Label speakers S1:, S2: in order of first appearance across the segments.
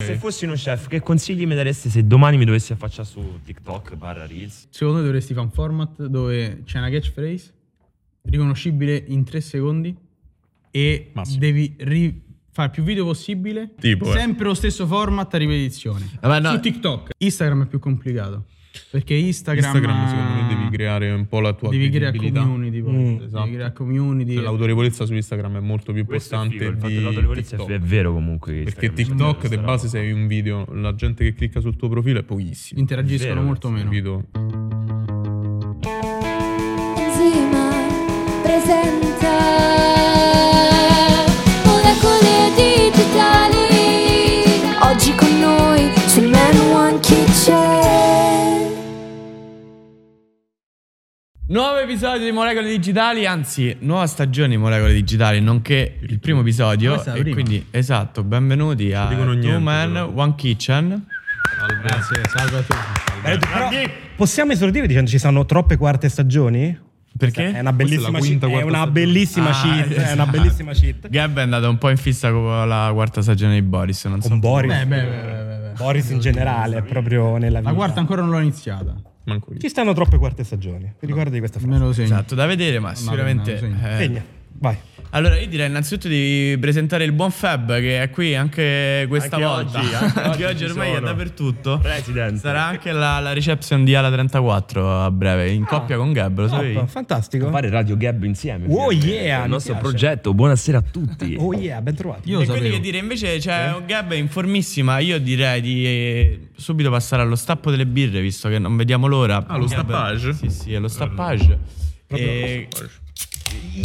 S1: Se fossi uno chef, che consigli mi daresti se domani mi dovessi affacciare su TikTok barra Reels?
S2: Secondo me dovresti fare un format dove c'è una catchphrase riconoscibile in 3 secondi e
S3: Massimo.
S2: devi ri- fare più video possibile.
S3: Tipo, eh.
S2: sempre lo stesso format a ripetizione.
S4: Vabbè, no.
S2: Su TikTok. Instagram è più complicato. Perché Instagram,
S3: Instagram secondo me devi creare un po' la tua
S2: devi creare
S3: credibilità.
S2: community. poi.
S3: Mm,
S2: Devi
S3: esatto.
S2: creare community.
S3: Cioè, l'autorevolezza su Instagram è molto più
S1: Questo è
S3: importante
S1: figo, il fatto
S3: di
S1: dell'autorevolezza è
S3: TikTok.
S1: figo, è vero comunque. che
S3: Perché
S1: Instagram
S3: TikTok
S1: c'è
S3: di
S1: questa
S3: base
S1: roba.
S3: sei un video, la gente che clicca sul tuo profilo è pochissima.
S2: interagiscono
S1: Vero,
S2: molto meno.
S3: Capito?
S5: Enzima presenta Oracoli digitali Oggi con noi su Man One Kitchen
S4: Nuovo episodio di Molecole Digitali, anzi, nuova stagione di Molecole Digitali, nonché il primo episodio.
S2: Questa è la
S4: e
S2: prima.
S4: quindi, esatto, benvenuti a
S3: dicono niente,
S4: Two Man,
S3: però.
S4: One Kitchen.
S2: Grazie, salve a tutti.
S6: Eh, Però possiamo esordire dicendo ci sono troppe quarte stagioni?
S4: Eh, Perché?
S3: Questa
S6: È una
S3: è la
S6: bellissima
S3: quinta,
S6: cheat, è
S3: quarta
S6: una
S3: stagione.
S6: bellissima
S4: Ah,
S6: cheat, è una
S4: esatto.
S6: bellissima cheat.
S4: Gab è andato un po' in fissa con la quarta stagione di Boris. Non so.
S6: Con Boris.
S2: Eh, Beh, beh, beh, beh, beh, beh.
S3: Boh,
S6: Boris in generale, è proprio nella vita.
S2: La quarta ancora non l'ho iniziata.
S3: Manco io.
S6: Ci stanno troppe quarte stagioni. Ti ricordi di questa frase?
S2: Me lo segno.
S4: Esatto, da vedere, ma sicuramente.
S2: no, no,
S4: eh,
S6: Segna. Vai.
S4: allora, io direi innanzitutto di presentare il buon Fab che è qui anche questa
S1: Anche
S4: volta.
S1: oggi, anche
S4: Anche
S1: oggi
S4: oggi
S1: ci
S4: ormai è
S1: sono.
S4: dappertutto.
S1: President.
S4: Sarà anche la, la reception di Ala 34 a breve,
S1: Ah.
S4: in coppia con Gab, lo sapevi?
S6: Top, Oh, fantastico.
S1: Fare Radio Gab insieme.
S6: Oh,
S1: ovviamente.
S6: yeah,
S1: Il
S6: mi
S1: nostro
S6: piace.
S1: progetto. Buonasera a tutti.
S6: Oh yeah, ben trovato.
S2: Io lo
S4: E quindi che
S2: sapevo.
S4: dire, invece c'è un Gab informissima, io direi di eh, subito passare allo stappo delle birre, visto che non vediamo l'ora.
S3: Ah, lo
S4: Gab-
S3: stappage?
S4: Sì, sì, è lo stappage.
S3: Proprio
S4: E
S3: stappage.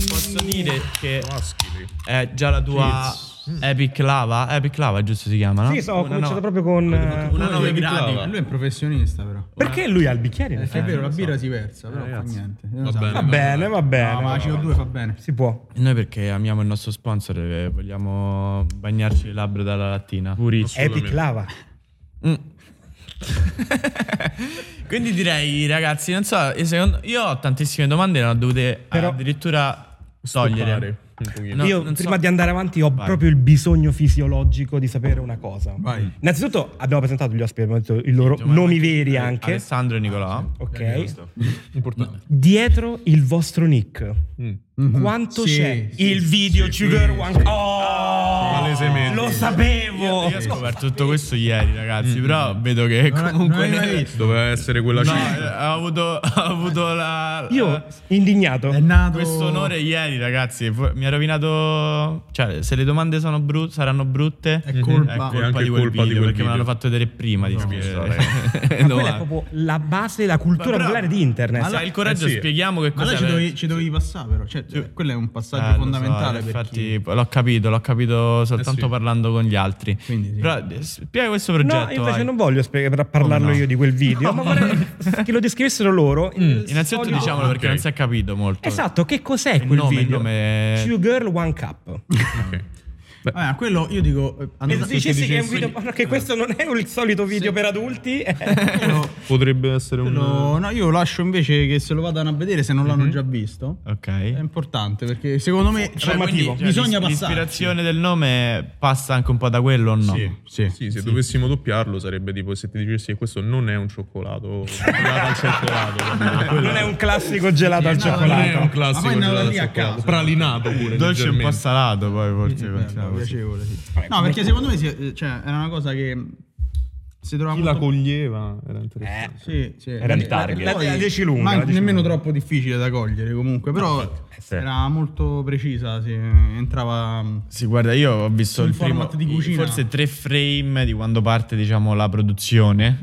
S4: posso dire che
S3: Maschili.
S4: è già la tua Epic Lava, Epic Lava giusto si chiama, no?
S6: Sì, so, ho
S4: Una
S6: cominciato
S4: no-
S6: proprio con eh,
S4: Una
S2: Lui
S4: 9
S2: è
S4: gradi.
S2: bravo. Lui è professionista, però.
S6: Perché lui ha il bicchiere? in
S2: Eh,
S6: effetti?
S2: è vero, la birra si versa, però fa niente. Non
S3: Va
S2: sa.
S3: bene,
S6: Va bene, va bene.
S2: No, ma la CO2 fa bene.
S6: Si può.
S4: Noi perché amiamo il nostro sponsor e vogliamo bagnarci le labbra dalla lattina.
S1: Purici.
S6: Epic lava.
S4: Mm. Quindi direi, ragazzi, non so, io secondo- io ho tantissime domande, ne ho dovute
S6: Però-
S4: addirittura togliere.
S3: Un pochino.
S4: No,
S6: Io
S4: non so-
S6: prima di andare avanti ho
S4: Vai.
S6: proprio il bisogno fisiologico di sapere una cosa. Mm.
S2: Vai.
S6: Innanzitutto abbiamo presentato gli ospiti, abbiamo detto i loro nomi veri
S4: Eh,
S6: anche. Ah,
S4: Alessandro e Nicolò.
S6: Ok.
S3: Importante.
S6: Dietro il vostro nick.
S3: Mm.
S6: Quanto
S2: Sì,
S6: c'è?
S2: sì,
S6: il
S2: sì,
S6: video
S2: sì,
S6: Sugar
S2: sì,
S6: One.
S2: sì.
S6: Oh!
S3: Palesemente.
S6: Lo sapevo.
S4: Io ho scoperto tutto questo ieri, ragazzi, però vedo che
S2: Non è-
S4: comunque...
S2: non avevi visto?
S3: Eh, Doveva essere quella
S4: No, eh,
S3: cifra.
S4: ho avuto, ho avuto la...
S6: Io indignato.
S4: eh,
S2: È nato.
S4: Questo onore ieri, ragazzi, fu- mi ha rovinato. Cioè, se le domande sono bru- saranno brutte,
S2: È colpa-
S4: è colpa
S3: È anche
S4: di quel
S3: colpa
S4: video,
S3: di quel
S4: perché me
S3: video.
S4: l'hanno fatto vedere prima di
S3: visto,
S4: scrivere.
S6: Ma
S4: No,
S6: quella è
S4: eh.
S6: proprio la base della cultura
S4: Però-
S6: popolare di internet.
S4: Ma hai il coraggio,
S3: eh sì.
S4: spieghiamo che
S2: Ma
S4: cosa
S2: lei ci dovevi, ci dovevi passare, però. Cioè, quello è un
S4: Eh,
S2: passaggio fondamentale. per chi-
S4: infatti, l'ho capito, l'ho capito soltanto
S3: sì.
S4: parlando con gli altri.
S2: Quindi sì.
S4: Però eh, spiega questo
S6: No,
S4: progetto.
S6: invece
S4: vai.
S6: non voglio spieg- per parlarlo
S4: Come eh. Oh, no? Mm,
S6: io di quel video, ma vorrei che lo descrivessero loro. Il
S4: Innanzitutto,
S6: solito-
S4: diciamolo perché
S3: ok.
S4: non si è capito molto.
S6: Esatto, che cos'è
S4: Il
S6: quel
S4: nome, il
S6: video?
S4: nome è-
S6: Two Girl One Cup.
S3: Ok.
S2: Vabbè, a quello io dico. eh, hanno-
S6: E se dicessi che, è un video,
S2: quello-
S6: che questo non è il solito video per adulti, eh,
S2: quello-
S3: Potrebbe essere un...
S2: quello- no, io lascio invece che se lo vadano a vedere se non l'hanno già visto.
S4: Ok.
S2: È importante perché secondo me
S4: Vabbè, quindi,
S6: formativo.
S4: cioè,
S2: Bisogna
S4: l'is-
S2: passarci.
S4: L'ispirazione del nome passa anche un po' da quello o no? Eh,
S3: Sì,
S2: Sì,
S3: sì, se dovessimo doppiarlo sarebbe tipo se ti dicessi che questo non è un cioccolato, cioccolato al cioccolato. capito? Quello
S6: non è un classico gelato al
S3: non è un
S6: cioccolato.
S3: classico
S2: Ma poi andava
S3: cioccolato
S2: lì
S3: al
S2: a
S3: cioccolato,
S2: caso.
S3: pralinato pure.
S4: Dolce un po'
S3: leggermente.
S4: salato, poi forse
S2: No,
S4: continua diciamo così.
S2: piacevole, sì. No, perché secondo me si- cioè, era una cosa che si trovava
S3: Chi la
S2: molto-
S3: coglieva era
S2: Eh.
S3: interessante.
S2: Sì, sì.
S6: Era il target.
S2: Poi-
S6: La- la 10 lunga,
S2: ma
S6: la 10
S2: nemmeno
S6: lunga.
S2: troppo difficile da cogliere comunque, però
S1: sì.
S2: era molto precisa, sì, entrava eh,
S4: Sì, guarda, io ho visto
S2: Sul
S4: il primo,
S2: format di cucina.
S4: forse tre frame di quando parte, diciamo, la produzione.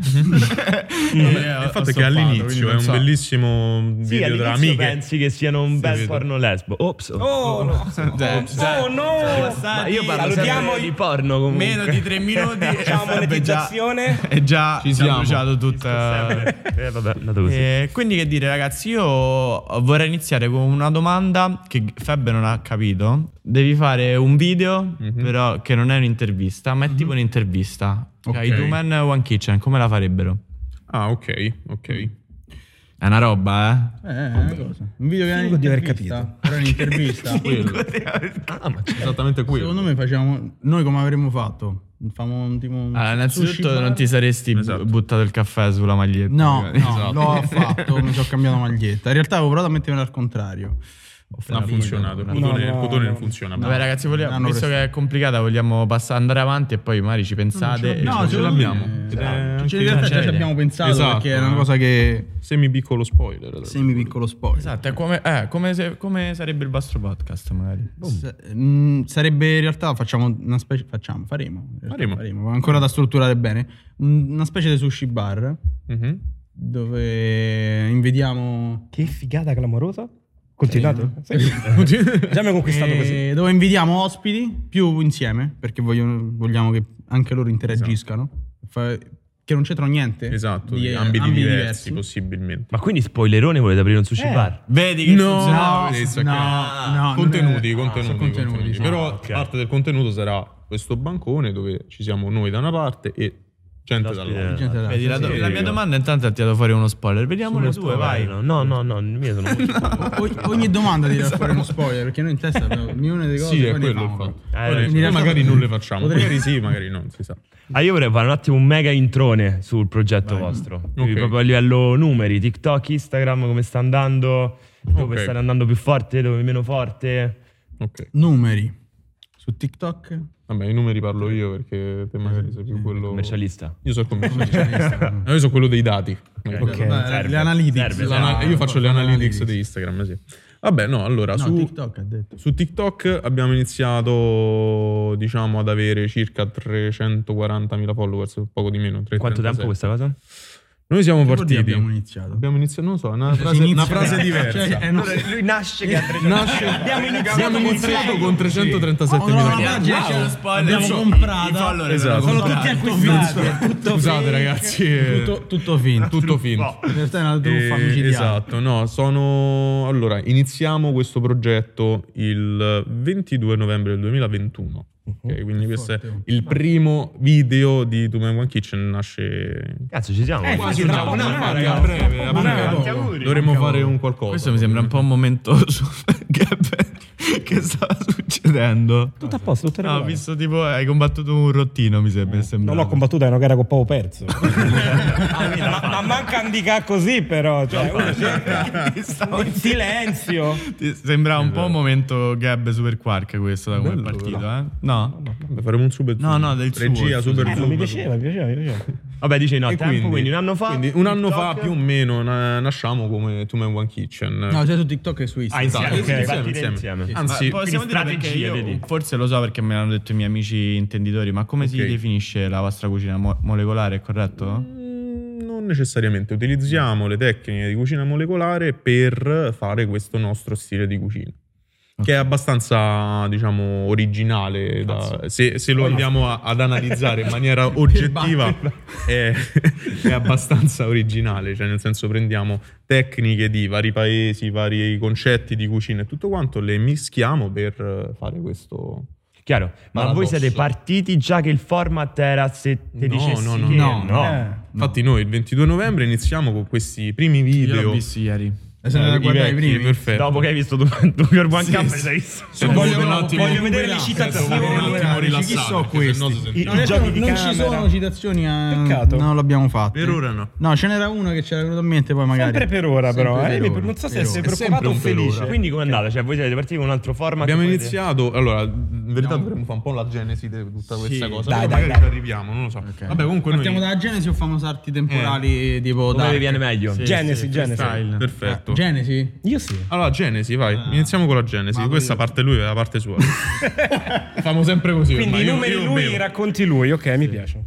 S4: E ho-
S3: Il
S4: ho
S3: fatto è che
S4: stoppato, quindi
S3: all'inizio
S4: non
S3: è un
S4: so.
S3: bellissimo
S1: Sì,
S3: video
S1: all'inizio
S3: tra amiche.
S1: pensi che siano un bel
S3: vedo.
S1: porno lesbo. Ops.
S6: Oh no!
S4: Cioè,
S6: Oh no!
S4: passati-
S1: Ma io parlo sempre
S6: Salutiamo i- diciamo,
S1: di porno comunque.
S4: meno di tre minuti e
S6: Ciao,
S4: sarebbe
S6: monetizzazione.
S4: già, è già
S3: Ci
S4: ci siamo
S3: siamo.
S4: bruciato tutta
S1: Eh vabbè, è andato così.
S4: Eh, quindi che dire ragazzi, io vorrei iniziare con una domanda che Feb non ha capito. Devi fare un video, però che non è un'intervista, ma è tipo un'intervista.
S3: Ok.
S2: Mm.
S4: Cioè, I Two Men One Kitchen, come la farebbero?
S3: Ah, ok, ok.
S4: È una roba, eh?
S2: Eh, eh, cosa? Un video che era
S7: Fingo di aver
S2: un'intervista,
S7: capito.
S2: Era un'intervista.
S3: Ah, ma c'è esattamente quello.
S2: Secondo me facciamo noi come avremmo fatto? Facciamo un tipo un
S4: Allora,
S2: sushi
S4: Ah, innanzitutto
S2: bar?
S4: non ti saresti bu-
S3: Esatto.
S4: buttato il caffè sulla maglietta.
S2: No, no,
S4: magari.
S2: l'ho fatto, mi sono cambiato maglietta. In realtà avevo provato a mettermela al contrario.
S3: Non ha funzionato. Il
S4: No,
S3: cotone,
S7: no,
S3: il cotone
S7: no.
S3: non funziona.
S4: Vabbè ragazzi, vogliamo-
S2: Hanno
S4: visto che è complicata, vogliamo passa- andare avanti e poi magari ci pensate. e-
S3: No, ce
S2: secondo
S3: l'abbiamo.
S2: me-
S3: Ed è
S2: eh, Cioè,
S3: anche-
S2: in realtà
S4: cioè,
S2: già ci abbiamo pensato
S3: Esatto.
S2: perché era una cosa che
S3: Semi piccolo spoiler.
S2: semi piccolo spoiler.
S4: Esatto, è come, eh, come se- come sarebbe il vostro podcast magari.
S2: S- mh, sarebbe in realtà facciamo una specie facciamo faremo, in realtà
S3: Faremo.
S2: ancora da strutturare bene un- una specie di sushi bar
S3: Mhm.
S2: dove invitiamo
S7: Che figata clamorosa. Continuate. Sì. Già mi ha conquistato così.
S2: Eh, Dove invitiamo ospiti più insieme, perché voglio- vogliamo che anche loro interagiscono. Fa- che non c'entrano niente.
S3: Esatto,
S2: di,
S3: di
S2: eh,
S3: ambiti, diversi,
S2: No,
S3: possibilmente.
S1: Ma quindi spoilerone volete aprire un sushi
S7: Eh.
S1: bar?
S4: Vedi che funzionava
S2: no,
S3: questo è
S2: no,
S3: chiaro.
S2: no, non
S3: Ah,
S2: è-
S3: contenuti,
S2: Ah,
S3: contenuti,
S2: sono contenuti,
S3: contenuti.
S2: sì.
S3: Però
S1: Ah, ok.
S3: parte del contenuto sarà questo bancone dove ci siamo noi da una parte e gente
S1: L'ospite.
S3: dall'altra.
S2: Gente dall'altra.
S4: Vedi, la,
S3: sì,
S4: la
S3: sì,
S4: mia
S3: sì.
S4: domanda intanto ha tirato fuori uno spoiler. Vediamo le
S1: Sulle
S4: tue, vai.
S1: No, no, no, no, il mio sono molto
S2: O- ogni- ogni domanda dirà fare uno spoiler, perché noi in testa abbiamo milioni di cose.
S3: Esatto. Sì, è
S2: poi ne
S3: quello il
S2: famo.
S3: fatto.
S1: Eh,
S3: Poi
S1: in
S3: dici,
S2: realtà-
S3: magari non le facciamo,
S2: certo. Potrei-
S3: magari sì, magari no, non si sa.
S1: Ah, io vorrei fare un attimo un mega introne sul progetto vostro. Quindi
S3: Mm. Ok.
S1: Proprio a livello numeri, TikTok, Instagram, come sta andando, dove
S3: Ok.
S1: state andando più forte, dove meno forte.
S3: Ok.
S2: Numeri su TikTok.
S3: Vabbè, i numeri parlo io perché te magari sei più quello
S1: Commercialista.
S3: Io sono il commercialista.
S2: Instagram.
S3: No, io sono quello dei dati.
S1: Ok.
S2: Vabbè,
S1: Serve.
S2: le analytics.
S1: Serve,
S2: la-
S1: serve.
S3: L'ana- io faccio le analytics di
S2: analytics.
S3: Instagram, sì. Vabbè, no, allora
S2: No,
S3: su
S2: TikTok ha detto.
S3: Su TikTok abbiamo iniziato, diciamo, ad avere circa 340.000 followers, poco di meno.
S1: In quanto tempo
S3: 336.
S1: questa cosa?
S3: Noi siamo
S2: Tipo di
S3: partiti.
S2: abbiamo iniziato.
S3: Abbiamo iniziato, non lo so, una
S2: Si
S3: frase,
S2: inizia-
S3: una frase
S2: cioè,
S3: diversa.
S2: cioè, è uno-
S1: Lui nasce che
S3: Nasce- abbiamo iniziato, con 337.000
S2: Oh, no, no,
S3: followers.
S2: no,
S4: C'è lo spoiler.
S2: Abbiamo
S4: Sì,
S2: comprata.
S4: i follower
S3: Esatto.
S4: erano
S7: Sono tutti
S4: comprati.
S7: acquistati. Tutto
S3: Scusate ragazzi, eh,
S2: tutto, tutto finto.
S3: tutto finto.
S2: In realtà è una truffa
S3: Eh,
S2: micidiale.
S3: esatto, no, sono... Allora, iniziamo questo progetto il 22 novembre del 2021.
S4: Mhm.
S3: ok? quindi questo è
S2: forte.
S3: il primo video di Two Man One Kitchen, nasce
S1: Cazzo, ci siamo.
S7: Eh, quasi tra un anno, ragazzi.
S4: Eh,
S3: breve,
S2: breve.
S3: Dovremmo fare un qualcosa.
S4: Questo mi sembra un po' un momento su- che, che stava succedendo.
S7: Tutto a posto, tutto
S4: No, ho
S7: regolare.
S4: Ah, visto tipo hai combattuto un rottino, mi sembra.
S7: Non l'ho combattuta, è una gara che ho poco perso. ma, ma manca Andica così, però. Cioè, uno cerca in silenzio.
S4: Ti sembra un po' un momento Gab Super Quark questo da come è partito, eh? No.
S3: Vabbè, faremo un super
S4: No,
S3: zoom.
S4: no, del suo,
S3: Regia,
S4: il suo.
S3: super
S7: Eh,
S3: zoom.
S7: mi piaceva, mi piaceva, mi piaceva.
S1: Vabbè, dice no,
S3: E
S1: tempo, quindi, un anno fa.
S3: quindi un anno fa
S1: TikTok.
S3: più o meno na- nasciamo come Two Man One Kitchen.
S2: No, cioè, sia su TikTok che su
S1: Ah,
S2: Instagram.
S1: insieme,
S3: Esatto,
S1: quindi partire
S3: insieme, insieme.
S1: insieme.
S3: Anzi,
S4: Ma possiamo dire
S1: quindi
S4: perché
S1: strategie,
S4: io
S1: vedi.
S4: forse lo so perché me l'hanno detto i miei amici intenditori, ma come
S3: Ok.
S4: si definisce la vostra cucina Mo- molecolare, è corretto?
S3: Mm, Non necessariamente, utilizziamo le tecniche di cucina molecolare per fare questo nostro stile di cucina. Che è abbastanza, diciamo, originale. da- se, se lo andiamo a- ad analizzare in maniera oggettiva, è, è abbastanza originale. Cioè, nel senso, prendiamo tecniche di vari paesi, vari concetti di cucina e tutto quanto, le mischiamo per fare questo.
S1: Chiaro, ma voi
S3: Paradosso.
S1: siete partiti già che il format era se te
S3: No,
S1: dicessi
S3: no, no,
S1: che-
S2: no,
S3: Infatti, noi il 22 novembre iniziamo con questi primi
S4: Io l'ho
S3: video.
S4: visto ieri.
S2: Eh, Se ne
S3: Eh,
S2: andate a guardare i
S3: vecchi,
S2: primi.
S3: perfetto.
S1: Dopo che hai visto tu, tu Urban One
S3: Sì,
S1: Camp,
S3: sì.
S1: sei visto.
S3: Sono
S2: Voglio-
S3: proprio un attimo-
S2: voglio vedere le citazioni. Chi so
S3: perché sennò
S2: questi?
S3: si
S7: I-
S3: sente-
S2: No, in realtà
S7: giochi di
S2: non ci
S7: camera.
S2: sono citazioni a...
S7: Peccato.
S2: Non l'abbiamo fatto.
S3: Per ora no.
S2: No, ce n'era una che c'era venuta in mente poi magari.
S7: Sempre per ora,
S2: Sempre
S7: però. eh.
S2: per
S7: Mi-
S2: ora,
S7: Non so se
S2: per
S7: sei
S2: ora.
S7: preoccupato o
S3: sempre un per
S7: felice.
S3: ora.
S1: Quindi com'è andata? Cioè voi siete partiti con un altro format?
S3: Abbiamo
S1: che poi-
S3: iniziato, allora, in verità dovremmo fare un po' la genesi di tutta questa cosa.
S7: Dai, dai,
S3: però magari
S7: dai.
S3: ci arriviamo, non lo so. Vabbè, comunque
S2: Partiamo
S3: noi...
S2: dalla Genesi o famo salti temporali tipo
S1: Come
S2: Dark?
S1: vi viene meglio?
S4: Sì,
S7: Genesi,
S4: sì,
S7: Genesi.
S4: freestyle.
S3: Perfetto.
S2: Genesi?
S7: Io sì.
S3: Allora, Genesi, vai.
S2: Ah.
S3: Iniziamo con la Genesi. Questa parte lui e la parte sua. Famo sempre così.
S7: Quindi
S3: ormai.
S7: i
S3: Io-
S7: numeri
S3: io
S7: lui,
S3: bevo.
S7: i racconti lui. Ok, mi piace.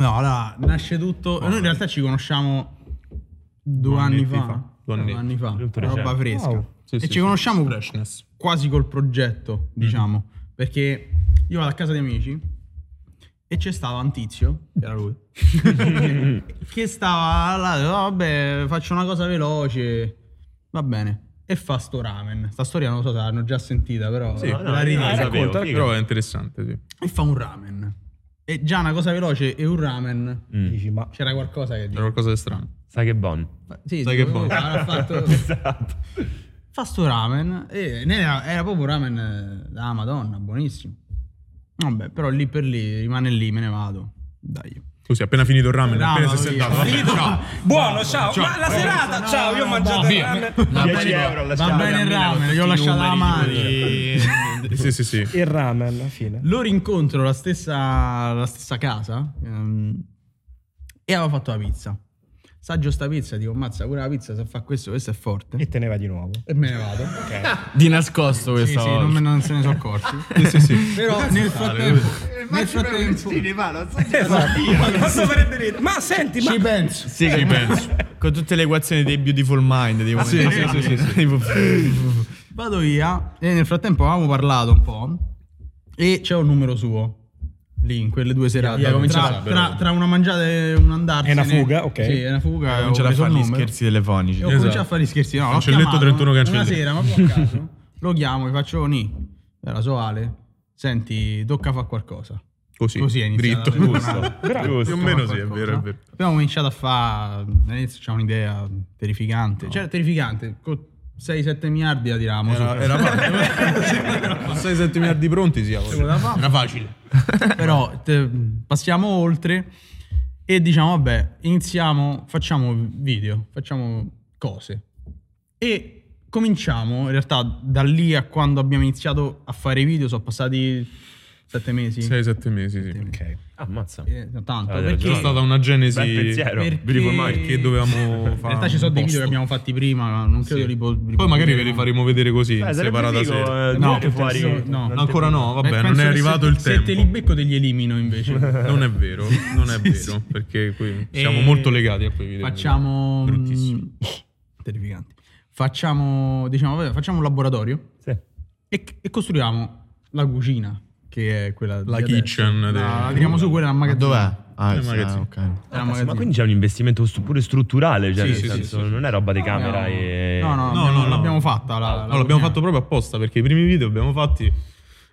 S2: No, allora, nasce tutto... Noi in realtà ci conosciamo due anni
S3: anni
S2: fa.
S3: fa. Due
S2: Due
S3: anni.
S2: anni fa.
S1: Tutto
S2: Roba
S1: recente.
S2: fresca.
S7: Wow.
S3: Sì,
S2: e
S3: sì,
S2: ci
S3: sì.
S2: conosciamo
S3: Freshness.
S2: quasi col progetto, diciamo. Perché io vado a casa di amici e c'è stava un tizio, che era lui, che stava là, dice, vabbè, faccio una cosa veloce, va bene. E fa sto ramen. Sta storia non lo so se l'hanno già sentita, però
S3: Sì,
S2: la
S1: no,
S2: ridete.
S1: no,
S3: Ah,
S1: Eh,
S3: racconta,
S1: sapevo,
S3: però è interessante, sì.
S2: E fa un ramen. E già una cosa veloce e un ramen.
S7: Dici, ma
S2: C'era qualcosa che
S3: È
S2: dire. Ah.
S3: qualcosa di strano.
S1: Sai che bon.
S2: Sì,
S3: Sai
S2: dico,
S3: che buono.
S2: ha fatto...
S1: Esatto.
S2: fa sto ramen e ne era, era proprio ramen eh, della madonna, buonissimo. Vabbè, però lì per lì rimane lì, me ne vado. Dai.
S3: Così, appena finito il ramen,
S2: Bravo,
S3: appena si è
S2: via.
S3: sentato.
S2: Finito, no.
S7: Buono, ciao.
S2: Ciao.
S7: Ma la serata, ciao, io ho mangiato il ramen.
S2: Va
S1: 10
S2: bene,
S1: euro,
S2: va
S1: lasciamo.
S2: bene il ramen, io ho lasciato la mano.
S3: Sì, sì, sì.
S6: Il ramen, alla fine.
S2: Lo rincontro alla stessa, alla stessa casa ehm, e aveva fatto la pizza. Saggio sta pizza, dico, mazza, pure la pizza se fa questo, questo è forte.
S6: E te ne vai di nuovo.
S2: E me ne vado.
S4: Di nascosto
S2: Sì,
S4: questa
S2: sì,
S4: volta.
S2: non, me- non se ne sono accorti.
S3: Sì, sì.
S2: Però nel frattempo, nel frattempo
S7: Ma dovrebbe dire, Ma senti, ma
S2: ci penso.
S4: Sì, con, Cioè, con tutte le equazioni dei Beautiful Mind. Tipo,
S3: sì, sì, sì, sì,
S4: Tipo-
S2: Vado via e nel frattempo avevamo parlato un po' e c'è un numero suo lì in quelle due serate.
S3: via, cominciava
S2: tra,
S3: però.
S2: tra- tra una mangiata e un andarsene.
S6: E una fuga, ok. Esatto.
S2: Sì, è una fuga.
S4: Non c'era
S2: ho preso
S4: a
S2: il
S4: fare gli
S2: numero.
S4: scherzi telefonici. Esatto.
S2: E ho cominciato a fare gli scherzi. No, l'ho
S3: Cancelletto
S2: chiamato
S3: 31
S2: Una
S3: cancelli.
S2: sera, ma a caso, lo chiamo, gli faccio Ni, era Soale, senti, tocca fare qualcosa.
S3: Così,
S2: Così è iniziata
S3: dritto,
S2: la
S3: giusto.
S2: giornata.
S3: Più o meno sì, è vero, è vero.
S2: Abbiamo cominciato a fare. All'inizio c'è un'idea terrificante. Cioè, terrificante. Con 6-7 miliardi la tiravamo su.
S3: Era, era facile. 6-7 miliardi pronti, sì.
S2: Era facile.
S3: Era facile.
S2: Però te- passiamo oltre e diciamo, vabbè, iniziamo, facciamo video, facciamo cose. E cominciamo, in realtà, da lì a quando abbiamo iniziato a fare i video sono passati sette mesi.
S3: 6-7 mesi, sì.
S6: Ok.
S1: Ammazza.
S2: Eh, tanto,
S1: Avete
S2: perché
S3: È
S1: ragione.
S3: stata una genesi
S1: Bel pensiero.
S2: perché-
S1: Beautiful Mind.
S3: che dovevamo fare.
S2: in realtà ci sono
S3: un
S2: dei video
S3: posto.
S2: che abbiamo fatti prima, ma non credo li po- li
S3: Poi magari ve li
S2: pubblicheremo.
S3: faremo vedere così,
S1: Beh, Eh, sarebbe
S3: separata
S1: figo,
S3: sera.
S1: eh,
S2: No,
S1: due che
S2: attenzione,
S1: fuori-
S2: no.
S1: durante-
S3: Ancora no,
S2: Beh,
S3: vabbè, non
S2: penso
S3: è
S2: che
S3: arrivato
S2: se-
S3: il
S2: Se te li
S3: tempo.
S2: becco te li elimino invece.
S3: Non è vero, non è vero, perché qui siamo
S2: E-
S3: molto legati a quei video.
S2: Facciamo. mm,
S3: Bruttissimo.
S2: Terrificanti. Facciamo, diciamo, vabbè, facciamo un laboratorio
S1: Sì.
S2: e, e costruiamo la cucina, che è quella. di
S3: La
S2: adesso.
S3: kitchen
S2: La,
S3: dei-
S2: la tiriamo su, quella era un
S4: Ma
S2: magazzino.
S4: dov'è? Ah,
S3: Nel
S4: sì,
S3: magazzino.
S4: ok.
S2: Era un
S1: Cazzo,
S2: magazzino.
S1: ma quindi c'è un investimento stru- pure strutturale, cioè
S3: Sì,
S1: nel
S3: sì,
S1: senso,
S3: sì, sì, sì.
S1: non è roba di camera
S2: No,
S1: e...
S2: No, no,
S3: No,
S2: no,
S3: no, no.
S2: l'abbiamo fatta. La, la
S3: No, l'abbiamo
S2: cucina.
S3: fatto proprio apposta perché i primi video abbiamo fatti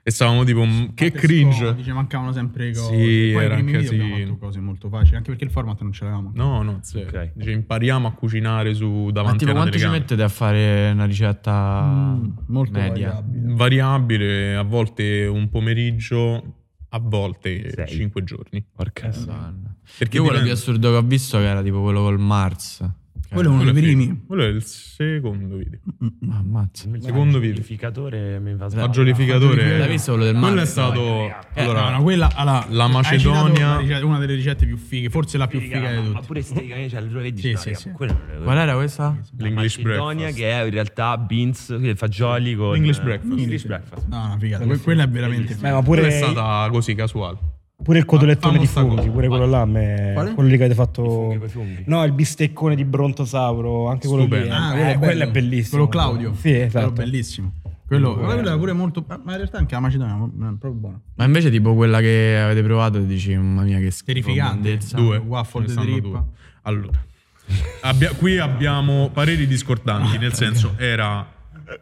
S3: e stavamo tipo "M, che
S2: Fatte
S3: cringe.
S2: scomodo, mancavano sempre le cose.
S3: Sì,
S2: Poi
S3: era
S2: i
S3: un
S2: primi video abbiamo
S3: casino.
S2: fatto cose molto facili, anche perché il format non ce l'avevamo.
S3: No, no, zero.
S1: Ok.
S3: Dice, impariamo a cucinare su
S4: Ma
S3: davanti
S4: tipo,
S3: a una
S4: quanto ci
S3: telecamera.
S4: mettete a fare una ricetta
S2: Mm,
S3: Ah,
S2: molto
S4: media?
S2: variabile.
S3: Variabile, a volte un pomeriggio, a volte
S1: Sei.
S3: cinque giorni.
S1: Porca
S4: Madonna.
S3: Perché
S4: Io quello
S3: dipende.
S4: più assurdo che ho visto che era tipo quello col Mars. Che
S2: Quello è uno dei
S3: Quello è figo.
S2: primi.
S3: Quello è il secondo video.
S4: era- Ah, Ammazza.
S3: Secondo video.
S1: Paggiorificatore mi va
S3: Il fagiolificatore.
S4: L'hai visto quello del Mars?
S3: Quello è stato...
S2: Eh,
S3: allora,
S2: no, no, quella, allora,
S3: la
S2: hai
S3: Macedonia-
S2: citato una, ricetta- una delle ricette più fighe, forse la più figa di
S1: Ma
S2: tutte.
S1: pure stegane, cioè, lo vedi,
S2: Sì,
S1: no,
S2: sì,
S1: raga,
S2: sì.
S1: quello non è-
S4: Qual era questa?
S1: La
S3: L'English
S1: Macedonia,
S3: breakfast.
S1: che è in realtà beans, quindi fagioli con... eh,
S3: English breakfast.
S1: English breakfast.
S2: No, no, figata. que- quella è veramente
S6: Beh,
S2: figa.
S6: ma
S3: Quella
S6: pure,
S3: è stata così casuale.
S6: pure il cotelettone di
S3: famosa
S6: funghi,
S3: cosa.
S6: pure quello là, a me-
S2: Quale?
S6: quello lì che avete
S1: funghi,
S6: fatto...
S1: quei funghi.
S6: No, il bisteccone di brontosauro, anche quello lì.
S3: Stupendo.
S6: eh.
S2: Ah,
S6: Eh,
S2: bello.
S6: quello è bellissimo.
S2: Quello Claudio.
S6: Sì,
S2: Quello
S6: esatto.
S2: bellissimo. Quello, quello era pure molto... eh, Ma in realtà anche la Macedonia è proprio buona.
S4: Ma invece tipo quella che avete provato e dici, mamma mia che schifo.
S2: Terrificante.
S4: grandezza".
S3: Due.
S2: Waffle
S3: Ce ne
S2: di
S3: stanno
S2: trippa.
S3: due. Allora, abbia- qui abbiamo pareri discordanti, nel senso era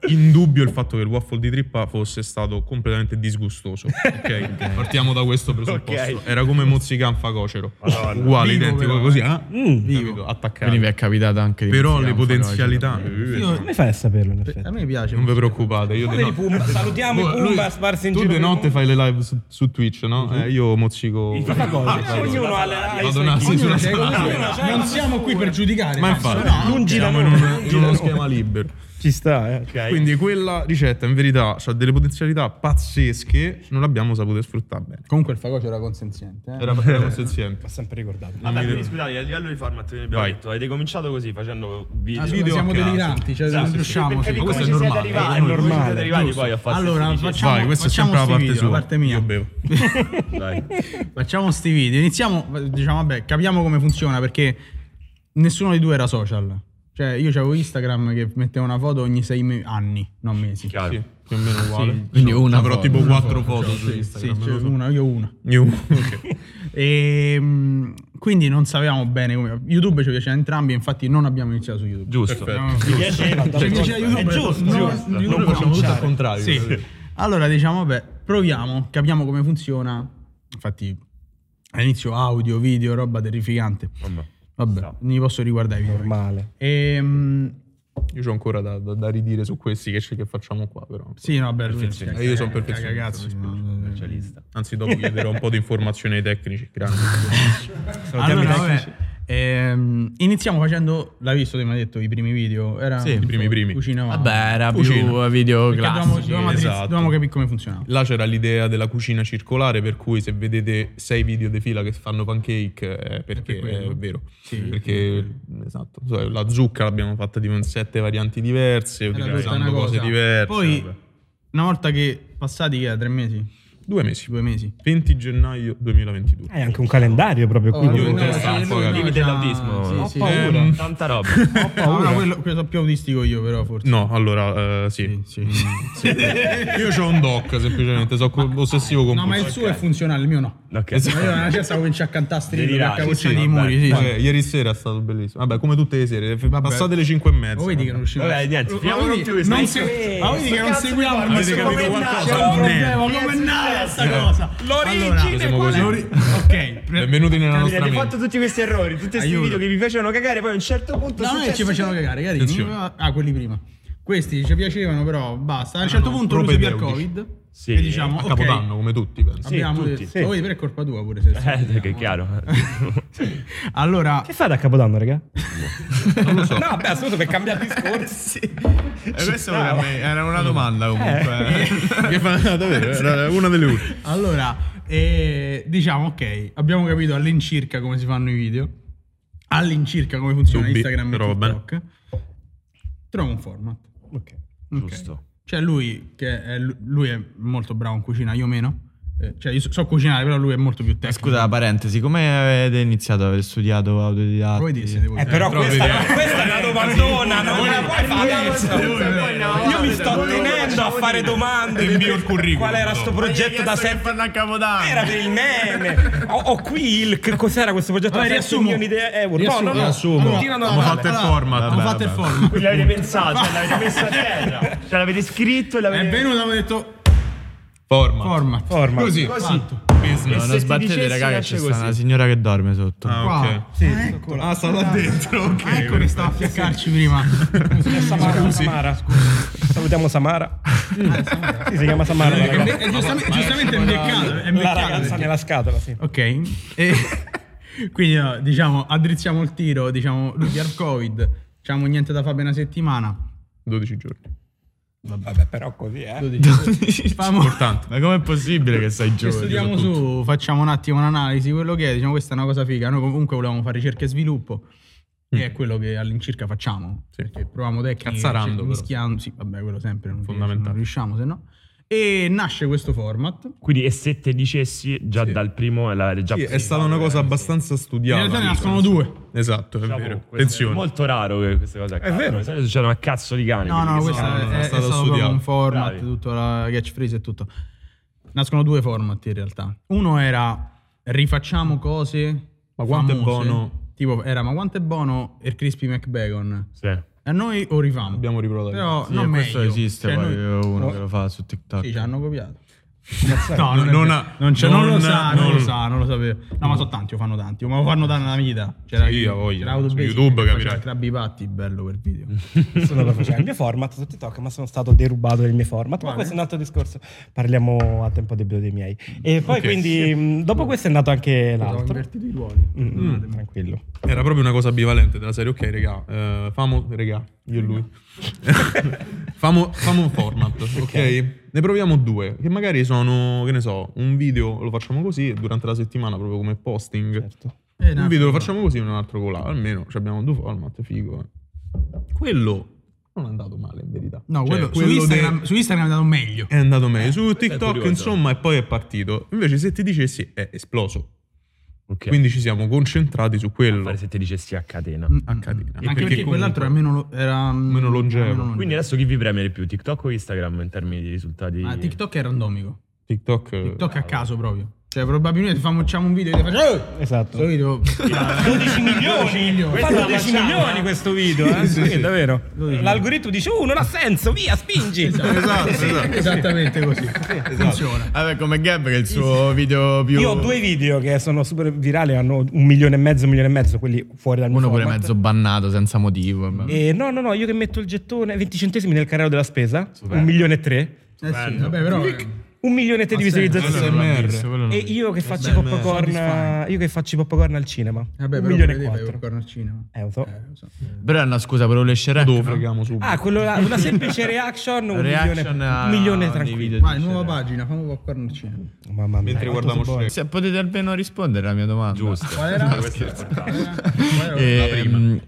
S3: in dubbio il fatto che il waffle di trippa fosse stato completamente disgustoso. Ok, partiamo da questo presupposto.
S1: Ok.
S3: Era come mozzican facocero. Uguale,
S2: Vivo
S3: identico
S2: però,
S3: così, ah,
S2: Vivo.
S3: attaccato.
S4: Quindi vi è capitato anche di
S3: Però le
S4: masticare un
S3: potenzialità... Eh,
S2: Io-
S6: Come fai a saperlo, in
S2: a
S6: effetti?
S2: me piace.
S3: Non vi preoccupate, io di
S7: Poveri
S3: notte-
S7: Pumba, salutiamo i
S3: Voi- lui-
S7: Pumba sparsi in
S3: tu
S7: giro.
S3: di
S7: per il
S3: notte fai le live su, su Twitch, no? Eh, io mozzico... Ah,
S7: mondo. Ognuno ha le- ha i suoi
S3: Madonna, sì,
S7: gusti.
S3: sulla
S2: Cioè, Non siamo qui per giudicare.
S3: Ma
S2: cazzo,
S3: infatti,
S2: no.
S3: non siamo in, un- in uno schema libero.
S6: Ci sta, eh.
S3: Quindi quella ricetta in verità ha delle potenzialità pazzesche, non l'abbiamo saputo sfruttare bene.
S2: Comunque il fagocio era consenziente. eh.
S3: Era era consenziente.
S6: Va sempre ricordato.
S1: Ma tanto, quindi, scusate, a livello di format ne abbiamo
S3: Vai.
S1: detto, avete cominciato così, facendo video. Esatto,
S2: Ah, sì,
S3: video
S2: siamo
S3: a caso.
S2: deliranti, cioè non riusciamo. sì.
S1: Capite
S3: questo
S1: come
S3: è
S1: ci siete
S3: normale,
S1: arrivati?
S3: è
S1: Come ci
S6: normale,
S1: siete arrivati poi a fare
S2: Allora,
S1: questi
S2: facciamo,
S3: Vai, questa è
S2: facciamo
S3: sempre la
S2: sti
S3: parte
S2: video,
S3: sua.
S2: parte mia.
S3: Io bevo.
S1: Dai.
S2: Facciamo sti video. Iniziamo, diciamo, vabbè, capiamo come funziona perché nessuno dei due era social. Cioè, io avevo Instagram che metteva una foto ogni sei me- anni, non mesi.
S1: Chiaro.
S3: Sì, più o meno uguale.
S4: Quindi una
S3: Avrò
S4: foto.
S3: tipo
S4: Una
S3: quattro foto, su
S2: Sì, sì,
S3: Instagram.
S2: cioè,
S3: non lo so.
S2: una, io una.
S3: Io- ok.
S2: E, mm, quindi non sapevamo bene come. YouTube ci piaceva a entrambi, infatti non abbiamo iniziato su YouTube.
S1: Giusto.
S3: Perfetto.
S2: Ci piaceva, cioè, ci piaceva YouTube, è giusto,
S3: Non facciamo tutto al contrario.
S2: Sì. Allora diciamo, beh, proviamo, capiamo come funziona. Infatti, all'inizio audio, video, roba terrificante.
S1: Mamma.
S2: Vabbè,
S1: Sta.
S2: non li posso riguardare i video.
S6: Normale.
S2: Ehm,
S3: Io c'ho ancora da, da- da ridire su questi che, che facciamo qua, però.
S2: sì, no, vabbè, lui-
S1: Perfezionista.
S2: eh,
S3: Io sono
S2: caga-
S3: perfezionista,
S2: cazzi,
S3: mi
S2: no,
S3: spiace.
S2: no, no.
S1: Specialista.
S3: Anzi, dopo chiederò un po' di informazioni ai tecnici. Grande.
S2: Allora, vabbè, ehm, iniziamo facendo, l'hai visto, te mi hai detto, i primi video. Era
S4: Sì, i
S3: primi, i primi.
S2: Cucina,
S4: Vabbè, era
S3: Cucina.
S4: più video
S2: perché dovevamo,
S4: classici.
S2: dovevamo addrizz-
S3: esatto.
S2: dovevamo capire come funzionava.
S3: Là c'era l'idea della cucina circolare, per cui se vedete sei video di fila che fanno pancake è perché
S2: È per quello.
S3: è vero.
S2: Sì.
S3: perché esatto, cioè, la zucca l'abbiamo fatta di sette varianti diverse,
S2: Era
S3: utilizzando
S2: questa una
S3: cose
S2: cosa.
S3: diverse.
S2: Poi,
S3: vabbè.
S2: una volta che passati, che era, tre mesi,
S3: due mesi,
S2: due mesi.
S3: 20 gennaio 2022.
S6: Hai anche un calendario proprio
S2: Oh,
S6: qui.
S3: lui-
S6: proprio-
S3: no, interessante,
S2: sì, lui
S3: ragazzi.
S2: no,
S1: Limite
S2: c'ha-
S1: d'autismo.
S2: sì, sì.
S1: paura.
S2: Ehm,
S1: Tanta roba.
S2: No, no, quello, quello sono più autistico io, però forse.
S3: No, allora, eh, sì.
S2: Sì, sì.
S3: Io ho un doc, semplicemente, sono co- ossessivo con
S2: No, ma il suo è funzionale, il mio no.
S1: Ok. Eh,
S2: Ma io nella cesta comincio a cantare strilli
S1: Delirare,
S2: perché
S1: sì,
S2: sì,
S1: vabbè.
S2: i muri, sì. sì.
S3: Vabbè, ieri sera è stato bellissimo. Vabbè, come tutte le sere, f-
S2: Vabbè.
S3: passate le 5 e mezza.
S2: Ma vedi che non riuscivo.
S1: Vabbè, niente,
S2: Ma
S1: finiamo
S2: vedi-
S1: con più,
S2: non
S1: stai-
S2: se- Ma vedi che non seguiamo il
S3: Avete
S2: nostro
S3: capito
S2: problema.
S3: qualcosa?
S2: C'è un
S3: Niente.
S2: problema, come è nata sta cosa?
S3: Allora, siamo così.
S2: Ok, pre-
S3: Benvenuti nella nostra
S1: Hai
S3: mente.
S1: fatto tutti questi errori, tutti questi
S2: Aiuto.
S1: video che mi facevano cagare, poi a un certo punto
S2: No, noi ci facevano cagare, carini.
S3: Attenzione. Ah,
S2: Ah, quelli prima. Questi ci piacevano, però basta. A un certo
S3: no,
S2: punto lui si il
S3: propedeutici.
S2: Covid.
S1: Sì,
S2: E diciamo,
S3: a
S2: ok,
S3: Capodanno, come tutti, penso.
S2: abbiamo
S1: tutti,
S2: detto,
S1: sì.
S2: "Oh, vedi, però è colpa tua pure se
S1: Eh, che è chiaro.
S2: Allora,
S6: Che fate a Capodanno, raga?
S7: No, beh, assolutamente per cambiare discorso.
S3: Eh,
S4: E
S2: Eh,
S4: questa era, era una domanda comunque.
S3: Che fa- davvero, era una delle ultime.
S2: Allora, eh, diciamo ok, abbiamo capito all'incirca come si fanno i video, all'incirca come funziona
S3: Dubbi,
S2: Instagram e
S3: però va bene.
S2: TikTok. Trova un format.
S3: eh.
S6: Ok.
S2: ok.
S1: Giusto.
S2: Cioè lui, che è, lui è molto bravo in cucina, io meno. Eh, Cioè, io so, so cucinare, però lui è molto più tecnico.
S4: Eh, Scusa, parentesi, come avete iniziato a aver studiato autodidatti?
S2: voi dissete voi.
S7: Eh, però
S3: però
S7: questa,
S3: vediamo.
S7: questa è una domandona, non me la puoi fare adesso. Io mi sto tenendo a fare domande.
S3: Invio il curriculum.
S7: Qual era sto progetto da sette
S4: fanno a Capodanno.
S7: Era per il meme. Ho, ho qui il. Che cos'era questo progetto?
S2: Vabbè,
S7: da sette
S2: riassumo.
S7: milioni di euro.
S2: Riassumo,
S7: eh, no, no, no.
S2: riassumo.
S7: Continuano a
S3: Abbiamo
S7: fare.
S3: fatto il format.
S2: Ho fatto il format.
S1: Quelli l'avete pensato, cioè, l'avete messo a terra. Cioè, l'avete scritto e
S2: È
S1: l'avete...
S2: venuto, avevo detto
S3: Format.
S2: format.
S6: Format.
S2: Così, fatto.
S1: E
S4: No,
S1: se
S4: non
S1: ti
S4: sbattete,
S1: dicessi,
S4: raga, che
S1: nasce
S4: c'è sta
S1: così.
S4: una signora che dorme sotto.
S3: Ah, ok.
S2: Qua. Ah, ecco.
S3: Ah, sta là dentro. Ok.
S2: Ah, ecco che stava a fiaccarci prima. Eh,
S6: Samara, Samara. Salutiamo Samara.
S3: Mm.
S6: Sì, si chiama Samara. la ragazza.
S2: E giustamente, giustamente è beccato. È
S6: La
S2: beccato.
S6: ragazza nella scatola, sì.
S2: Ok, e quindi no, diciamo addrizziamo il tiro, diciamo lui al covid, diciamo niente da fare per una settimana.
S3: 12 giorni.
S7: Vabbè, però così, eh.
S2: 12. Famo-
S3: Importante.
S4: Ma com'è possibile che sei
S2: che
S4: giovane?
S2: studiamo
S4: soprattutto?
S2: su, facciamo un attimo un'analisi, quello che è, diciamo questa è una cosa figa, noi comunque volevamo fare ricerca e sviluppo e è quello che all'incirca facciamo,
S3: Mm. Sì.
S2: perché proviamo tecniche, cioè,
S3: Cazzarando, però.
S2: mischiando, sì, vabbè quello sempre, non,
S3: Fondamentale.
S2: non riusciamo se no. E nasce questo format.
S1: Quindi, e se te dicessi già
S3: Sì.
S1: dal primo, l'avete già
S3: Sì, è stata una cosa abbastanza
S2: In
S3: studiata.
S2: realtà
S3: diciamo.
S2: ne nascono due.
S3: Esatto, è
S1: Diciamo,
S3: vero.
S1: questo è
S3: Attenzione.
S1: molto raro che queste cose accadano.
S3: vero.
S1: Di solito succedono a cazzo di cane.
S2: No, no,
S1: quindi
S2: questo
S1: sono-
S2: è, è,
S3: è stato
S2: stato proprio
S3: studiato.
S2: un format,
S1: Bravi.
S2: tutta la catchphrase e tutto. Nascono due format in realtà. Uno era rifacciamo cose
S3: Ma quanto è
S2: famose.
S3: buono?
S2: Tipo era ma quanto è buono il crispy McBacon?
S1: Sì.
S2: E noi o rifamo.
S3: Abbiamo riprovato.
S2: Però
S4: Sì,
S2: non
S4: questo
S2: meglio.
S4: esiste
S2: Cioè,
S4: poi,
S2: noi-
S4: uno che lo fa su TikTok.
S2: sì, ci hanno copiato.
S3: No,
S2: non,
S3: non
S2: non,
S3: ha-
S2: non, c'è- non lo
S3: non-
S2: sa, non, lo
S3: non-
S2: sa, non lo sapevo. No, ma sono tanti, lo fanno tanti, ma lo fanno da una vita. C'era
S3: Sì,
S2: io
S3: ha voglia. Su YouTube, Mm. capirai.
S2: Crabby Patti, bello quel video.
S6: Sono andato a facendo il mio format su TikTok, ma sono stato derubato del mio format.
S2: Quale?
S6: Ma questo è un altro discorso. Parliamo a tempo debito dei miei. E poi,
S3: Ok.
S6: quindi, mh, dopo questo è nato anche
S2: Ho
S6: l'altro.
S2: invertito i ruoli.
S6: Mm, tranquillo.
S3: Era proprio una cosa bivalente della serie, ok, regà, eh, famo, regà, io e lui. famo, famo un format, ok? Ne proviamo due, che magari sono, che ne so, un video lo facciamo così durante la settimana, proprio come posting.
S6: Certo.
S2: Eh,
S3: Un
S2: no,
S3: video lo facciamo così e un altro colà, almeno ci abbiamo due format, figo. eh. Quello non è andato male, in verità.
S2: No,
S3: Cioè, Eh,
S2: quello, su,
S3: de-
S2: Instagram, Eh, su Instagram è andato meglio.
S3: È andato meglio su
S1: è
S3: TikTok,
S1: curioso.
S3: insomma, e poi è partito. Invece, se ti dicessi è esploso.
S1: Ok.
S3: Quindi ci siamo concentrati su quello.
S1: fare se te dicessi a catena.
S2: Mm,
S3: a catena.
S2: Anche perché,
S3: Perché
S2: quell'altro era meno, lo- era mm,
S3: Meno longevo.
S1: Quindi adesso chi vi premia di più,
S2: Ah,
S1: TikTok o Instagram in termini di risultati?
S2: Ma TikTok è randomico.
S3: TikTok, eh,
S2: TikTok a caso proprio. Cioè, probabilmente facciamo un video e facciamo. "Oh!"
S6: Esatto.
S2: Questo video.
S7: 12 milioni. Fa 12 milioni questo video, eh?
S2: Sì, sì, sì.
S7: davvero. L'algoritmo dice,
S6: "Uh,
S7: oh, non ha senso, via, spingi.
S2: Esatto, esatto. esattamente così. Funziona.
S4: Vabbè, come Gab che è il suo video più...
S6: Io ho due video che sono super virali, hanno un milione e mezzo, un milione e mezzo, quelli fuori dal mio
S4: Uno pure
S6: format.
S4: mezzo bannato senza motivo. vabbè.
S6: E no, no, no, io che metto il gettone 20 centesimi nel carrello della spesa, un milione e tre,
S2: Eh sì, vabbè, però. eh,
S6: un milione e tre di
S4: Quello non l'ho
S6: visualizzazioni.
S4: visto, quello non
S6: E
S4: l'ho visto.
S6: io che faccio
S2: Vabbè,
S6: popcorn,
S2: soddisfante.
S6: io che faccio popcorn al cinema,
S2: Vabbè,
S6: un
S2: però
S6: milione e
S2: vedi, fai
S6: quattro.
S2: popcorn al cinema.
S6: Eh, lo so.
S2: Eh, lo so.
S4: Però è una scusa per le Shrek.
S3: Dove
S4: no?
S3: freghiamo subito.
S6: Ah, quello là, una semplice reaction, un
S4: Reaction
S6: milione,
S4: a-
S6: un milione
S4: dei
S6: tranquillo.
S4: video di
S2: Vai, nuova
S4: Shrek.
S2: pagina, famo popcorn al cinema.
S6: Mamma mia.
S3: Mentre guardiamo Shrek.
S4: Se potete almeno rispondere alla mia domanda.
S1: Giusto.
S2: Qual era? Qual
S1: Questo è importante.
S2: era? Qual era?
S4: Ehm,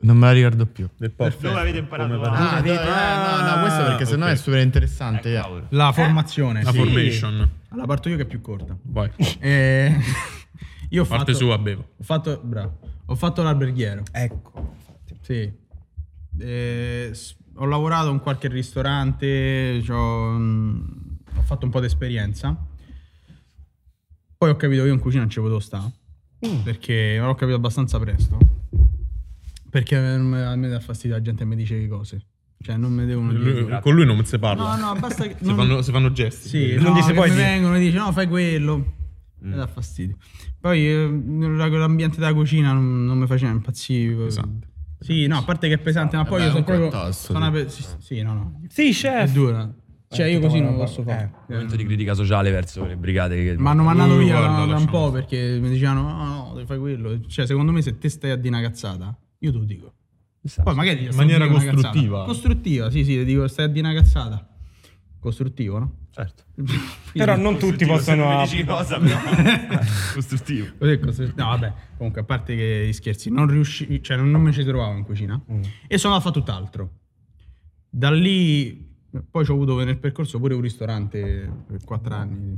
S4: non me la ricordo più.
S3: Del podcast.
S1: Dove avete imparato
S3: Come
S1: la-
S3: parla-
S4: Ah, no, no, questo perché sennò
S1: ok.
S4: è super interessante.
S1: Ecco,
S4: eh.
S1: cavolo.
S2: La formazione.
S3: La
S2: sì.
S3: formation.
S2: Allora parto io che è più corta.
S3: Vai.
S2: Eh, io ho
S3: Parte
S2: fatto,
S3: sua, bevo.
S2: Ho fatto, bravo, ho fatto l'alberghiero.
S6: Ecco.
S2: Sì. Eh, s- ho lavorato in qualche ristorante, c'ho, mh, ho fatto un po' di esperienza. Poi ho capito che io in cucina non ci potevo stare. Perché l'ho capito abbastanza presto. Perché a me, a me dà fastidio la gente che mi dice le cose. Cioè, non mi devono dire.
S3: Lui- Con lui non si
S2: No,
S3: parla.
S2: no, basta che.
S3: Si, fanno, si fanno gesti.
S2: Sì,
S6: Non
S2: no,
S6: gli si
S2: che
S6: può
S2: mi
S6: dire.
S2: vengono e dicono no, fai quello.
S3: Mm.
S2: Mi dà fastidio. Poi eh, la- l'ambiente della cucina non, non mi faceva impazzire.
S3: Pesante.
S2: Sì, no, a parte che è pesante, ma poi
S4: Eh, beh,
S2: io
S4: è
S2: sono
S4: un
S2: proprio...
S4: contesto,
S2: sono una pe- sì, sì, no, no.
S6: Sì,
S2: È
S6: chef.
S2: dura. Cioè,
S6: Eh,
S2: io
S6: tutta
S2: così
S6: quella
S2: non
S6: roba.
S2: posso fare.
S1: Momento di critica sociale verso le brigate che...
S2: Ah. Ma hanno mandato
S3: Uh,
S2: via
S3: Eh. guarda,
S2: da- da un
S3: lasciamo
S2: po'
S3: stare.
S2: perché mi dicevano no, no, devi fare quello. Cioè, secondo me se te stai a dire una cazzata, io te lo dico. Poi magari
S3: In maniera
S2: stai a dire una cazzata.
S3: costruttiva.
S2: Costruttiva, sì, sì, ti dico stai a dire una cazzata. Costruttivo, no?
S1: Certo.
S6: Però non tutti possono...
S1: cosa, però. Costruttivo.
S2: Cos'è questo? No, vabbè, comunque, a parte che gli scherzi, non riusci- cioè, non, non mi ci trovavo in cucina e sono a fare tutt'altro. Da lì, poi ci ho avuto nel percorso pure un ristorante per quattro anni.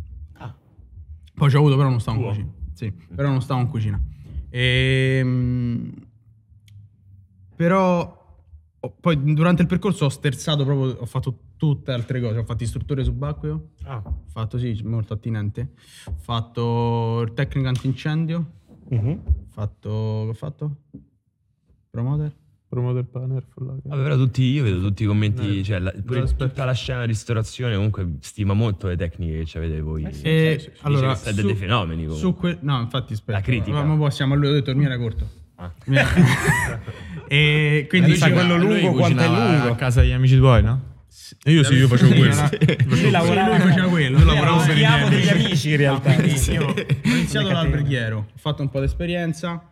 S2: Poi ci ho avuto, però non stavo in cucina. Sì, però non stavo in cucina. Ehm, però ho- poi durante il percorso ho sterzato proprio, ho fatto tutte altre cose, ho fatto istruttore subacqueo.
S1: Ah.
S2: Ho fatto sì, molto attinente. Ho fatto il tecnico antincendio.
S6: Mhm.
S2: Ho fatto. Che ho fatto? Promoter?
S3: Promoter partner for life.
S1: Vabbè, però tutti, io vedo tutti i commenti,
S3: Eh,
S1: cioè la, pure
S3: aspetta.
S1: tutta la scena di ristorazione comunque stima molto le tecniche che avete voi.
S2: Eh, allora,
S1: Dice che siete dei fenomeni, comunque.
S2: su quel- no, infatti, aspetta.
S1: La critica.
S2: Ma, ma possiamo, a lui ho detto il mio era corto.
S1: Ah.
S2: Mi era- e quindi
S6: Lui sa
S2: diceva-
S6: quello lungo quanto è
S4: cucinava
S6: lungo.
S4: A casa degli amici tuoi, no?
S3: E io sì, io facevo
S2: Sì,
S3: questo.
S2: era- lui lavorava, lui faceva quello, io lavoravo per i
S6: Abbiamo
S2: miei
S6: degli
S2: amici.
S6: amici in realtà.
S2: Io ho iniziato l'alberghiero, ho fatto un po' di esperienza,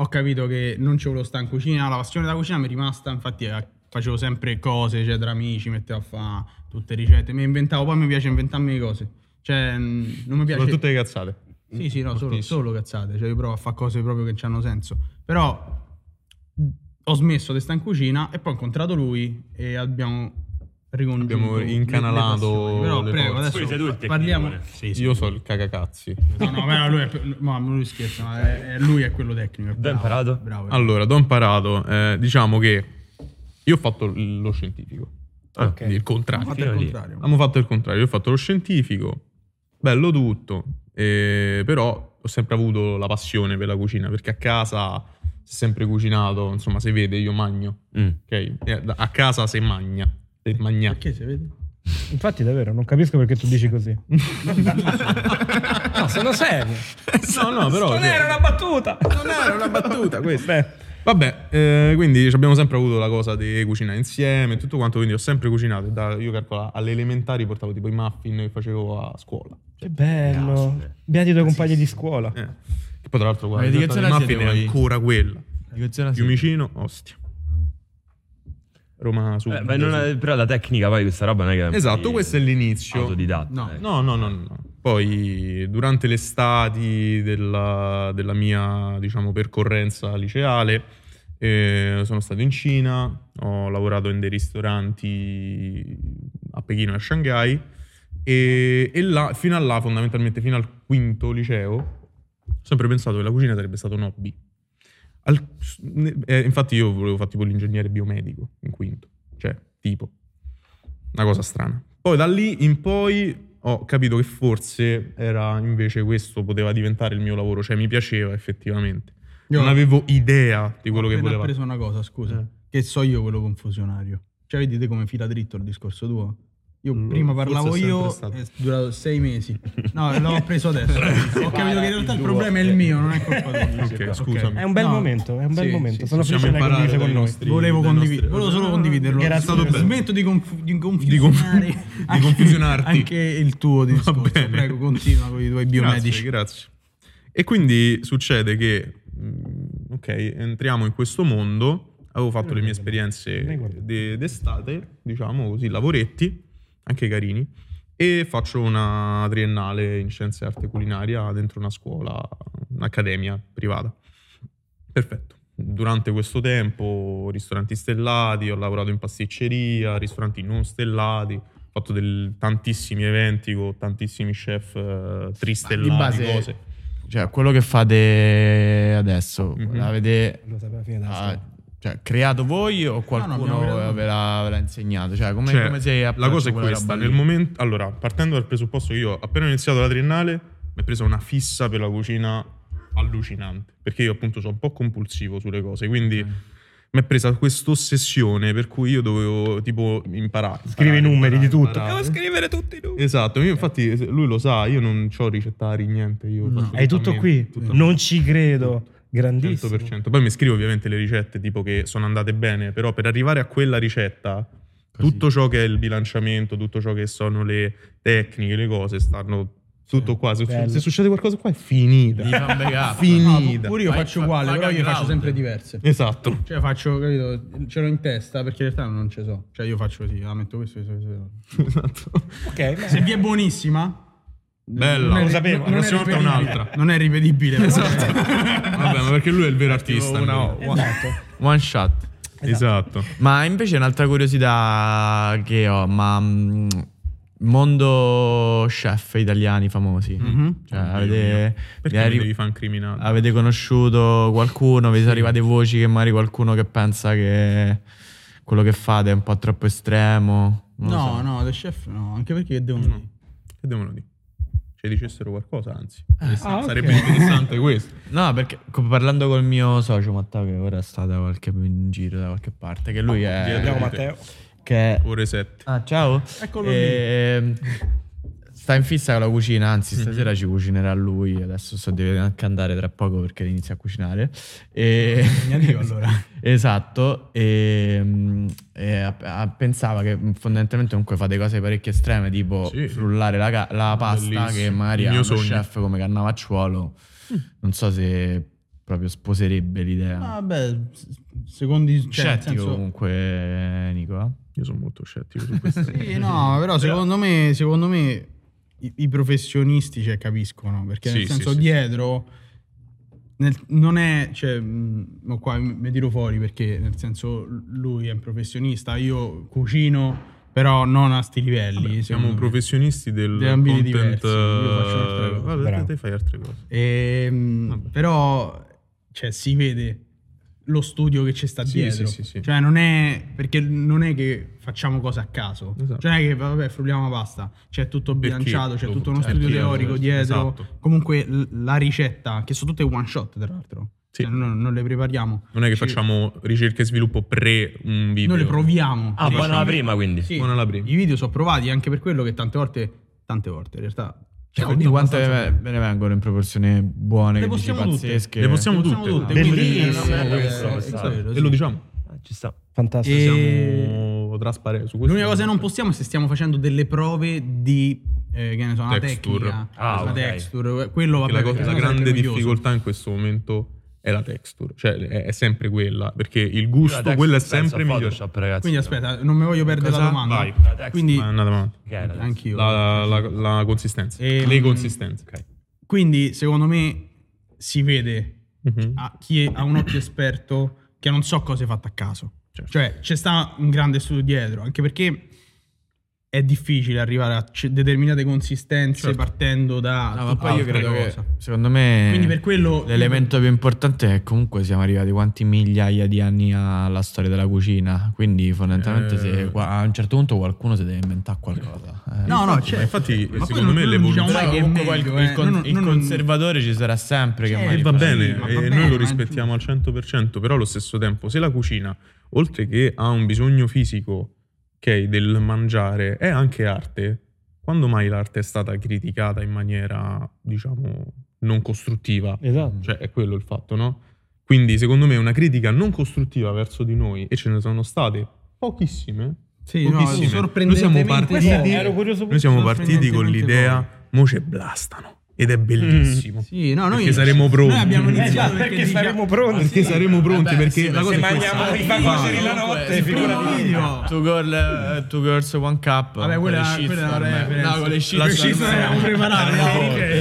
S2: ho capito che non ci volevo stare in cucina, la passione della cucina mi è rimasta, infatti eh, facevo sempre cose, cioè tra amici, mettevo a fare tutte le ricette, mi inventavo, poi mi piace inventarmi le cose, cioè mh, non mi piace...
S3: Soprattutto le cazzate.
S2: Sì, sì, no, solo, solo cazzate, cioè io provo a fare cose proprio che non hanno senso, però mh, ho smesso di stare in cucina e poi ho incontrato lui e abbiamo... ricongiunto
S3: Abbiamo
S2: le- le
S3: incanalato
S2: passioni. però
S3: le
S2: prego
S3: forze.
S2: adesso
S1: Voi siete tutti eh.
S2: parliamo
S1: tecnicone.
S2: Sì, sì.
S3: Io so il cagacazzi.
S2: No, no, ma lui, è, ma lui scherza, ma è- è- lui è quello tecnico. è
S1: Dove hai
S2: bravo,
S1: imparato?
S2: Bravo.
S3: Allora, do imparato. eh, diciamo che io ho fatto l- lo scientifico.
S1: Ah,
S3: Quindi il contrario.
S2: Ma
S1: fino
S2: al
S1: lì.
S2: contrario.
S3: Abbiamo fatto il contrario. Io ho fatto lo scientifico. Bello tutto. eh, però ho sempre avuto la passione per la cucina. Perché a casa ho sempre cucinato. Insomma, si vede, io magno.
S1: Mm.
S3: Ok? Eh, da- a casa si magna. Si magna.
S2: Perché si vede?
S6: Infatti, davvero, non capisco perché tu dici così. no, sono serio.
S3: No, no, però.
S7: Non
S3: cioè-
S7: era una battuta.
S3: Non era una battuta questa.
S6: Beh,
S3: Vabbè, eh, quindi ci abbiamo sempre avuto la cosa di cucinare insieme e tutto quanto, quindi ho sempre cucinato. Da, io calcolo, alle elementari portavo tipo i muffin che facevo a scuola.
S6: che bello. Beati i tuoi compagni di scuola.
S3: Eh. Che poi tra l'altro guarda,
S4: Ma di
S3: il
S4: che
S3: risultato
S4: zona
S3: dei muffin
S4: siete
S3: è
S4: voi?
S3: ancora quella.
S4: Dico, zona sì.
S3: Fiumicino, Ostia. Roma Sud.
S1: Eh, ma non è- però la tecnica poi questa roba non è che...
S3: Esatto, questo è l'inizio.
S1: Autodidatta.
S2: No,
S1: ecco.
S3: No, no, no, no. Poi durante le estati della, della mia, diciamo, percorrenza liceale eh, sono stato in Cina, ho lavorato in dei ristoranti a Pechino e a Shanghai e, e là, fino a là, fondamentalmente fino al quinto liceo, ho sempre pensato che la cucina sarebbe stato un hobby. Al- ne- eh, infatti io volevo fare tipo l'ingegnere biomedico in quinto, cioè tipo una cosa strana. Poi da lì in poi ho ho capito che forse era invece questo poteva diventare il mio lavoro, cioè mi piaceva effettivamente.
S2: Io-
S3: non avevo idea di quello
S2: Ho
S3: che
S2: appena
S3: voleva.
S2: preso una cosa, scusa,
S3: Eh.
S2: che so io quello confusionario. Cioè, vedete come fila dritto il discorso tuo? Io
S3: Mm,
S2: prima
S3: forse
S2: parlavo
S3: è sempre
S2: io,
S3: stato.
S2: è durato sei mesi. No, l'ho preso adesso. Ho capito che in realtà il problema è il mio, non è colpa tua.
S3: Ok, scusami.
S6: È un bel
S2: No.
S6: momento, è un bel
S2: Sì,
S6: momento.
S2: sì,
S6: Sono
S3: Possiamo
S6: felice che
S3: imparare
S6: condivide con
S3: dai
S6: noi.
S3: nostri-
S2: Volevo
S3: dai nostri
S2: condividere, volevo
S3: errori.
S2: solo condividerlo.
S6: Grazie.
S2: È stato bello. Smetto di, conf- di confusionare
S3: Di conf- di
S2: anche-
S3: confusionarti.
S2: Anche il tuo discorso.
S3: bene.
S2: Prego, continua con i tuoi biomedici.
S3: Grazie, grazie. E quindi succede che, mh, ok, entriamo in questo mondo. Avevo fatto le mie
S6: Dai,
S3: esperienze
S6: guarda.
S3: de- d'estate, diciamo così, lavoretti, anche carini, e faccio una triennale in scienze e arte culinaria dentro una scuola, un'accademia privata. Perfetto. Durante questo tempo, ristoranti stellati, ho lavorato in pasticceria, ristoranti non stellati, ho fatto del- tantissimi eventi con tantissimi chef eh, tristellati,
S2: base-
S3: cose.
S4: Cioè, quello che fate adesso,
S3: Mhm.
S4: l'avete
S6: Lo sapeva fine della
S4: ah,
S6: storia.
S4: cioè, creato voi o
S2: abbiamo
S4: qualcuno
S2: creato
S4: ve, l'ha, ve l'ha insegnato? Cioè, come,
S3: Cioè,
S4: come sei
S3: la
S4: approcciato
S3: cosa è
S4: quella
S3: questa,
S4: roba
S3: nel
S4: lì?
S3: momento, allora, partendo dal presupposto che io appena ho iniziato la triennale mi è presa una fissa per la cucina allucinante, perché io appunto sono un po' compulsivo sulle cose, quindi mi è presa questa ossessione per cui io dovevo tipo imparare.
S6: Scrivi i
S3: imparare,
S6: numeri di tutto.
S3: imparare.
S7: scrivere tutti i numeri.
S3: Esatto, io infatti se- lui lo sa, io non ho ricettari, niente. Io faccio
S6: Hai tutto qui.
S3: tutto
S6: non ci credo. Grandissimo.
S3: 100%. Poi mi scrivo ovviamente le ricette tipo che sono andate bene, però per arrivare a quella ricetta,
S4: Così.
S3: tutto ciò che è il bilanciamento, tutto ciò che sono le tecniche, le cose, stanno tutto qua. Se,
S6: bello.
S3: se succede qualcosa qua è finita.
S4: Gli fa un backup.
S3: finita.
S2: Pure io
S4: Fai-
S2: faccio
S4: fa-
S2: uguale,
S4: fa
S2: però io
S4: background.
S2: faccio sempre diverse.
S3: Esatto.
S2: Cioè faccio, capito, ce l'ho in testa perché in realtà non ce so. Cioè io faccio così, la metto questo, questo, questo.
S3: esatto.
S6: Ok, ma-
S2: Se vi è buonissima,
S3: Bella.
S2: non è-
S6: lo sapevo,
S2: non
S3: La
S2: è
S3: prossima volta
S2: ripetibile.
S3: un'altra.
S2: Non è ripetibile. Eh.
S3: Esatto. Vabbè, ma perché lui è il vero artista.
S4: Una-
S3: quindi.
S6: Esatto.
S3: Eh,
S4: One shot.
S3: Esatto.
S4: Ma invece un'altra curiosità che ho, ma mm, mondo chef italiani famosi,
S2: Mhm.
S4: cioè,
S3: Oddio
S4: avete, Ah,
S3: mio.
S4: vi
S3: Perché
S4: è
S3: mi
S4: arri-
S3: devi fare un criminale?
S4: avete conosciuto qualcuno, vi sono arrivate voci che magari qualcuno che pensa che quello che fate è un po' troppo estremo? Non lo
S2: No,
S4: so.
S2: no, The Chef no, anche perché che devono
S3: No. Che devono dire? Ci dicessero qualcosa, anzi. Eh,
S6: ah, ok.
S3: Sarebbe interessante questo.
S4: No, perché co- parlando col mio socio Matteo, che ora sta da qualche in giro da qualche parte, che lui è...
S6: Andiamo Matteo.
S4: Che è
S3: Ore 7.
S4: Ah, ciao.
S2: Eccolo
S3: Eh.
S4: Ehm, Sta in fissa con la cucina, anzi stasera ci cucinerà lui, adesso so deve anche andare tra poco perché inizia a cucinare. E...
S2: io, allora.
S4: esatto, e, mm, e a- a- pensava che fondamentalmente comunque fate cose parecchie estreme, tipo
S3: Sì.
S4: frullare la, ca- la pasta che
S3: Bellissimo.
S4: magari
S3: Il
S4: a
S3: mio
S4: uno
S3: sogno. Mm.
S4: chef come Cannavacciuolo, non so se proprio sposerebbe
S3: Eh.
S4: l'idea.
S2: Vabbè, Ah, s- secondo i cioè, nel
S4: Scettico
S2: senso,
S4: comunque, Nico. eh?
S3: Io sono molto scettico su questo.
S2: Sì, no, però secondo me, secondo me i, i professionisti cioè, capiscono, perché nel
S3: Sì, sì,
S2: senso
S3: sì, sì.
S2: dietro nel- non è, cioè, mh, ma qua mi mi tiro fuori perché nel senso lui è un professionista, io cucino, però non a sti livelli.
S3: Siamo
S2: secondo me.
S3: professionisti del
S2: Di ambiti
S3: content.
S2: diversi,
S3: eh,
S2: io faccio un'altra cosa.
S3: Vabbè,
S6: Bravo.
S3: te fai altre cose.
S2: Ehm,
S3: Vabbè.
S2: però cioè, si vede lo studio che ci sta
S3: Sì,
S2: dietro.
S3: sì, sì, sì.
S2: Cioè, non è perché non è che facciamo cose a caso.
S3: Esatto.
S2: Cioè, non è che vabbè, frulliamo pasta. C'è Cioè, tutto
S3: Perché?
S2: bilanciato, c'è
S3: Lo-
S2: tutto uno
S3: cioè,
S2: studio
S3: perché?
S2: teorico dietro.
S3: Esatto.
S2: Comunque l- la ricetta, che sono tutte one shot, tra l'altro.
S3: Sì.
S2: Cioè, non, non le prepariamo.
S3: Non è che
S2: Ci-
S3: facciamo ricerca e sviluppo pre un video.
S2: Noi le proviamo.
S1: Ah,
S2: Sì.
S1: buona la prima quindi.
S2: Sì.
S3: Buona la prima.
S2: I video sono provati anche per quello che tante volte, tante volte in realtà.
S4: Cioè,
S2: oddio,
S4: quindi quante
S2: abbastanza-
S4: ve ve ne vengono in proporzione buone,
S2: Le
S4: che dici,
S2: possiamo tutte.
S4: pazzesche?
S3: Le possiamo
S2: Possiamo
S3: tutte.
S2: tutte,
S3: dai.
S2: quindi-
S1: Bellissimo
S2: Bellissimo,
S1: questo,
S2: eh,
S1: questo.
S2: è vero,
S3: E
S2: sì.
S3: lo diciamo.
S1: Ah, ci sta.
S6: Fantastico.
S3: Eh,
S2: E-
S3: Siamo trasparenti su questo.
S2: L'unica cosa che non possiamo è se stiamo facendo delle prove di eh, che ne so, una
S3: Texture.
S2: tecnica,
S1: Ah,
S2: una
S1: ok.
S2: texture, quello vabbè,
S3: Perché la, cosa-
S2: perché
S3: la
S2: sennò
S3: grande
S2: sarebbe noioso.
S3: difficoltà in questo momento è la texture, cioè è, è sempre quella, perché il gusto,
S1: Io la
S3: quello è
S1: text penso
S3: sempre
S1: a
S3: migliore.
S1: Photoshop, ragazzi.
S2: Quindi aspetta, non mi voglio perdere
S3: Cosa?
S2: la domanda.
S3: Vai.
S1: La text-
S2: Quindi
S3: Ma è andata avanti.
S1: Che è la text?
S2: anch'io.
S3: La, la- la consistenza,
S2: Ehm,
S3: le consistenze.
S1: Ok.
S2: Quindi secondo me si vede
S3: Mhm.
S2: a chi è- ha un occhio esperto che non so cose fatte a caso.
S3: Certo.
S2: Cioè, c'è sta un grande studio dietro, anche perché è difficile arrivare a c- determinate consistenze
S3: Certo.
S2: partendo da
S4: No, ma poi io
S2: tutt'altra
S4: credo che,
S2: cosa.
S4: secondo me,
S2: Quindi per quello-
S4: l'elemento più importante è che comunque siamo arrivati quanti migliaia di anni alla storia della cucina. Quindi, fondamentalmente,
S3: Eh.
S4: se qua- a un certo punto qualcuno si deve inventare qualcosa. eh. Cioè,
S2: No, no,
S3: Infatti,
S2: certo.
S3: infatti,
S2: Ma poi non-
S3: secondo me
S2: noi non
S3: l'evoluzione-
S2: diciamo mai che è
S4: comunque poi il,
S2: meglio,
S4: il
S2: eh.
S4: con-
S2: Noi non-
S4: il
S2: noi non-
S4: conservatore ci sarà sempre. Che
S2: Certo.
S4: magari
S3: E Eh, va
S2: Sì,
S4: fa-
S3: bene,
S2: ma va
S3: e
S2: bene,
S3: noi
S2: ma
S3: lo rispettiamo al 100%, però allo stesso tempo, se la cucina, oltre che ha un bisogno fisico, ok, del mangiare, è anche arte, quando mai l'arte è stata criticata in maniera, diciamo, non costruttiva?
S6: Esatto.
S3: Cioè, è quello il fatto, no? Quindi, secondo me, una critica non costruttiva verso di noi, e ce ne sono state pochissime,
S2: Sì, no,
S3: pochissime.
S2: sorprendentemente
S3: Noi siamo
S2: poche.
S3: partiti-
S6: Ero curioso
S3: noi siamo partiti
S2: Sorprendentemente
S3: con l'idea, mo ce blastano, ed è bellissimo.
S2: Sì, no, noi
S3: Perché saremo pronti.
S2: Noi abbiamo iniziato
S6: Ah,
S7: Esatto,
S2: perché,
S7: perché saremo pronti.
S3: Perché Ah,
S6: Eh,
S3: saremo pronti,
S4: Vabbè,
S3: perché
S4: sì,
S3: la cosa
S4: se
S3: è questa.
S7: mangiamo i fagioli la notte,
S2: primo
S7: figurati.
S2: video.
S4: Two, girl, eh, two girls, one cup.
S2: Vabbè, quella,
S4: con le
S2: quella è
S4: shitstorm,
S2: la
S4: eh.
S2: referenza.
S4: No, con le
S2: La
S4: shitstorm.
S2: eravamo preparati.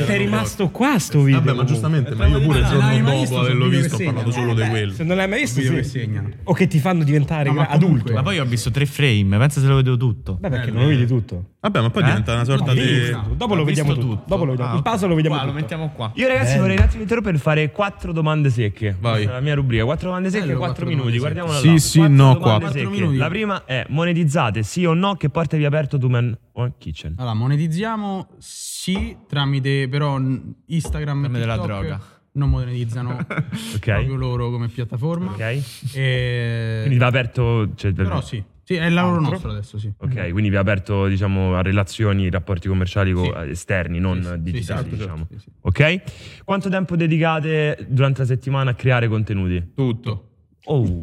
S6: Sei rimasto qua sto video.
S3: Vabbè, ma Eh, giustamente, ma io pure il
S2: Dai,
S3: giorno
S2: ma hai
S3: dopo
S2: visto
S3: averlo
S2: sul video
S3: visto ho
S2: che
S3: parlato
S2: segna?
S3: solo di
S6: Se
S3: quello.
S6: non l'hai mai visto,
S2: Video
S6: sì.
S2: che segnano.
S6: o che ti fanno diventare
S2: No, ma
S6: adulto.
S2: comunque-
S4: Ma poi io ho visto tre frame. Pensa se lo vedo tutto.
S6: Beh,
S3: Eh,
S6: perché non lo vedi tutto.
S3: Vabbè, ma poi
S4: Eh?
S3: diventa una sorta
S2: Sì,
S3: di...
S2: sta.
S6: Dopo lo
S4: Ho
S6: vediamo
S4: visto
S6: tutto. Dopo lo
S3: Ah,
S6: vediamo. Il puzzle lo vediamo
S4: Qua,
S6: tutto.
S4: lo mettiamo qua.
S1: Io ragazzi
S6: Bello.
S1: vorrei un attimo intero per fare quattro domande secche.
S3: Vai.
S1: Questa è La mia rubrica, quattro domande secche,
S2: Bello,
S1: quattro
S2: quattro
S1: minuti.
S2: domande
S1: Guardiamola
S3: secche.
S1: là.
S3: Sì, sì, no,
S1: domande
S3: quattro.
S1: secche.
S2: Quattro minuti.
S1: La prima è monetizzate sì o no che porta vi ha aperto tu man One Kitchen.
S2: Allora, monetizziamo sì tramite però n- Instagram e
S4: Tramite la
S2: TikTok
S4: droga.
S2: non monetizzano proprio
S1: Ok?
S2: loro come piattaforma.
S1: Ok?
S2: E-
S1: Quindi vi ha aperto cioè, per-
S2: Ah. Però sì, Mm. sì, è il lavoro nostro adesso, sì.
S1: Ok, quindi vi ha aperto diciamo a relazioni, rapporti commerciali co- eh, esterni, non
S2: Sì, sì,
S1: digitali,
S2: sì, certo,
S1: diciamo.
S2: certo, sì, sì.
S1: Ok? Quanto tempo dedicate durante la settimana a creare contenuti?
S3: Tutto.
S1: Oh.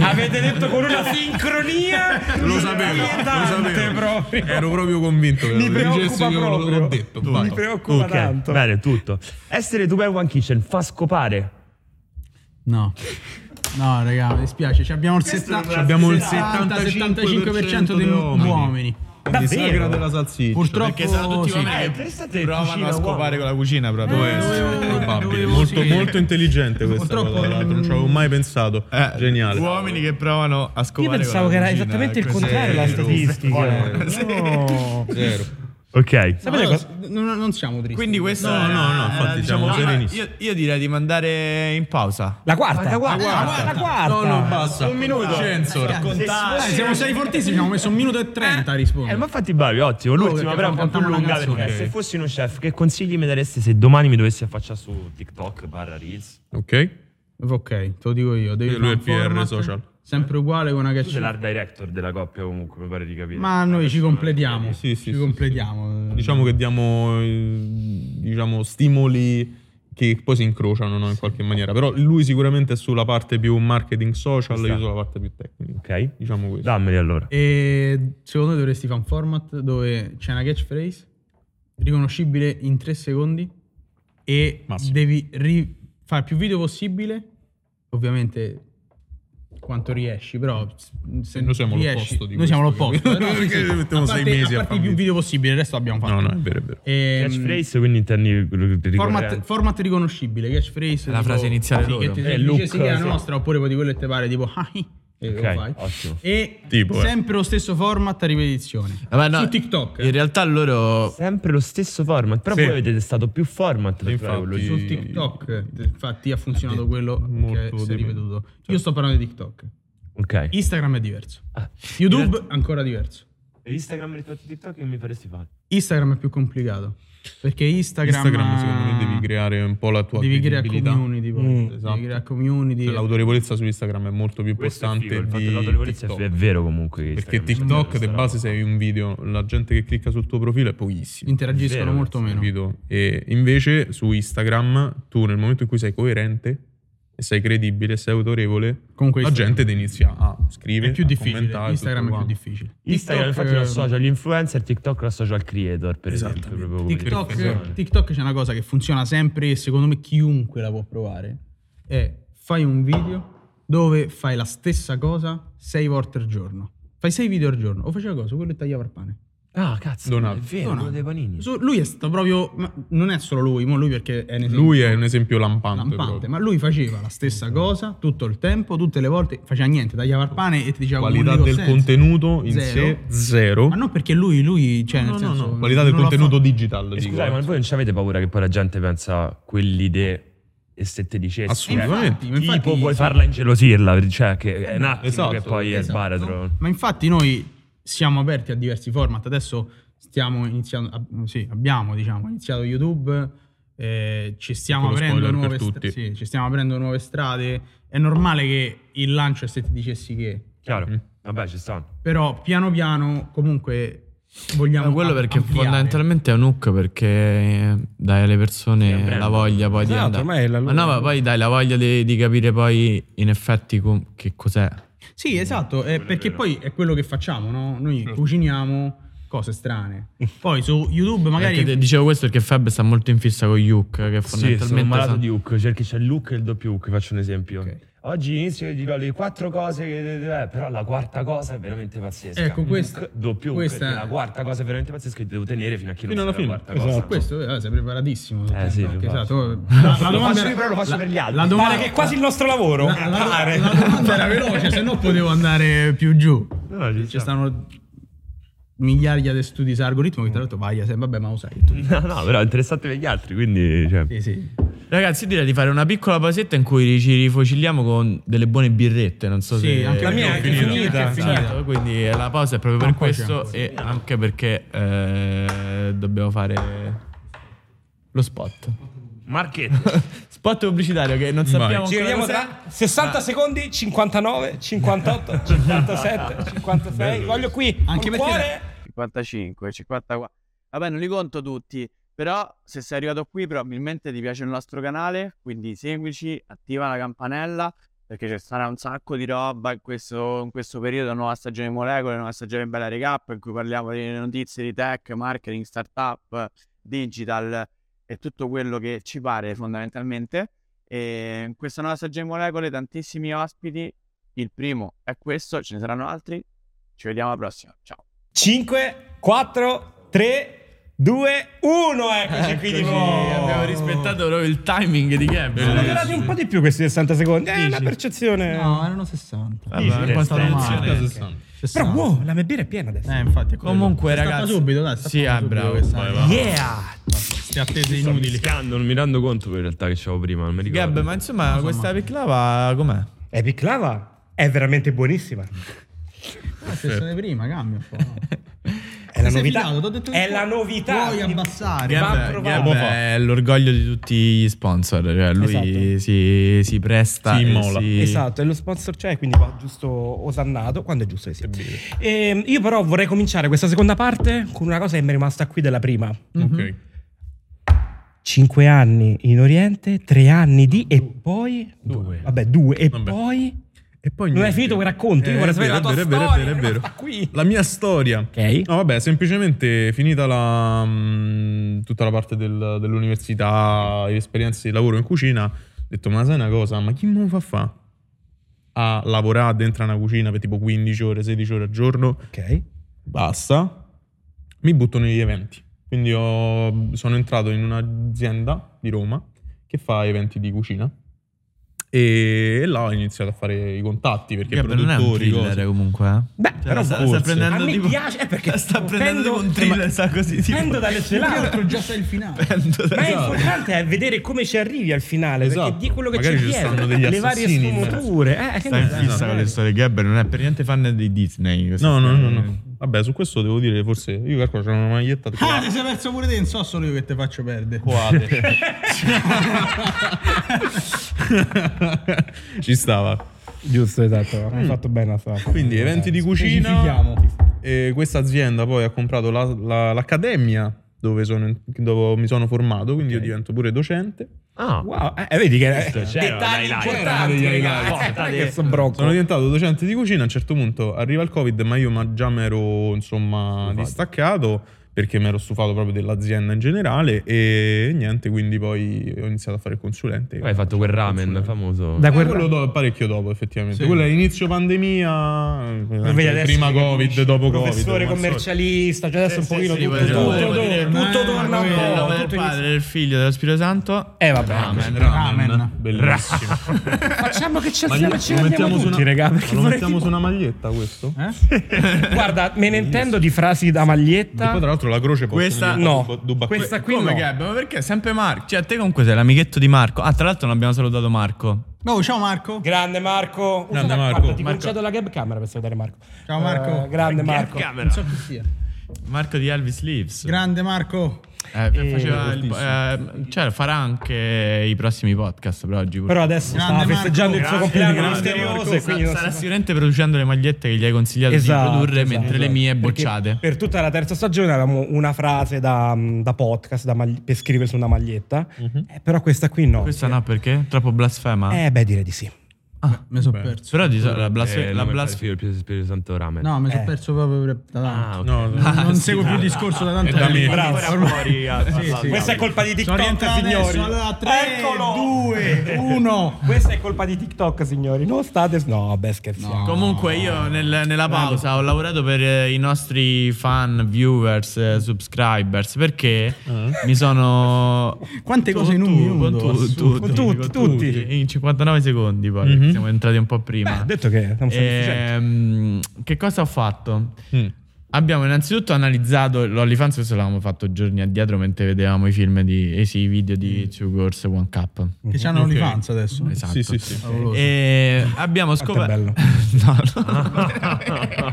S7: Avete detto con una sincronia.
S3: Lo sapevo, lo
S7: inquietante
S3: sapevo.
S7: proprio.
S3: Ero proprio convinto che
S7: Mi
S3: lo dicessi,
S7: preoccupa
S3: io non
S7: proprio.
S3: l'ho detto.
S7: Mi
S3: vai.
S7: preoccupa
S1: Ok,
S7: tanto.
S1: Bene, tutto. Essere tu per One Kitchen fa scopare.
S2: No. No, raga, mi dispiace. Ci abbiamo il, setta-
S3: Ci abbiamo il
S2: 75%
S3: 75%
S2: degli
S3: dei uomini.
S2: uomini.
S3: Davvero? sagra della salsiccia.
S2: Purtroppo
S4: Perché sono tutti
S2: sì.
S4: uomini
S1: interessante
S4: che Eh, provano
S1: cucina,
S4: a
S1: uomo.
S4: scopare con la cucina
S2: Eh,
S4: proprio.
S3: Può essere,
S2: dovevo-
S3: probabile.
S2: dovevo-
S3: Molto,
S2: sì.
S3: molto intelligente questa
S2: Purtroppo-
S3: cosa, tra l'altro. Non ci avevo mai pensato.
S4: Eh,
S3: Geniale.
S4: Uomini che provano a
S6: Io
S4: scopare
S6: pensavo che
S4: con la
S6: era
S4: cucina,
S6: esattamente il
S4: così.
S6: contrario la statistica. No.
S3: Zero.
S1: Ok.
S6: Sapete
S2: No,
S6: cosa-
S2: non, non siamo tristi.
S4: Quindi questo
S3: No,
S4: era-
S3: no, no, infatti
S4: era,
S3: siamo
S4: ma
S3: serenissimi.
S4: Io, io direi di mandare in pausa.
S6: La quarta. La quarta. La quarta.
S3: No, no, basta. Un minuto. Censo.
S2: Eh, siamo stati fortissimi, abbiamo messo un minuto e 30 a rispondere.
S1: Eh, ma fatti bravi, ottimo. L'ultima,
S2: perché
S1: però, è un po' più
S2: cantano una
S1: lunga
S2: canzone.
S1: perché se fossi uno chef, che consigli mi daresti se domani mi dovessi affacciare su TikTok, barra Reels?
S3: Ok.
S2: Ok, te lo dico io. Devi
S3: Lui
S2: fare un
S3: è il PR
S2: format
S3: social.
S2: Sempre uguale con una
S1: Tu sei
S2: catch.
S1: l'art director della coppia, comunque, mi pare di capire.
S2: Ma noi ci completiamo.
S3: Sì, sì,
S2: ci
S3: sì,
S2: completiamo.
S3: Diciamo che diamo eh, diciamo, stimoli che poi si incrociano no, in qualche maniera. Però lui sicuramente è sulla parte più marketing social,
S1: Ci sta.
S3: io sulla parte più tecnica.
S1: Ok.
S3: Diciamo questo.
S1: Dammeli allora.
S2: E secondo me dovresti fare un format dove c'è una catchphrase riconoscibile in 3 secondi e
S3: Massimo.
S2: devi ri- fare più video possibile. Ovviamente quanto riesci, però se
S3: Noi siamo
S2: riesci-
S3: l'opposto di
S2: noi siamo
S3: questo,
S2: l'opposto.
S3: capito?
S2: eh, no, sì,
S3: Perché
S2: sì.
S3: mettiamo
S2: A
S3: sei
S2: parte-
S3: mesi a
S2: a fare
S3: fare
S2: più
S3: video.
S2: video possibile, il resto abbiamo fatto.
S3: No, no, è vero, è vero.
S2: Ehm,
S1: Catchphrase, quindi intendi
S2: Format, format riconoscibile, catchphrase.
S4: La frase iniziale
S2: "Ah, sì,
S4: loro.
S2: che ti
S1: Eh,
S2: dice
S1: look,
S2: sì, che è la
S1: sì.
S2: nostra, oppure poi di quello che ti pare, tipo ah, hi, e lo
S1: Ok,
S2: fai.
S1: ottimo.
S2: E
S3: Tipo, eh.
S2: sempre lo stesso format a ripetizione.
S4: Eh, ma no,
S2: Su TikTok.
S4: In realtà loro
S1: Sempre lo stesso format, però
S3: Sì.
S1: voi avete testato più format per fare
S3: Infatti.
S1: quello giusto.
S2: su TikTok, infatti, ha funzionato quello che si
S3: molto di
S2: è
S3: meno. Certo.
S2: ripetuto. Io sto parlando di TikTok.
S1: Ok.
S2: Instagram è diverso.
S1: Ah.
S2: YouTube ancora diverso.
S1: Instagram rispetto a TikTok che mi faresti fare?
S2: Instagram è più complicato. Perché Instagram.
S3: Instagram, secondo
S1: eh,
S3: me, devi creare un po' la tua
S2: Devi creare
S3: credibilità.
S2: community. poi.
S6: Mm.
S2: Devi
S3: Esatto.
S2: creare community.
S3: Cioè, l'autorevolezza su Instagram è molto più
S1: Questo è
S3: importante
S1: figo, il fatto
S3: di
S1: dell'autorevolezza è-
S3: TikTok.
S1: è vero comunque. che
S3: Perché
S6: cioè,
S1: Instagram è
S3: TikTok
S1: una
S3: di
S1: bella
S3: base
S1: roba.
S3: sei un video, la gente che clicca sul tuo profilo è pochissima.
S2: interagiscono
S1: Vero,
S2: molto meno.
S3: Capito? E invece su Instagram tu nel momento in cui sei coerente e sei credibile, sei autorevole,
S2: Comunque
S3: la
S2: Instagram-
S3: gente ti inizia a scrivere,
S2: È più
S3: a
S2: difficile.
S3: commentare,
S2: Instagram è
S3: tutto
S2: più
S3: quanto.
S2: difficile.
S1: Instagram
S2: TikTok,
S1: infatti lo
S2: eh,
S1: associa all'influencer, TikTok lo associa al creator, per esempio.
S3: Esattamente.
S1: proprio come
S2: TikTok, ehm,
S1: definizione.
S2: TikTok c'è una cosa che funziona sempre e secondo me chiunque la può provare. È fai un video dove fai la stessa cosa sei volte al giorno. Fai sei video al giorno. O faceva cosa? Quello che tagliava il pane.
S1: Ah, cazzo.
S3: Donato.
S1: È vero,
S2: Donato.
S1: quello dei panini.
S2: Su- lui è stato proprio. ma non è solo lui, mo lui perché è un esempio
S3: Lui è un esempio lampante.
S2: lampante,
S3: proprio.
S2: ma lui faceva la stessa cosa tutto il tempo, tutte le volte, faceva niente, tagliava il pane e ti diceva
S3: Qualità
S2: "Comunico
S3: del
S2: senza".
S3: contenuto in
S2: Zero.
S3: sé, zero.
S2: Ma non perché lui, lui, cioè, nel
S3: No, no,
S2: senso,
S3: no, Qualità del
S2: non l'ha
S3: contenuto
S2: fatto.
S6: Eh,
S3: digital.
S1: E
S3: dico. eh.
S1: scusate, ma voi non ci avete paura che poi la gente pensa quelle idee e se te dicessi
S3: Assolutamente.
S2: Eh, infatti, ma
S1: Cioè, tipo
S2: infatti-
S1: puoi farla ingelosirla cioè che è un attimo
S3: Esatto,
S1: che poi è
S2: Esatto.
S1: sbaratro
S2: Ma infatti noi siamo aperti a diversi format. Adesso stiamo iniziando, ab- sì, abbiamo diciamo, iniziato YouTube, eh, ci, stiamo
S3: Piccolo
S2: aprendo
S3: spoiler
S2: nuove
S3: per
S2: stra-
S3: tutti.
S2: sì, ci stiamo aprendo nuove strade. È normale che il lancio è se ti dicessi che,
S1: chiaro
S3: Mm.
S1: vabbè ci stanno
S2: però piano piano comunque vogliamo...
S4: Ma quello
S2: am-
S4: perché
S2: ampliare.
S4: fondamentalmente è un hook perché eh, dai alle
S1: Sì, è un
S4: persone
S1: brand.
S4: la voglia poi
S6: Esatto,
S4: di andare.
S6: ormai è la-
S4: ma Ah, no, ma poi dai la voglia di, di capire poi in effetti com- che cos'è.
S2: Sì, esatto, eh, perché poi è quello che facciamo, no? Noi cuciniamo cose strane. Poi su YouTube magari...
S4: Perché te- dicevo questo perché Fab sta molto in fissa con gli hook che
S1: sì, sono
S4: fondamentalmente
S1: malato
S4: sa-
S1: di hook cerchi c'è il look e il doppio hook faccio un esempio
S2: Ok.
S1: oggi inizio e dico le quattro cose che eh, però la quarta cosa è veramente pazzesca
S2: Ecco,
S1: Un
S2: questa-
S1: hook, doppio hook
S2: questa-
S1: perché la quarta cosa è veramente pazzesca e devo tenere fino a che non sia
S3: Fino alla
S1: la
S3: fine,
S1: quarta
S6: esatto.
S1: cosa
S2: Questo eh, sei preparatissimo.
S1: Eh, sì,
S2: Ok,
S1: lo
S2: esatto. La, la
S1: lo
S2: domanda
S1: faccio io però lo faccio per gli altri
S2: la domanda-
S7: Pare che è quasi il nostro lavoro.
S2: La, la-
S7: Pare.
S2: la domanda era veloce, se no potevo andare più giù.
S1: No, ci
S2: Ci
S1: sta.
S2: stanno migliaia di studi su algoritmo che tra l'altro vai, se- vabbè, ma lo sai tu.
S1: no no però è interessante per gli altri quindi cioè,
S2: Sì, sì.
S4: Ragazzi, io direi di fare una piccola pausetta in cui ci rifocilliamo con delle buone birrette. Non so
S2: Sì,
S1: Eh,
S4: se
S2: anche
S7: La mia è
S2: Finita.
S7: finita.
S2: Finita.
S1: certo.
S4: Esatto, quindi eh, la pausa è proprio per
S2: Ah, poi c'è
S4: questo
S2: ancora.
S4: e anche perché eh, dobbiamo fare lo spot.
S1: Marchetti
S4: Spot pubblicitario che non sappiamo
S7: Ci
S4: ancora
S7: vediamo
S4: cos'è.
S7: tra 60 secondi, 59, 58, 57, 56. Voglio qui
S2: Anche
S7: col
S2: perché-
S7: cuore.
S8: 55, 54. Vabbè, non li conto tutti, però se sei arrivato qui probabilmente ti piace il nostro canale, quindi seguici, attiva la campanella perché ci sarà un sacco di roba in questo, in questo periodo, nuova stagione molecole, nuova stagione bella recap in cui parliamo di notizie di tech, marketing, startup, digital e tutto quello che ci pare fondamentalmente. E in questa nuova stagione molecole tantissimi ospiti, il primo è questo, ce ne saranno altri, ci vediamo alla prossima, ciao.
S7: 5, 4, 3, 2, 1. Eccoci qui di
S4: Eccoci,
S7: nuovo.
S4: Abbiamo rispettato proprio il timing di
S6: Sono
S4: Gabriel.
S6: durati un po' di più questi 60
S2: Eh,
S6: secondi. È una percezione.
S2: No, erano
S1: Ah,
S2: 60.
S4: Vabbè, un po'
S2: Stava male.
S4: attenzione.
S2: Circa
S3: 60.
S2: 60.
S6: Però wow, la mia birra è piena adesso.
S2: Eh, infatti, è quello.
S4: Comunque,
S2: Stappa
S4: ragazzi-
S2: subito, dai, stappa
S4: Sì, ah,
S2: subito
S4: bravo.
S2: questa-
S3: Vai, vai.
S7: Yeah.
S2: Queste attese
S1: Sto
S2: inutili.
S1: mischiando, non mi rendo conto in realtà che c'avevo prima non mi ricordo
S4: Gab, ma insomma, questa piclava com'è?
S6: Epic Lava è veramente buonissima.
S2: Ah, stessa di prima, cambia un po'. no?
S6: È la
S2: Ti sei
S6: novità.
S2: fidato, t'ho detto di
S7: È
S2: no.
S7: la novità.
S2: Vuoi abbassare?
S7: Gab-
S2: Va-
S7: a
S4: Gab,
S7: provare.
S4: Gab è l'orgoglio di tutti gli sponsor. Cioè lui
S6: Esatto.
S4: si, si presta
S3: Si
S4: e
S3: immola.
S4: si-
S6: Esatto, e lo sponsor c'è, quindi va giusto osannato quando è giusto che sia. Ehm, io però vorrei cominciare questa seconda parte con una cosa che mi è rimasta qui della prima.
S3: Ok.
S6: 5 anni in Oriente, 3 anni di e poi... Due. Vabbè, due. E
S3: Vabbè.
S6: poi...
S3: E poi
S6: Non
S3: niente.
S6: hai finito quel racconto, io
S3: Eh,
S6: vorrei
S3: è
S6: sapere
S3: vero,
S6: la tua
S3: è vero,
S6: storia.
S3: È vero, è vero.
S6: Qui.
S3: La mia storia.
S6: Ok.
S3: No, vabbè, semplicemente finita la, mh, tutta la parte del- dell'università, le esperienze di lavoro in cucina, ho detto, ma sai una cosa, ma chi me lo fa fa? A lavorare dentro una cucina per tipo 15 ore, 16 ore al giorno,
S6: Ok.
S3: basta, mi butto negli eventi. Quindi ho- sono entrato in un'azienda di Roma che fa eventi di cucina e, e là ho iniziato a fare i contatti perché
S4: Gab non è un
S3: produttori...
S4: thriller
S3: cose.
S4: comunque. eh.
S6: Beh, però
S4: sta, sta
S3: forse.
S4: prendendo
S6: a me
S4: tipo,
S6: piace, eh, perché
S4: sta prendendo
S6: prendo-
S4: tipo un thriller, sta così tipo,
S6: Prendo dalle
S2: Tra
S6: celate.
S2: l'altro già sai il finale.
S6: Ma è importante è vedere come ci arrivi al finale,
S3: Esatto.
S6: perché di quello che
S3: Magari
S6: c'è
S3: ci
S6: dietro,
S3: stanno degli
S6: le varie
S3: assassini in mezzo.
S6: sfumature. Eh, che
S4: Sta in
S6: ne sai?
S4: fissa con le storie. Gab non è per niente fan di Disney. questo
S3: No, no, no,
S4: è-
S3: no. Vabbè, su questo devo dire, forse io calcolo c'ho una maglietta
S2: Ah,
S3: qua.
S2: ti sei perso pure te, non so solo io che te faccio perdere.
S3: Ci stava. Mm.
S6: Giusto, esatto. Hai fatto bene la storia.
S3: Quindi eventi di cucina. E questa azienda poi ha comprato la- la- l'accademia dove, sono in- dove mi sono formato, quindi io divento pure docente.
S1: ah
S6: Wow, eh, vedi che
S1: questo c'era Cioè, dai là
S6: questo brocco.
S3: Sono diventato docente di cucina, a un certo punto arriva il Covid, ma io ma già mi ero insomma distaccato perché mi ero stufato proprio dell'azienda in generale e niente, quindi poi ho iniziato a fare il consulente.
S1: Poi hai fatto quel ramen
S3: Consulente.
S1: famoso.
S6: Da
S3: Eh,
S6: quel-
S3: quello do- parecchio dopo, effettivamente.
S2: Sì.
S3: Quello è inizio pandemia, eh,
S6: Vedi adesso
S3: prima
S6: che
S3: Covid,
S6: capisci,
S3: dopo Covid.
S6: Professore,
S3: ma so-
S6: commercialista, cioè adesso
S4: Sì,
S6: un pochino
S4: sì, sì,
S6: tutto,
S4: voglio-
S6: tutto,
S4: voglio
S6: tutto-
S4: dire,
S6: tutto
S2: eh,
S6: torna un
S2: voglio dire, no,
S4: Del
S6: po'.
S4: nome
S6: tutto
S4: del
S6: inizia-
S4: padre, del figlio, dello Spirito Santo.
S6: Eh vabbè.
S4: Amen.
S2: Ramen.
S3: Bellissimo.
S6: Facciamo che ci
S3: Ah, Ma io-
S6: assieme ci andiamo tutti,
S3: una-
S6: raga, perché
S3: lo
S6: vorrei-
S3: mettiamo su una maglietta questo?
S2: Eh?
S6: Guarda, me ne intendo di frasi da
S3: E poi tra
S6: maglietta.
S3: l'altro la croce può
S4: Questa-
S6: No.
S3: questa
S6: Questa qui
S4: Come
S6: no.
S4: Gab? Ma perché? Sempre Marco. Cioè, te comunque sei l'amichetto di Marco. Ah, tra l'altro non abbiamo salutato Marco.
S2: Oh, ciao Marco.
S6: Grande Marco. Usa
S3: Grande
S6: la-
S3: Marco.
S6: guarda, ti
S3: Marco.
S6: concedo la webcamera per salutare Marco.
S2: Ciao, Marco.
S6: Eh, grande Marco.
S2: Non so chi sia.
S4: Marco di Elvis Leaves.
S2: Grande Marco.
S4: Eh, faceva il- eh, cioè, farà anche i prossimi podcast per oggi.
S6: Però adesso
S2: Grande
S6: stava festeggiando il suo
S2: Marco.
S6: compleanno
S2: Grande
S6: misterioso
S2: Marco.
S6: e quindi non
S4: sarà
S6: si-
S4: sicuramente producendo le magliette che gli hai consigliato di produrre,
S6: esatto,
S4: mentre le mie
S6: esatto. Perché
S4: bocciate.
S6: Per tutta la terza stagione avevamo una frase da, da podcast da magli- per scrivere su una maglietta,
S2: Mhm.
S6: Eh, però questa qui no.
S4: Questa no, perché? Troppo blasfema.
S6: Eh beh, direi di sì.
S2: Mi sono
S3: Beh.
S2: perso.
S4: Però di so- la blasfema.
S1: Eh,
S4: la
S1: nome
S4: blas-
S1: del Figlio, del Spirito Santo Ramen.
S2: No, mi sono
S6: Eh.
S2: perso proprio per- da tanto.
S1: Ah, ok.
S3: No, no.
S2: Non seguo più il discorso da tanto
S3: È da me.
S2: tempo.
S6: Bravo.
S2: Sì, sì.
S6: Questa è colpa di
S2: Sono
S6: TikTok,
S2: rientrato
S6: signori.
S2: adesso. Allora, 3,
S6: Eccolo!
S2: 2, 1.
S6: Questa è colpa di TikTok, signori. Non state. No, beh, scherziamo.
S4: Comunque io nel-
S6: Eh.
S4: nella pausa ho lavorato per eh, i nostri fan, viewers, eh, subscribers perché
S6: Eh.
S4: mi sono...
S2: Quante cose in un
S4: Tu-
S2: minuto,
S4: con tu-
S2: assurdo.
S4: tutti,
S6: Con tutti, tutti.
S4: In 59 secondi poi, siamo entrati un po' prima.
S6: Beh, ho detto che siamo stati
S2: Eh,
S4: Ehm, che cosa ho fatto? Abbiamo innanzitutto analizzato l'OnlyFans, questo l'avevamo fatto giorni addietro mentre vedevamo i film di... eh sì, i video di Two Girls One Cup.
S2: Che c'hanno l'olifanza adesso.
S4: Esatto.
S3: Sì, sì, sì.
S2: Favoloso.
S4: E
S3: Ah,
S4: abbiamo
S6: Quanto è
S4: scoperto.
S6: bello.
S4: no, no.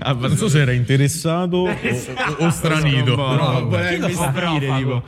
S4: Ah,
S3: Non so se era interessato o, o- o stranito.
S4: Esatto. No,
S3: Però
S4: vorrei
S6: Chi lo fa?
S4: capire, tipo.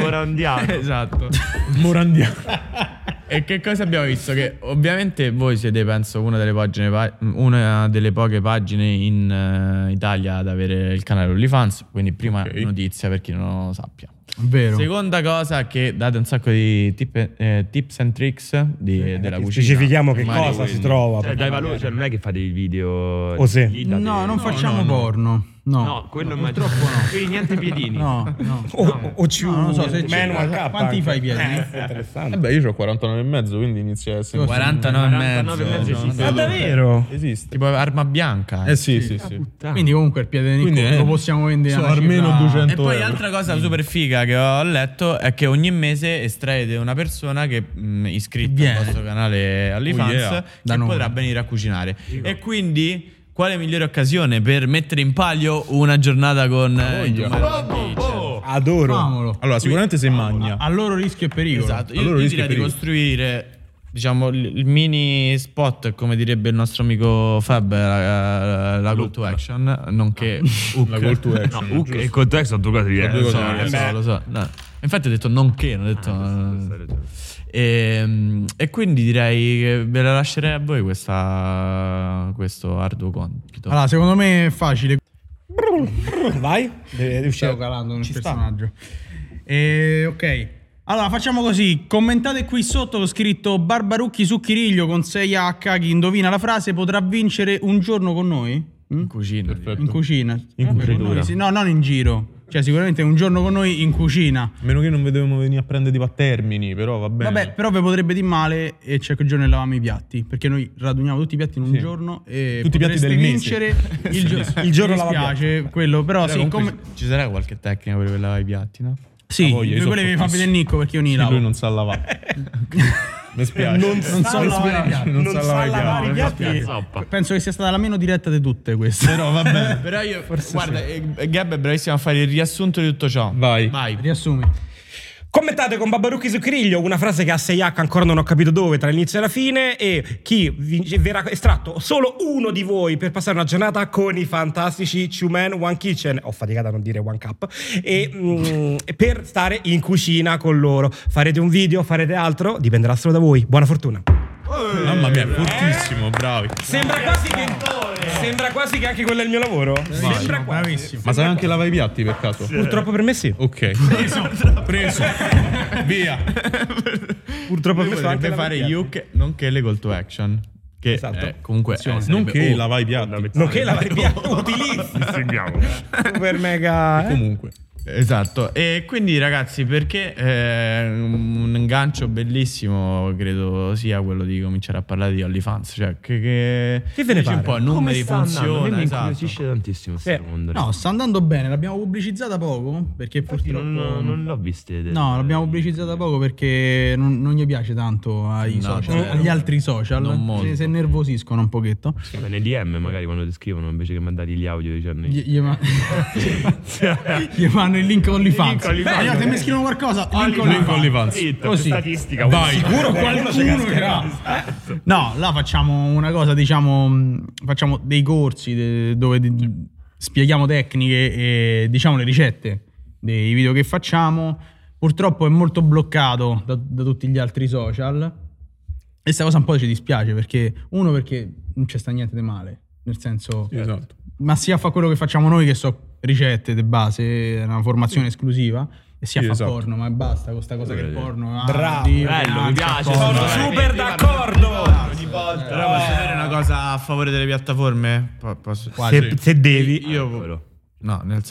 S1: Morandiano.
S4: esatto.
S3: Morandiano.
S4: E che cosa abbiamo visto? Che ovviamente voi siete, penso, una delle, pagine pa- una delle poche pagine in eh, Italia ad avere il canale OnlyFans. Quindi, prima
S3: Ok.
S4: notizia per chi non lo sappia.
S2: Vero.
S4: Seconda cosa che date un sacco di tip e- eh, tips and tricks di- della cucina.
S6: eh, Specifichiamo che
S4: Magari
S6: cosa si
S4: quindi.
S6: trova.
S2: Eh,
S1: Cioè, dai valore, cioè, non è che fa dei video.
S6: O se-
S1: lì da
S2: No,
S1: te-
S2: non facciamo
S3: no.
S2: porno. No.
S1: No, quello
S2: No,
S1: immagino.
S2: purtroppo no.
S1: Quindi niente piedini.
S2: No, no.
S6: o, o- o ci
S2: No, non so se c'è.
S6: manual K.
S2: Quanti fai i piedi?
S6: Eh, interessante.
S3: Eh beh, io ho 49 e mezzo, quindi inizia a essere...
S4: 49 e mezzo.
S1: 49 e mezzo esiste.
S6: Ma davvero?
S3: Esiste.
S4: Tipo arma bianca.
S3: Eh sì,
S2: Ah,
S3: sì, sì.
S2: Quindi comunque il piede di Nicco
S3: Quindi, eh,
S2: lo possiamo vendere
S3: so,
S2: a una
S3: almeno
S2: cifra-
S3: 200.
S4: E poi
S3: euro.
S4: l'altra cosa super figa che ho letto è che ogni mese estraete una persona che mh, è iscritta
S2: Viene.
S4: al vostro canale OnlyFans
S3: Oh, yeah.
S2: Da
S4: che
S2: noi.
S4: potrà venire a cucinare. E quindi quale migliore occasione per mettere in palio una giornata con eh, il
S3: voglia.
S4: numero di-
S6: Adoro.
S2: Famolo.
S3: Allora, sicuramente se magna.
S2: A loro rischio e pericolo.
S4: Esatto, io,
S3: Allora
S4: io
S3: rischi
S4: direi di
S3: pericolo.
S4: costruire diciamo il il mini spot come direbbe il nostro amico Fab la, la, la call to action nonché hook.
S3: La call to action.
S1: No, Hook e Context sono due cose diverse.
S3: due cose
S2: eh.
S1: Sono-
S4: lo so, lo so. No. Infatti ho detto nonché, non ho
S3: Ah,
S4: detto...
S1: Questa è la ragione.
S4: Ehm, E, quindi direi che ve la lascerei a voi questa, questo arduo compito.
S2: Allora, secondo me è facile.
S6: Vai. Deve, deve uscire.
S2: Stavo calando nel
S6: Ci sta.
S2: personaggio. Eh, ok. Allora, facciamo così. Commentate qui sotto ho scritto Barbarucchi su Chiriglio con 6H. Chi indovina la frase potrà vincere un giorno con noi? Mm?
S4: In cucina.
S3: Perfetto.
S2: In cucina. Eh,
S3: In
S2: Con
S3: cucina.
S2: noi, sì. No, non in giro. Cioè, sicuramente un giorno con noi in cucina.
S3: A meno che non vedevamo venire a prendere tipo a termini, però va bene.
S2: Vabbè, però vi potrebbe di male e c'è quel giorno che lavamo i piatti. Perché noi raduniamo tutti i piatti in un
S3: Sì.
S2: giorno e
S3: Tutti i piatti
S2: potreste
S3: del mese.
S2: vincere il, gio-
S6: Il giorno
S2: Mi
S6: lavamo i
S2: dispiace quello, però
S4: Allora,
S2: sì,
S4: comunque
S2: come-
S4: ci- Ci sarà qualche tecnica per lavare i piatti, no?
S2: Sì,
S3: Ha voglia, io
S2: lui
S3: so
S2: volevi far
S3: fortissimo.
S2: vedere Nicco perché io ni
S3: Sì,
S2: lavo.
S3: lui non sa lavare. Mi spiace. Non,
S2: sa lavare i piatti.
S3: Non, sa lavare i piatti.
S1: Che zoppa.
S2: Penso che sia stata la meno diretta di tutte queste. Però vabbè.
S4: Però io, guarda, eh, Gab è bravissimo a fare il riassunto di tutto ciò.
S3: Vai.
S4: Vai.
S2: Riassumi.
S6: Commentate con Babbarucchi su Criglio una frase che a 6H ancora non ho capito dove tra l'inizio e la fine e chi vince- verrà estratto solo uno di voi per passare una giornata con i fantastici Two Man One Kitchen, ho faticato a non dire One Cup, e mm, per stare in cucina con loro. Farete un video, farete altro, dipenderà solo da voi. Buona fortuna.
S3: Mamma mia, è fortissimo, bravi.
S6: Sembra quasi che, sembra quasi che anche quello è il mio lavoro. Sembra quasi.
S2: Bravissimo.
S3: Ma sai anche lavare i piatti per caso?
S6: Purtroppo per me sì.
S3: Ok. Preso. Preso. Via.
S6: Purtroppo per me
S4: Lui
S6: so anche
S4: potrebbe
S6: la
S4: fare
S6: mattina.
S4: Yuke nonché le call to action. Che
S6: Esatto.
S4: eh, comunque eh, sarebbe-
S3: Non che
S4: oh,
S3: lavai i piatti.
S6: Nonché la variabile utilizzi. Super mega. eh.
S3: Comunque.
S4: Esatto, e quindi ragazzi perché eh, un gancio bellissimo credo sia quello di cominciare a parlare di OnlyFans, cioè che, che,
S6: Che ve ne
S4: dici un
S6: pare?
S4: po' numeri
S1: sta andando? A me
S4: funziona,
S1: mi
S4: esatto.
S1: incuriosisce tantissimo
S6: Sì.
S1: questo mondo.
S2: No, sta andando bene, l'abbiamo pubblicizzata poco perché
S1: Infatti
S2: purtroppo...
S1: non, non l'ho viste.
S2: No, l'abbiamo pubblicizzata poco perché non, non gli piace tanto ai
S4: No,
S2: social,
S4: zero.
S2: agli altri social.
S4: Non
S2: Se-
S4: molto.
S2: Se, nervosiscono un pochetto.
S1: Vabbè, nei DM magari quando ti scrivono invece che mandare gli audio dicendo
S2: Gli, gli ma- gli fanno il link OnlyFans.
S1: Link OnlyFans.
S2: Beh, allora, se mi scrivono qualcosa, link
S3: Link
S2: OnlyFans.
S3: OnlyFans.
S1: Zitto,
S2: Così.
S1: statistica.
S3: Vai.
S6: Sicuro qualcuno ci cascherà.
S2: No, là facciamo una cosa, diciamo, mh, facciamo dei corsi de- dove di- spieghiamo tecniche e diciamo le ricette dei video che facciamo. Purtroppo è molto bloccato da, da tutti gli altri social. E sta cosa un po' ci dispiace perché, uno, perché non c'è sta niente di male, nel senso,
S3: Esatto.
S2: ma sia fa quello che facciamo noi, che so ricette di base, è una formazione esclusiva, e sia
S3: Sì,
S2: fa
S3: esatto.
S2: porno, ma basta con sta cosa che
S1: Bravo.
S2: porno. ah,
S7: Bravo,
S2: Dio,
S4: Bello, mi
S2: anzi,
S4: piace.
S2: cosa.
S6: Sono super d'accordo.
S4: Però posso
S3: Eh.
S4: dire una cosa a favore delle piattaforme? Po- posso-
S6: Se, se devi.
S4: Io, no, nel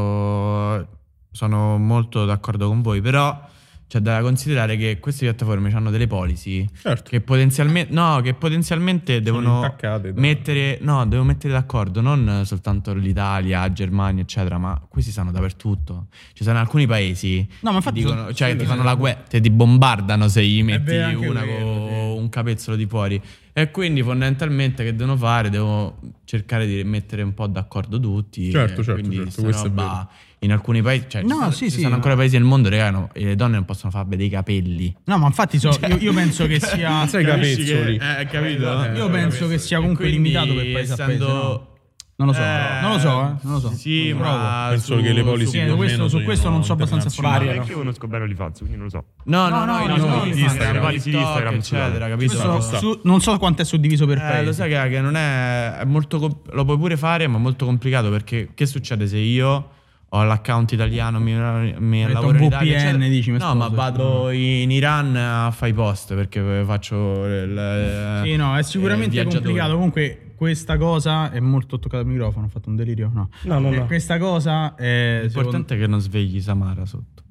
S4: senso, sono molto d'accordo con voi, però c'è da considerare che queste piattaforme hanno delle policy
S3: Certo.
S4: che potenzialmente, no, che potenzialmente devono
S3: intaccate da-
S4: mettere, no, devo mettere d'accordo non soltanto l'Italia, Germania, eccetera, ma questi stanno dappertutto. Ci sono alcuni paesi
S2: No, ma
S4: ti
S2: infatti
S4: dicono-
S2: sono-
S4: cioè,
S2: sì,
S4: ti
S2: sì,
S4: fanno
S2: sì.
S4: la guerra, te ti bombardano se gli metti
S2: vero, anche
S4: una
S2: quello,
S4: con un capezzolo di fuori. E quindi fondamentalmente che devono fare? Devo cercare di mettere un po' d'accordo tutti.
S3: Certo,
S4: e
S3: certo,
S4: quindi
S3: certo,
S4: sta
S3: questo è
S4: roba-
S3: vero.
S4: In alcuni paesi, cioè,
S2: No,
S4: ci sono,
S2: sì,
S4: ci
S2: sì,
S4: sono
S2: ma-
S4: ancora paesi nel mondo, raga, no, e le donne non possono far vedere i capelli.
S2: No, ma infatti so-
S4: Cioè,
S2: io, io penso che sia.
S3: Sai
S4: Capisci
S3: capezzoli.
S4: che- eh, capito?
S3: Eh,
S2: Io penso che sia comunque
S4: Quindi,
S2: limitato per paese a paese.
S4: essendo-
S2: no? Non lo so,
S4: Eh,
S2: non lo so, eh, non lo so.
S4: Sì,
S2: Provo.
S4: ma
S3: Penso
S4: su-
S3: che le policy
S4: su-
S2: Sì,
S3: più o
S2: questo-
S3: meno
S2: su questo non so abbastanza
S3: internazionali.
S1: Perché io non scopero li faccio, quindi non lo so.
S4: No,
S2: No, no,
S4: no, no, i
S2: no,
S4: nostri
S2: no,
S4: Instagram,
S1: no,
S4: TikTok,
S1: no,
S4: eccetera, capito?
S2: Questo
S3: sta.
S2: su- non so quanto è suddiviso per
S4: Eh,
S2: paese.
S4: lo sai che, che non è, è molto comp- lo puoi pure fare, ma è molto complicato perché che succede se io ho l'account italiano, mi, mi
S2: Metto
S4: lavoro
S2: un
S4: in Italia,
S2: VPN,
S4: eccetera.
S2: dici, mi
S4: No, ma
S2: sposo.
S4: vado in Iran a fare i post perché faccio il
S2: Sì, no, è
S4: eh,
S2: sicuramente
S4: viaggiatore.
S2: complicato. Comunque, questa cosa è molto ho toccato il microfono. Ho fatto un delirio. No,
S6: No, no,
S2: Eh,
S6: no.
S2: Questa cosa è
S4: L'importante è che non svegli Samara sotto.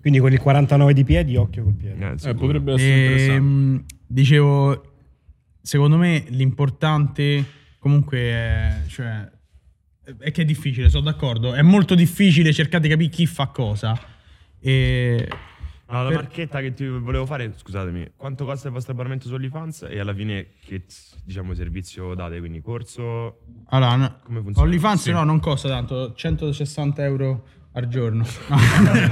S7: Quindi con il 49 di piedi, occhio col piede.
S1: Eh,
S3: Eh,
S1: sicuro.
S3: potrebbe
S2: secondo-
S3: essere interessante.
S2: Ehm, dicevo, secondo me l'importante comunque è, cioè, è che è difficile. Sono d'accordo. È molto difficile cercare di capire chi fa cosa. E
S1: No, la
S2: Per-
S1: marchetta che ti volevo fare, scusatemi, quanto costa il vostro abbonamento su OnlyFans e alla fine che diciamo servizio date? Quindi corso...
S2: Allora, no,
S1: Come funziona?
S2: OnlyFans
S1: Sì.
S2: no, non costa tanto, 160 euro al giorno. No.
S3: Eh.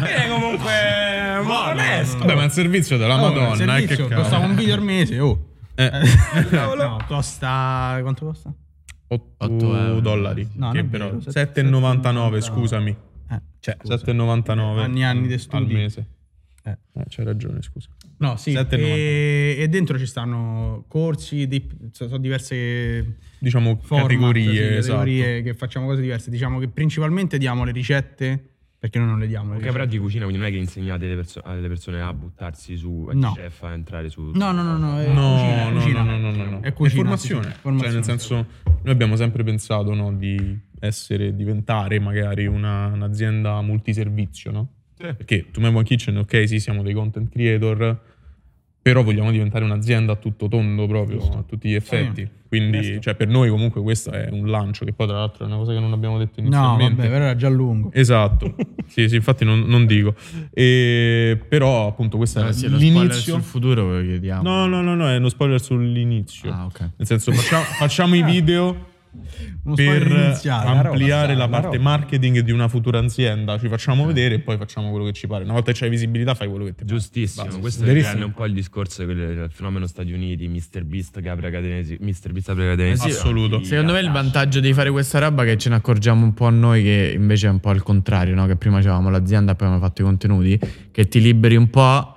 S6: Bene, Eh, comunque. eh, Onesto.
S3: Vabbè, ma è un servizio della
S2: il
S3: Madonna, eh, che
S2: servizio costa
S3: cavolo.
S2: un video al mese, oh.
S3: Eh.
S2: no, costa quanto costa?
S4: 8 euro.
S3: 8 dollari.
S2: No, non
S3: che
S2: è
S3: però
S2: vero,
S3: 7,99, scusami.
S2: Eh,
S3: Cioè,
S2: scusa.
S3: 7,99
S2: Anni e anni di
S3: al
S2: studi.
S3: mese.
S2: Eh.
S3: Eh, c'hai ragione, scusa.
S2: No, sì,
S3: 7,99.
S2: e, e dentro ci stanno corsi, di, so- so diverse
S3: Diciamo
S2: format,
S3: categorie,
S2: sì, categorie
S3: esatto.
S2: che facciamo cose diverse. Diciamo che principalmente diamo le ricette, perché noi non le diamo. le
S1: Ok,
S2: ricette.
S1: però di cucina, quindi non è che insegnate alle, perso- alle persone a buttarsi su, al
S2: No.
S1: chef, a entrare su...
S2: No, no, no, no, è
S3: No,
S2: cucina, è
S3: no,
S2: cucina.
S3: no, no, no, no.
S2: È cucina,
S3: formazione.
S2: sì, sì, formazione.
S3: Cioè, nel senso, noi abbiamo sempre pensato no, di essere, diventare magari una- un'azienda multiservizio, no? Perché To Memo Kitchen, ok, sì, siamo dei content creator, però vogliamo diventare un'azienda a tutto tondo proprio, a tutti gli effetti. Quindi, cioè, per noi comunque questo è un lancio, che poi tra l'altro è una cosa che non abbiamo detto
S2: No,
S3: inizialmente.
S2: vabbè, però era già lungo.
S3: Esatto, sì, sì, infatti non, non dico. E- però appunto questo era
S4: Eh, sì, lo spoiler
S3: l'inizio.
S4: sul futuro ve lo chiediamo.
S3: No, no, no, no, è uno spoiler sull'inizio.
S4: Ah, ok.
S3: Nel senso, facciamo, facciamo i video
S2: Uno
S3: per
S2: spoiler iniziale.
S3: ampliare
S7: una
S3: la
S7: roba.
S3: parte marketing di una futura azienda. Ci facciamo vedere e poi facciamo quello che ci pare. Una volta che c'hai visibilità, fai quello che ti pare.
S1: Giustissimo,
S3: Basta.
S1: questo
S3: Verissimo.
S1: riprende un po' il discorso del del fenomeno Stati Uniti, Mr. Beast che apre catenesi, Mr. Beast apre catenesi.
S4: Eh sì,
S3: Assoluto.
S4: Secondo me il vantaggio di fare questa roba è che ce ne accorgiamo un po' noi che invece è un po' al contrario, no? che prima avevamo l'azienda, poi abbiamo fatto i contenuti, che ti liberi un po'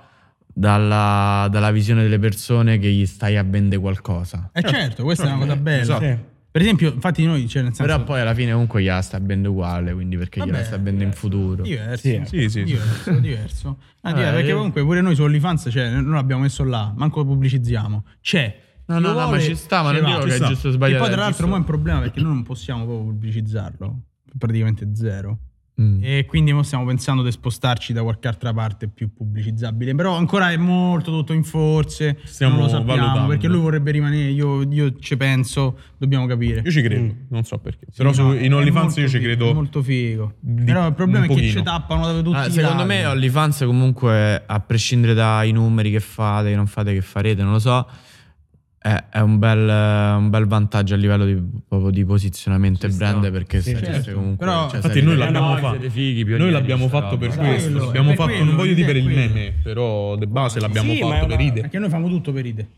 S4: dalla, dalla visione delle persone che gli stai a vendere qualcosa.
S2: Eh certo, questa è una cosa bella.
S3: Esatto.
S2: Per esempio, infatti noi, cioè nel senso...
S4: Però poi alla fine comunque gliela sta a vendere uguale, quindi perché
S2: Vabbè,
S4: gliela sta a vendere in futuro.
S2: Diverso,
S7: Sì,
S3: sì, sì.
S2: diverso, diverso. Ah,
S4: Vabbè,
S2: perché
S4: Eh, io-
S2: comunque pure noi su OnlyFans, cioè, non l'abbiamo messo là, manco lo pubblicizziamo. C'è,
S4: No, no,
S2: lo
S4: no, ma
S2: vuole,
S4: ci sta, ma
S2: ce
S4: non
S2: l'ha.
S4: dico
S2: Ci
S4: che è
S2: sta.
S4: giusto o
S2: E
S4: sbagliato.
S2: poi, tra
S4: è
S2: l'altro,
S4: giusto.
S2: mo è un problema perché noi non possiamo proprio pubblicizzarlo. Praticamente zero.
S4: Mm.
S2: E quindi mo stiamo pensando di spostarci da qualche altra parte più pubblicizzabile. Però ancora è molto tutto in forze.
S3: Stiamo
S2: non lo sappiamo
S3: valutando.
S2: perché lui vorrebbe rimanere. Io, io ci penso, dobbiamo capire.
S3: Io ci credo, non so perché. Però
S2: Mm. Sì,
S3: su,
S2: no,
S3: in
S2: è
S3: OnlyFans
S2: molto
S3: io ci
S2: figo,
S3: credo.
S2: è molto figo.
S3: di-
S2: Però il problema
S3: un
S2: è che
S3: pochino.
S2: ci tappano da tutti
S4: Ah,
S2: i
S4: secondo
S2: lati.
S4: me OnlyFans comunque, a prescindere dai numeri che fate, che non fate, che farete, non lo so, è, è un, bel, un bel vantaggio a livello di, proprio di posizionamento e brand perché
S2: Sì,
S4: se-
S2: certo.
S4: se comunque...
S2: Però-
S4: cioè,
S3: Infatti
S4: sei-
S3: noi
S1: Eh,
S3: l'abbiamo
S1: no,
S3: fatto.
S1: siete fighi,
S3: Noi
S1: pionieri,
S3: l'abbibiamo
S1: sta
S3: fatto
S1: roba.
S3: per
S1: Esatto.
S3: questo.
S2: Quello,
S3: L'abbiamo
S2: per
S3: fatto,
S2: quello,
S3: non voglio dire per il
S2: l'idea è
S3: meme, però de base l'abbiamo
S6: Sì, ma è
S3: fatto
S6: una-
S3: per idea.
S2: Perché noi famo tutto per idee.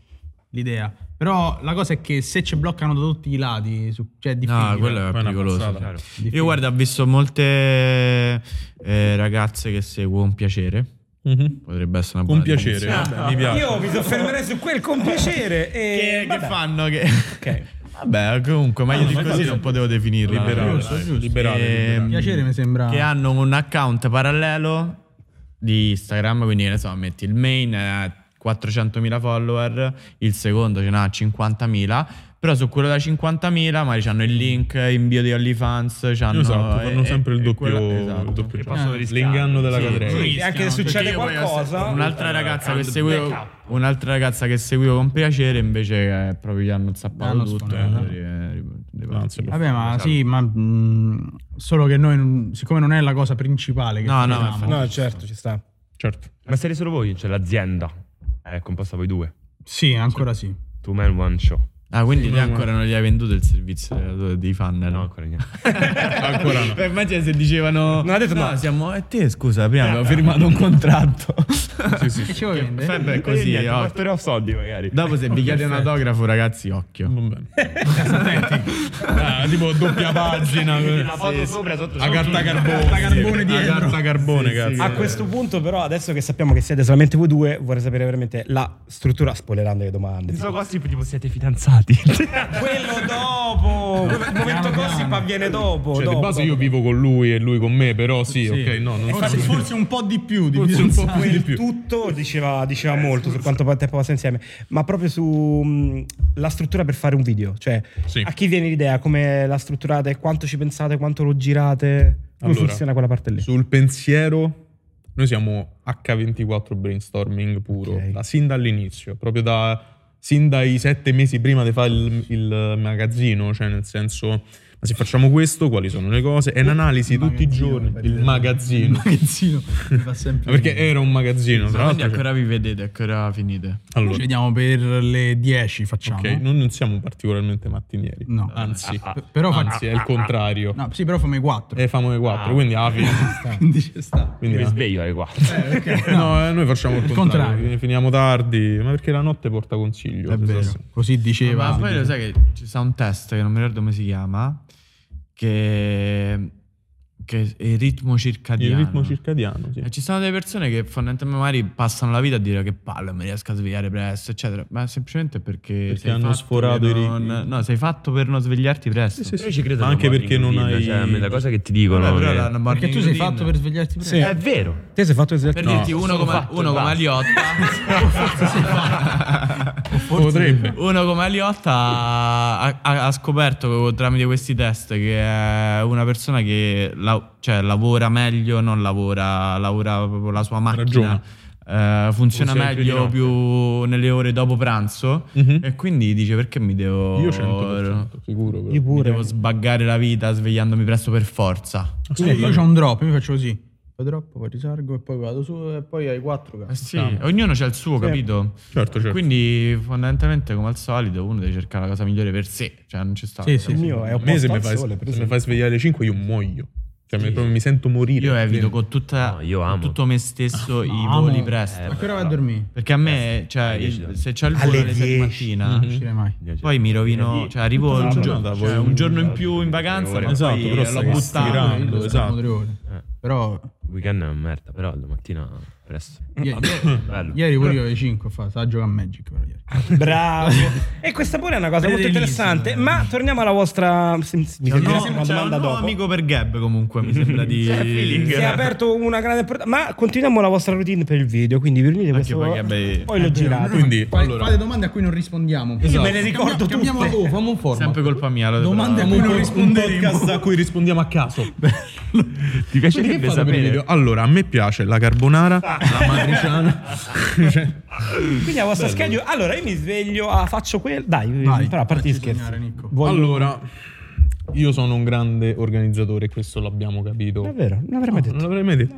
S2: L'idea. Però la cosa è che se ci bloccano da tutti i lati, su- cioè è difficile.
S4: No, quello è
S3: Poi è una
S4: pericoloso.
S3: cazzata.
S4: sì. Io guarda, ho visto molte eh, ragazze che seguo un piacere.
S3: Mhm.
S4: Potrebbe essere una
S3: Con
S4: buona
S3: piacere,
S4: definizione.
S2: Ah,
S3: vabbè, mi piace.
S6: Io mi soffermerei su quel con piacere. E
S4: Che, che fanno? Che... Vabbè, comunque,
S2: Ah,
S4: meglio di così non potevo definirli. Ehm,
S3: Liberale,
S2: Giusto,
S3: dai,
S2: giusto.
S3: liberale, liberale.
S2: Piacere mi sembra.
S3: Ah.
S4: che hanno un account parallelo di Instagram, quindi che ne so, metti il main ha 400.000 follower, il secondo ce n'ha 50.000, però su quello da 50.000 magari hanno il link in bio di OnlyFans, c'hanno
S3: Esatto, fanno
S4: e-
S3: sempre il
S4: e
S3: doppio,
S4: quella- esatto.
S3: il doppio
S1: Che
S3: gioco.
S1: possono rischiare.
S3: L'inganno della cadrega.
S4: sì.
S6: e anche se succede
S4: Perché io poi ho
S6: qualcosa. eh,
S4: se- Un'altra ragazza che
S1: account
S4: seguivo
S1: backup.
S4: Un'altra ragazza che seguivo con piacere Invece eh, proprio gli hanno zappato
S2: L'hanno
S4: tutto
S2: sfondato.
S4: eh, ri- ri-
S3: Anzi, per
S2: Vabbè,
S4: Esatto.
S2: ma sì, ma mh, solo che noi, non- siccome non è la cosa principale che
S4: No, no,
S2: facciamo,
S4: infatti.
S7: No, certo, ci sta.
S3: Certo.
S1: Ma siete solo voi? Cioè l'azienda è composta voi due.
S2: Sì, ancora sì.
S1: Two man, one show.
S4: Ah quindi te ancora non gli hai venduto il servizio eh, Di funnel
S1: No, ancora niente.
S3: Ancora no.
S4: Beh, immagina se dicevano.
S6: Non ha detto no.
S4: siamo. E te, scusa, prima abbiamo firmato un contratto.
S3: Sì, sì,
S2: Che
S3: sì.
S2: ci vuoi vendere?
S4: Sempre è così.
S1: Niente,
S4: oh.
S1: porterò soldi magari.
S4: Dopo, se vi chiede un autografo, ragazzi, occhio.
S3: Va bene. Ah, tipo doppia pagina.
S1: La
S3: A
S1: foto sopra sotto.
S3: carta carbone.
S2: carbone dietro.
S3: A carta carbone, cazzo.
S6: A questo punto, però, adesso che sappiamo che siete solamente voi due, vorrei sapere veramente la struttura, spoilerando le domande.
S1: Sono gossip tipo siete fidanzati.
S6: Quello dopo, quello- il momento
S2: piano.
S6: gossip avviene dopo.
S3: Cioè, di
S6: dopo,
S3: base
S6: dopo.
S3: io vivo con lui e lui con me, però sì, ok, no, non
S2: Forse,
S3: siamo-
S2: forse un po' di più. Di
S3: Forse un po'
S2: fidanzati.
S3: più di più.
S6: Tutto diceva, diceva molto su quanto tempo passa insieme, ma proprio sulla struttura per fare un video. Cioè,
S3: Sì.
S6: a chi viene l'idea, come la strutturate, quanto ci pensate, quanto lo girate, come
S3: Allora,
S6: funziona quella parte lì.
S3: Sul pensiero, noi siamo H24 brainstorming puro,
S6: Ok.
S3: da- sin dall'inizio, proprio da, sin dai sette mesi prima di fare il, il magazzino, cioè nel senso, ma se facciamo questo, quali sono le cose? È un'analisi tutti i giorni, il
S2: Il
S3: magazzino.
S2: magazzino. Mi fa sempre
S3: Perché
S2: ridere.
S3: era un magazzino, tra
S4: Quindi
S3: l'altro.
S4: ancora vi vedete, ancora finite.
S3: cioè- allora,
S2: Ci vediamo per le 10, facciamo.
S3: ok, non, non siamo particolarmente mattinieri.
S2: No.
S3: Anzi,
S2: P- però fa-
S3: anzi, è il contrario.
S2: No, sì, però famo i 4.
S3: E famo le 4, quindi alla fine.
S2: Quindi ci sta.
S3: Quindi
S1: Mi
S3: alla-
S1: sveglio alle 4.
S3: No, eh, noi facciamo il
S2: Il
S3: contrario.
S2: contrario.
S3: Finiamo tardi, ma perché la notte porta consiglio.
S2: È
S3: se
S2: vero.
S3: so-
S2: Così diceva.
S4: Ma poi lo sai che ci sta un test che non mi ricordo come si chiama. Che. Che è il ritmo
S3: Il
S4: circadiano.
S3: ritmo circadiano, sì.
S4: E Eh, ci sono delle persone che fondamentalmente magari passano la vita a dire che palle, mi riesco a svegliare presto, eccetera. Ma semplicemente perché, sei
S3: hanno
S4: fatto
S3: sforato
S4: per
S3: i
S4: non-
S3: righi.
S4: No, sei fatto per non svegliarti presto.
S3: Sì, sì,
S1: Io ci credo
S3: Ma
S1: alla
S3: anche
S1: morning
S3: perché non
S1: routine,
S3: hai-
S1: cioè, a me la cosa che ti dicono eh.
S4: Vabbè, però
S1: che-
S4: la morning
S2: Perché tu sei
S4: routine-
S2: fatto per svegliarti presto.
S3: Eh,
S1: è vero.
S6: Te sei fatto esercizio.
S4: Per
S3: No,
S4: dirti uno
S1: sono
S4: come,
S1: fatto,
S4: uno come
S1: basta.
S4: Aliotta.
S3: Potrebbe.
S4: uno come Aliotta ha, ha- ha scoperto tramite questi test che è una persona che la- cioè, lavora meglio, non lavora, lavora proprio la sua macchina.
S3: Ragione.
S4: eh, funziona,
S3: Funziona più
S4: meglio
S3: di
S4: più, nelle ore dopo pranzo
S3: Mhm.
S4: e quindi dice perché mi devo,
S3: Io 100%, sicuro. però.
S6: Io
S4: mi
S6: pure.
S4: devo sbaggare la vita svegliandomi presto per forza
S2: Sì, io c'ho un drop, io faccio così. Poi drop, poi risargo e poi vado su e poi ai 4.
S4: Eh sì, ognuno c'ha il suo, capito?
S3: Certo, certo.
S4: Quindi fondamentalmente come al solito uno deve cercare la cosa migliore per sé, cioè non ci sta.
S2: Sì, sì.
S6: Il mio è
S3: A me se
S6: opposto
S3: mi
S6: al
S3: fai,
S6: sole, per
S3: se mi
S6: esempio.
S3: fai svegliare alle 5 io muoio. Cioè, mi- proprio mi sento morire.
S4: Io evito con, tutta,
S1: No, io
S4: con
S1: amo.
S4: tutto me stesso i
S2: amo.
S4: voli
S3: Eh,
S4: presto.
S2: Ma che ora vai a dormire?
S4: Perché a me, cioè,
S1: alle
S4: il-
S1: 10.
S4: se c'ho il volo alle 6 di mattina,
S3: Mhm.
S4: cioè,
S2: Non uscire mai.
S4: poi mi rovino, cioè arrivo
S3: la
S4: un,
S3: giornata,
S4: giorno, cioè,
S3: poi-
S4: un giorno in più in vacanza,
S1: Ore.
S4: ma
S3: Esatto,
S4: poi
S3: però
S4: l'ho
S3: stai
S4: buttato.
S3: stirando.
S2: Io lo
S3: esatto.
S2: stiamo tre ore. Però
S1: weekend è una merda, però domattina presto.
S2: Ieri,
S1: Bello.
S2: ieri pure io alle 5 fa, sta a giocare a Magic però ieri.
S6: Bravo. e questa pure è una cosa molto
S4: Bellissimo.
S6: interessante. Ma torniamo alla vostra. Mi
S3: Cioè,
S4: C'è un
S6: sembra
S4: nuovo-
S6: una
S4: c'è un
S6: domanda
S4: nuovo
S6: dopo.
S4: amico per Gab comunque, mi sembra di...
S6: Si è aperto una grande porta- Ma continuiamo la vostra routine per il video. Quindi vi riunite
S4: Anche
S6: questo.
S4: poi Gab è-
S6: Poi lo girate.
S3: Eh, Ah, Quindi,
S2: Fa- Fate domande a cui non rispondiamo.
S6: Io me ne ricordo
S2: Cambiamo
S6: tutte.
S2: oh, fammi un format.
S4: Sempre colpa mia. lo-
S2: Domande a cui non risponderemo.
S3: a cui rispondiamo a caso.
S1: Ti
S3: Quindi
S1: piacerebbe
S3: che fate per il video?
S1: sapere?
S3: Allora, a me piace la carbonara, la matriciana. Cioè,
S6: Quindi la vostra schedule. Allora io mi sveglio, ah, faccio quello. Dai,
S2: Vai,
S6: però a parte gli
S2: facci
S6: scherzi.
S2: sognare, Nicco.
S6: Voglio-
S3: Allora, io sono un grande organizzatore, questo l'abbiamo capito.
S6: Davvero, non l'avrei mai
S3: No, non
S6: detto.
S3: l'avrei mai detto.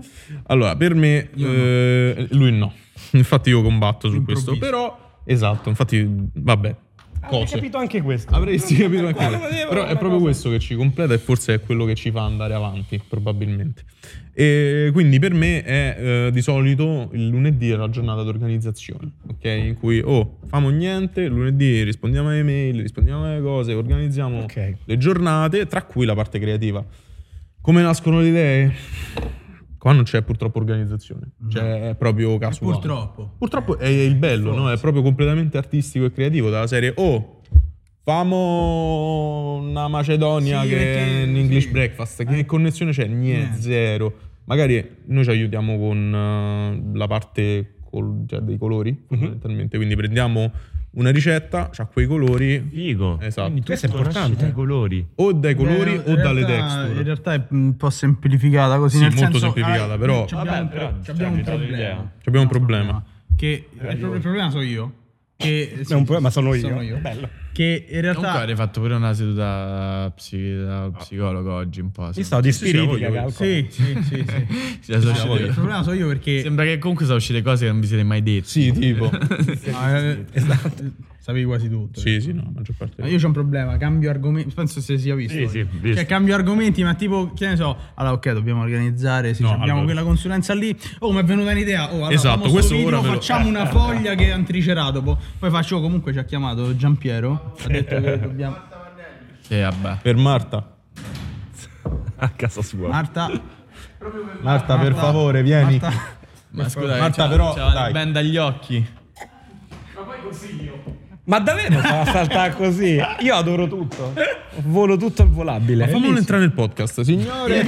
S3: Allora, per me, eh, lui no. Infatti, io combatto su
S2: Improvviso.
S3: questo. Però, esatto, infatti, vabbè.
S6: Avrei
S3: Cose.
S6: capito anche questo.
S3: Avresti capito anche
S6: Guarda,
S3: quello.
S6: volevo
S3: Però
S6: una
S3: è proprio
S6: cosa.
S3: questo che ci completa e forse è quello che ci fa andare avanti, probabilmente. E quindi per me è eh, di solito il lunedì è la giornata d'organizzazione, ok? In cui oh, famo niente, lunedì rispondiamo alle mail, rispondiamo alle cose, organizziamo
S6: Ok.
S3: le giornate, tra cui la parte creativa. Come nascono le idee? Qua non c'è purtroppo organizzazione, cioè è proprio casuale.
S2: Purtroppo.
S3: Purtroppo è il bello, no? È proprio completamente artistico e creativo dalla serie Oh, famo una Macedonia
S2: Sì,
S3: che
S2: perché-
S3: è un English
S2: sì. Eh.
S3: breakfast. Che connessione c'è? Niente,
S2: Niente.
S3: zero. Magari noi ci aiutiamo con eh, la parte col- cioè, dei colori,
S2: Mhm.
S3: fondamentalmente. Quindi prendiamo una ricetta, c'ha quei colori.
S1: Figo.
S3: Esatto.
S1: Quindi
S6: Questo è
S1: tutto nasce
S6: importante.
S1: dai colori.
S3: O dai colori
S2: Beh,
S3: o
S2: Eh, in
S3: dalle
S2: realtà- In
S3: texture.
S2: realtà è un po' semplificata così.
S3: Sì,
S2: nel
S3: molto
S2: senso,
S3: semplificata,
S2: ah,
S3: però-
S2: ci abbiamo
S1: Vabbè,
S2: un, pro-
S1: però,
S2: ci abbiamo
S1: cioè,
S2: un
S1: mi date
S2: problema.
S1: un'idea.
S3: Abbiamo un problema.
S2: Che il, pro- il problema sono io. Che,
S6: Eh, È un problema, sono io.
S2: Bello. Che in realtà.
S4: Comunque avrei fatto pure una seduta psi- da psicologo oggi un po'.
S6: Io stavo di spiriti,
S3: sì,
S6: raga, alcol.
S2: sì, sì, sì, sì.
S4: Sì, sono
S2: No,
S4: uscite-
S2: il problema sono io perché.
S4: Sembra che comunque sono uscite cose che non vi siete mai dette.
S3: Sì, tipo.
S2: No, eh, Sapevi quasi tutto.
S3: sì, sì, no, la maggior parte.
S2: Ma io ho un problema, cambio argomenti. Penso se sia visto.
S1: Sì, sì, visto.
S2: Cioè, cambio argomenti, ma tipo, che ne so. Allora, ok, dobbiamo organizzare. Sì,
S3: No,
S2: cioè, abbiamo
S3: allora.
S2: quella consulenza lì. Oh, mi è venuta un'idea. Oh, allora,
S3: Esatto,
S2: famo sto
S3: questo
S2: video,
S3: ora ve lo- Eh.
S2: facciamo una foglia che è un triceratopo. Poi faccio, oh, comunque ci ha chiamato Giampiero. Ha detto che dobbiamo.
S4: Sì, vabbè.
S3: Per Marta.
S1: A casa sua.
S2: Marta,
S3: Marta, per
S2: Marta,
S3: favore, vieni.
S2: Marta.
S4: Ma scusa,
S3: Marta,
S4: c'ha-
S3: però,
S4: c'ha
S3: dai.
S4: il band agli occhi.
S6: Ma davvero fa saltare così? Io adoro tutto. Volo tutto il volabile.
S3: Fammelo entrare nel podcast, signore.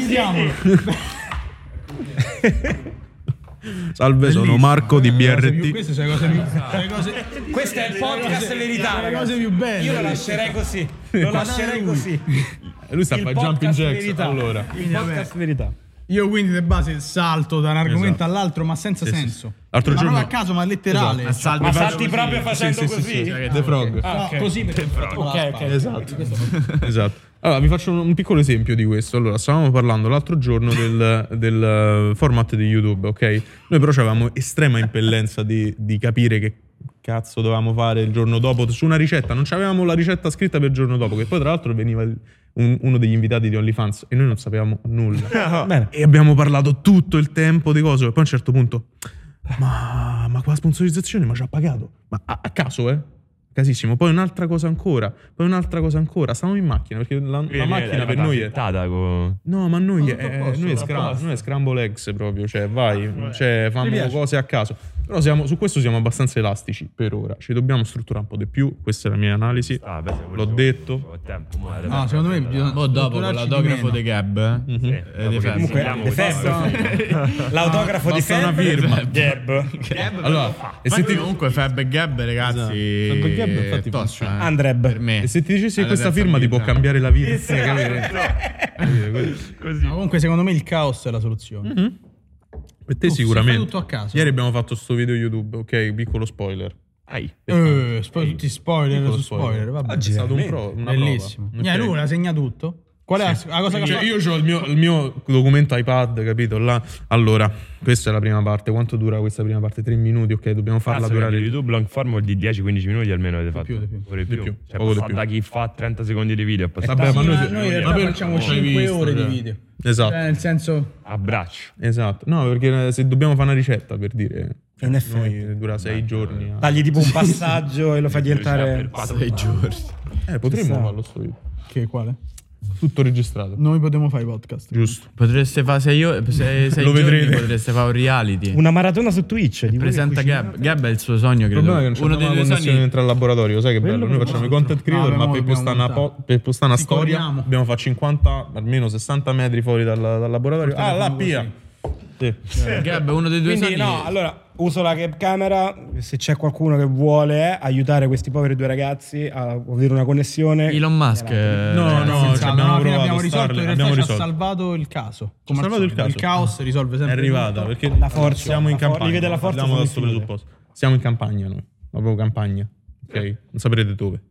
S3: Salve, eh, sono Marco di Esatto. BRT.
S2: Queste sono le cose più. sono le cose-
S6: Questo è il podcast verità,
S2: sono le
S6: ragazzi.
S2: cose più belle.
S6: Io lo lascerei così. Lo lascerei così.
S3: E lui sta a
S6: Il
S3: fare
S6: podcast
S3: jumping jacks.
S6: verità.
S3: Allora,
S6: Il podcast verità.
S2: Io quindi di base salto da un argomento
S3: Esatto.
S2: all'altro, ma senza
S3: Sì, sì.
S2: senso.
S3: L'altro
S2: Ma
S3: giorno- Esatto.
S2: non a caso, ma letterale.
S4: Salve,
S6: Ma
S4: faccio
S6: salti
S4: così.
S6: proprio facendo
S3: sì, sì,
S6: così?
S3: sì, sì. Eh, The Frog.
S6: Ah, ok.
S2: Così perché
S6: Ok, ok.
S3: Esatto. esatto. Allora, vi faccio un, un piccolo esempio di questo. Allora, stavamo parlando l'altro giorno del, del, eh, format di YouTube, ok? Noi però avevamo estrema impellenza di, di capire che cazzo dovevamo fare il giorno dopo su una ricetta. Non avevamo la ricetta scritta per il giorno dopo, che poi tra l'altro veniva il- un- uno degli invitati di OnlyFans e noi non sapevamo nulla.
S6: Bene.
S3: E abbiamo parlato tutto il tempo di cose. E poi a un certo punto, ma, ma quella sponsorizzazione ma ci ha pagato. Ma a, a caso, eh? Casissimo. Poi un'altra cosa ancora. Poi un'altra cosa ancora. Stavamo in macchina perché la, la macchina per noi è.
S1: Tata con...
S3: No, ma noi,
S2: tutto a
S3: è,
S2: posto,
S3: noi, è
S2: tutto a
S3: scram-
S2: posto.
S3: noi è scramble eggs proprio, cioè vai, cioè, fanno
S2: piace.
S3: cose a caso. Però siamo- su questo siamo abbastanza elastici per ora, ci dobbiamo strutturare un po' di più, questa è la mia analisi,
S1: Ah, beh, se
S3: l'ho
S1: volevo-
S3: detto.
S1: Ho tempo, mo, adesso-
S2: No, Ah, secondo me bisogna.
S3: Boh,
S4: Mo' Boh, dopo con
S2: strutturarci di
S4: l'autografo
S2: meno.
S4: di Gab. eh,
S3: Mhm.
S1: Sì,
S4: eh,
S1: dopo
S4: di
S1: che
S4: Fabio.
S1: finiamo
S6: Comunque, The
S1: questo-
S6: Fab. L'autografo di
S3: Basta una
S6: Fab.
S3: firma.
S6: Gab.
S3: Allora, e
S4: E
S3: se ti-
S4: comunque Fab e Gab, ragazzi.
S3: Esatto. Fab e Gab, infatti,
S4: è tosta,
S3: funziona.
S4: eh,
S6: Andrebbe.
S4: Per me.
S3: E se ti dicessi che
S4: Alla
S3: questa
S4: terza
S3: firma ti può
S4: birra.
S3: cambiare la vita, capito?
S2: No, comunque, secondo me il caos è la soluzione.
S3: Mm. Per te
S2: Oh, si
S3: sicuramente.
S2: fa tutto a caso.
S3: Ieri abbiamo fatto sto video YouTube, ok? Piccolo spoiler.
S1: Ai.
S2: Eh, spo- tutti spoiler
S3: Piccolo
S2: su spoiler. Vabbè.
S3: Oggi Ah, è stato un pro, una
S2: Bellissimo.
S3: prova.
S2: Yeah,
S3: Ok.
S2: lui la segna tutto. Qual è la- la cosa che ha
S3: Cioè,
S2: fatto?
S3: io ho il mio, il mio documento iPad, capito? Là. Allora, questa è la prima parte. Quanto dura questa prima parte? Tre minuti, ok? Dobbiamo farla
S1: Cazzo,
S3: durare
S1: quindi YouTube long form di 10-15 minuti almeno avete fatto.
S2: più, di più.
S1: Pure
S3: Di più,
S1: Cioè,
S3: poco di
S1: passare
S3: più.
S1: da chi fa 30 secondi di video a passare
S3: Vabbè,
S2: Sì,
S3: ma noi-
S2: ma noi in realtà
S3: ma per-
S2: facciamo
S3: l'hai
S2: 5
S3: visto,
S2: ore
S3: cioè.
S2: di video.
S3: Esatto.
S2: Cioè, nel senso.
S1: a braccio.
S3: Esatto. No, perché se dobbiamo fare una ricetta, per dire... cioè,
S6: In effetti.
S3: noi dura sei giorni. a-
S6: Tagli tipo un passaggio e lo fai
S1: Cioè,
S6: diventare.
S1: per quattro giorni.
S3: Eh, potremmo farlo sto video.
S2: Che quale?
S3: Tutto registrato.
S2: Noi potremmo fare i podcast.
S3: Giusto.
S4: Potreste fare, se io, se, se
S3: Lo
S4: i giorni
S3: vedrete.
S4: potreste fare un reality.
S6: Una maratona su Twitch. di voi
S4: Presenta
S6: che cucinate.
S4: Gab, Gab è il suo sogno,
S3: Il problema è che non
S4: credo.
S3: c'è
S4: Uno dei
S3: una
S4: due
S3: connessione
S4: sogni.
S3: dentro al laboratorio, sai che bello? Noi facciamo i content creator,
S2: Ah,
S3: ma
S2: abbiamo-
S3: per postare una,
S2: abbiamo
S3: po- per postare una
S2: Sì,
S3: storia
S2: corriamo.
S3: dobbiamo fare 50, almeno 60 metri fuori dal, dal laboratorio. Ah, la pia! Sì.
S4: Gab è uno dei due sogni.
S6: Quindi no, allora uso la camera se c'è qualcuno che vuole aiutare questi poveri due ragazzi a avere una connessione.
S4: Elon Musk. eh,
S3: No, no,
S2: Senza-
S3: ci abbiamo
S2: Cioè, alla fine
S3: provato,
S2: abbiamo risolto,
S3: Starling,
S2: in realtà
S3: abbiamo
S2: ci ha
S3: risolto.
S2: salvato il caso. Come al
S3: salvato il
S2: solito,
S3: caso.
S2: caos risolve
S3: È
S2: sempre
S3: arrivata
S2: tutto.
S3: perché
S6: La forza,
S3: siamo in
S6: la for-
S3: campagna.
S6: rivede la forza
S3: Partiamo da
S6: sono
S3: questo
S6: infinite.
S3: presupposto. Siamo in campagna noi, proprio campagna. Ok, non saprete dove,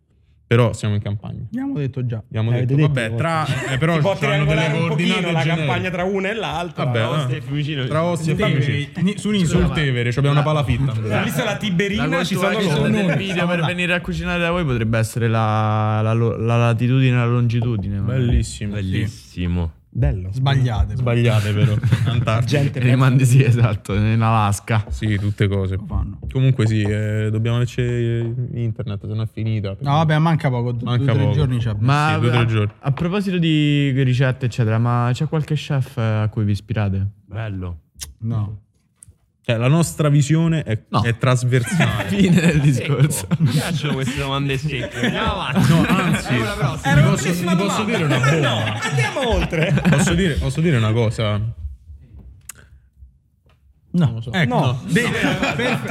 S3: però siamo in campagna.
S2: Abbiamo detto già.
S3: Abbiamo
S6: Eh,
S3: detto,
S6: avete
S3: vabbè,
S6: detto,
S3: tra eh, però
S6: si può
S3: ci saranno
S6: triangolare
S3: delle
S6: un pochino
S3: coordinate
S6: la
S3: generiche.
S6: campagna tra una e l'altra.
S3: Vabbè,
S6: no?
S3: eh.
S1: Fiumicino.
S3: tra Ostia e Fiumicino.
S2: Ni- su un'isola.
S3: Sul Tevere, cioè abbiamo una palafitta.
S6: L'isola
S4: La
S6: Tiberina ci
S4: cultura
S6: sono
S4: che sono
S6: loro.
S4: nel video per venire a cucinare da voi potrebbe essere la, la lo- la latitudine e la longitudine. ma-
S3: Bellissimo.
S1: Bellissimo.
S6: Bello.
S2: Sbagliate.
S3: Sbagliate però. Antartica.
S6: Gente,
S4: Rimandi sì, esatto, in Alaska.
S3: Sì, tutte cose.
S2: Lo fanno.
S3: Comunque sì, eh, dobbiamo averci eh, internet, se no è finita.
S2: No, vabbè, manca poco. d-
S3: Manca
S2: due, tre
S3: poco.
S2: giorni ci abbiamo.
S4: Ma
S3: Sì, due o tre
S4: a-
S3: giorni.
S4: A, proposito di ricette, eccetera, ma c'è qualche chef eh, a cui vi ispirate?
S1: Bello.
S2: No.
S3: Cioè, la nostra visione è,
S4: No.
S3: è trasversale.
S4: Fine del discorso.
S1: Mi piacciono queste domande secche. Andiamo avanti.
S3: No, anzi,
S6: Era una
S3: posso-
S6: bellissima
S3: ti posso
S6: domanda.
S3: dire una
S6: Ma
S3: bomba?
S6: no, andiamo oltre.
S3: posso dire, posso dire una cosa?
S2: No, non lo so.
S3: Ecco,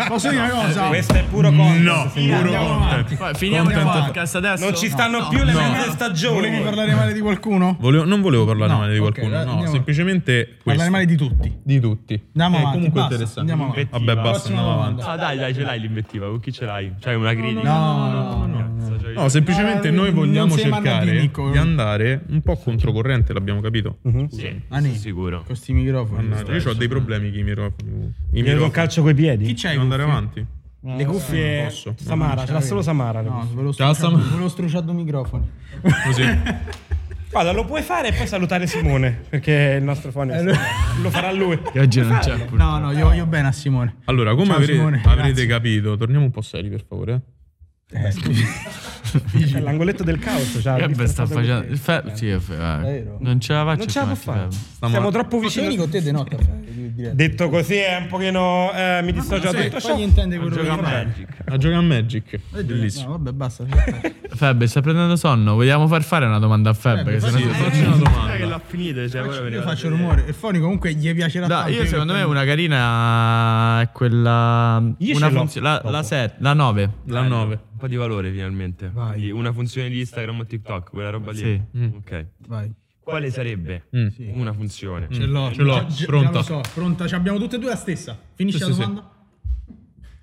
S2: Posso dire una cosa?
S6: Questo è puro content.
S3: no,
S6: signori.
S3: puro
S2: andiamo
S3: content.
S4: Poi Finiamo il
S2: Content.
S4: podcast adesso.
S6: Non ci stanno più le mezze stagioni.
S2: Volevi parlare male di qualcuno?
S3: Volevo- non volevo parlare
S2: No,
S3: male di
S2: ok,
S3: qualcuno, no,
S2: andiamo-
S3: semplicemente questo.
S2: Parlare male di tutti.
S3: di tutti.
S2: Andiamo
S3: È
S2: avanti,
S3: comunque
S2: basta,
S3: interessante.
S2: andiamo avanti.
S3: Vabbè, basta,
S2: Prossima
S3: andiamo avanti.
S2: domanda.
S1: Ah, dai, dai, ce l'hai l'invettiva. Con chi ce l'hai? C'hai una critica?
S2: No, no, no, no.
S1: Cazzo, cioè-
S3: No, semplicemente
S2: No,
S3: noi
S2: non
S3: vogliamo
S2: si manda
S3: cercare
S2: di
S3: di,
S2: Nico.
S3: andare un po' controcorrente, l'abbiamo capito.
S1: Sì,
S2: Ah, no.
S1: sono sicuro.
S2: Con sti microfoni.
S3: Mannaggia, io ho dei problemi con i microfoni. I
S6: Viene col
S3: microfoni.
S6: calcio coi
S2: Chi
S6: piedi.
S2: c'hai?
S3: Devo andare
S2: Guffi?
S3: avanti.
S6: Le cuffie.
S3: posso. No,
S6: Samara, ce l'ha solo Samara. le
S2: No,
S6: cuffie.
S2: ve lo
S3: Ciao,
S2: struciato,
S3: Sam.
S2: ve l'ho struciato i microfoni.
S3: Così.
S6: Guarda, lo puoi fare e poi salutare Simone. Perché è il nostro fan lo farà lui.
S4: Che oggi non c'è pure.
S2: No, no, io voglio bene a Simone.
S3: Allora, come
S2: Ciao,
S3: avre-
S2: Simone,
S3: avrete
S2: grazie.
S3: capito, torniamo un po' seri, per favore. eh.
S6: C'è l'angoletto del caos. c'ha il
S4: Gab sta
S6: disturbato coi
S4: facendo.
S6: piedi.
S4: il fe- sì, il fe- eh.
S2: Vero.
S4: Non ce la faccio.
S6: Non ce la può
S4: a
S6: fare.
S4: farci,
S6: Siamo troppo
S2: Posso
S6: vicini.
S2: venire con te di notte a fare di- diretta?
S6: Detto così è un pochino. eh, mi dissocio da
S2: Sì,
S6: tutto
S2: poi
S6: ciò.
S2: gli intende quello che
S1: Gioca a
S2: vuole.
S1: Magic.
S3: A giocare a Magic. Bellissimo.
S2: No, vabbè, basta.
S4: Feb. Feb, sta prendendo sonno. Vogliamo far fare una domanda a Feb? che se no-
S3: Faccio una
S1: Sai che
S3: domanda.
S1: l'ha finita, cioè, ora
S2: Io
S1: veniva-
S2: faccio rumore. Il fonico comunque gli piacerà
S4: No,
S2: tanto.
S4: io secondo me una carina è quella.
S6: Io
S4: una
S6: ce l'ho,
S4: funzio- la, la, set- la 9.
S3: La 9.
S1: Un po' di valore finalmente.
S2: Vai.
S1: Quindi Una funzione di Instagram o TikTok, quella roba lì.
S4: Sì.
S1: Mm. Ok.
S2: Vai.
S1: Quale sarebbe
S3: Mm.
S1: una funzione?
S2: Ce l'ho,
S3: ce l'ho,
S2: già- già
S3: pronta.
S2: lo so, pronta. Ci abbiamo tutte e due la stessa. Finisci
S3: Sì,
S2: la
S3: sì, sì.
S2: domanda?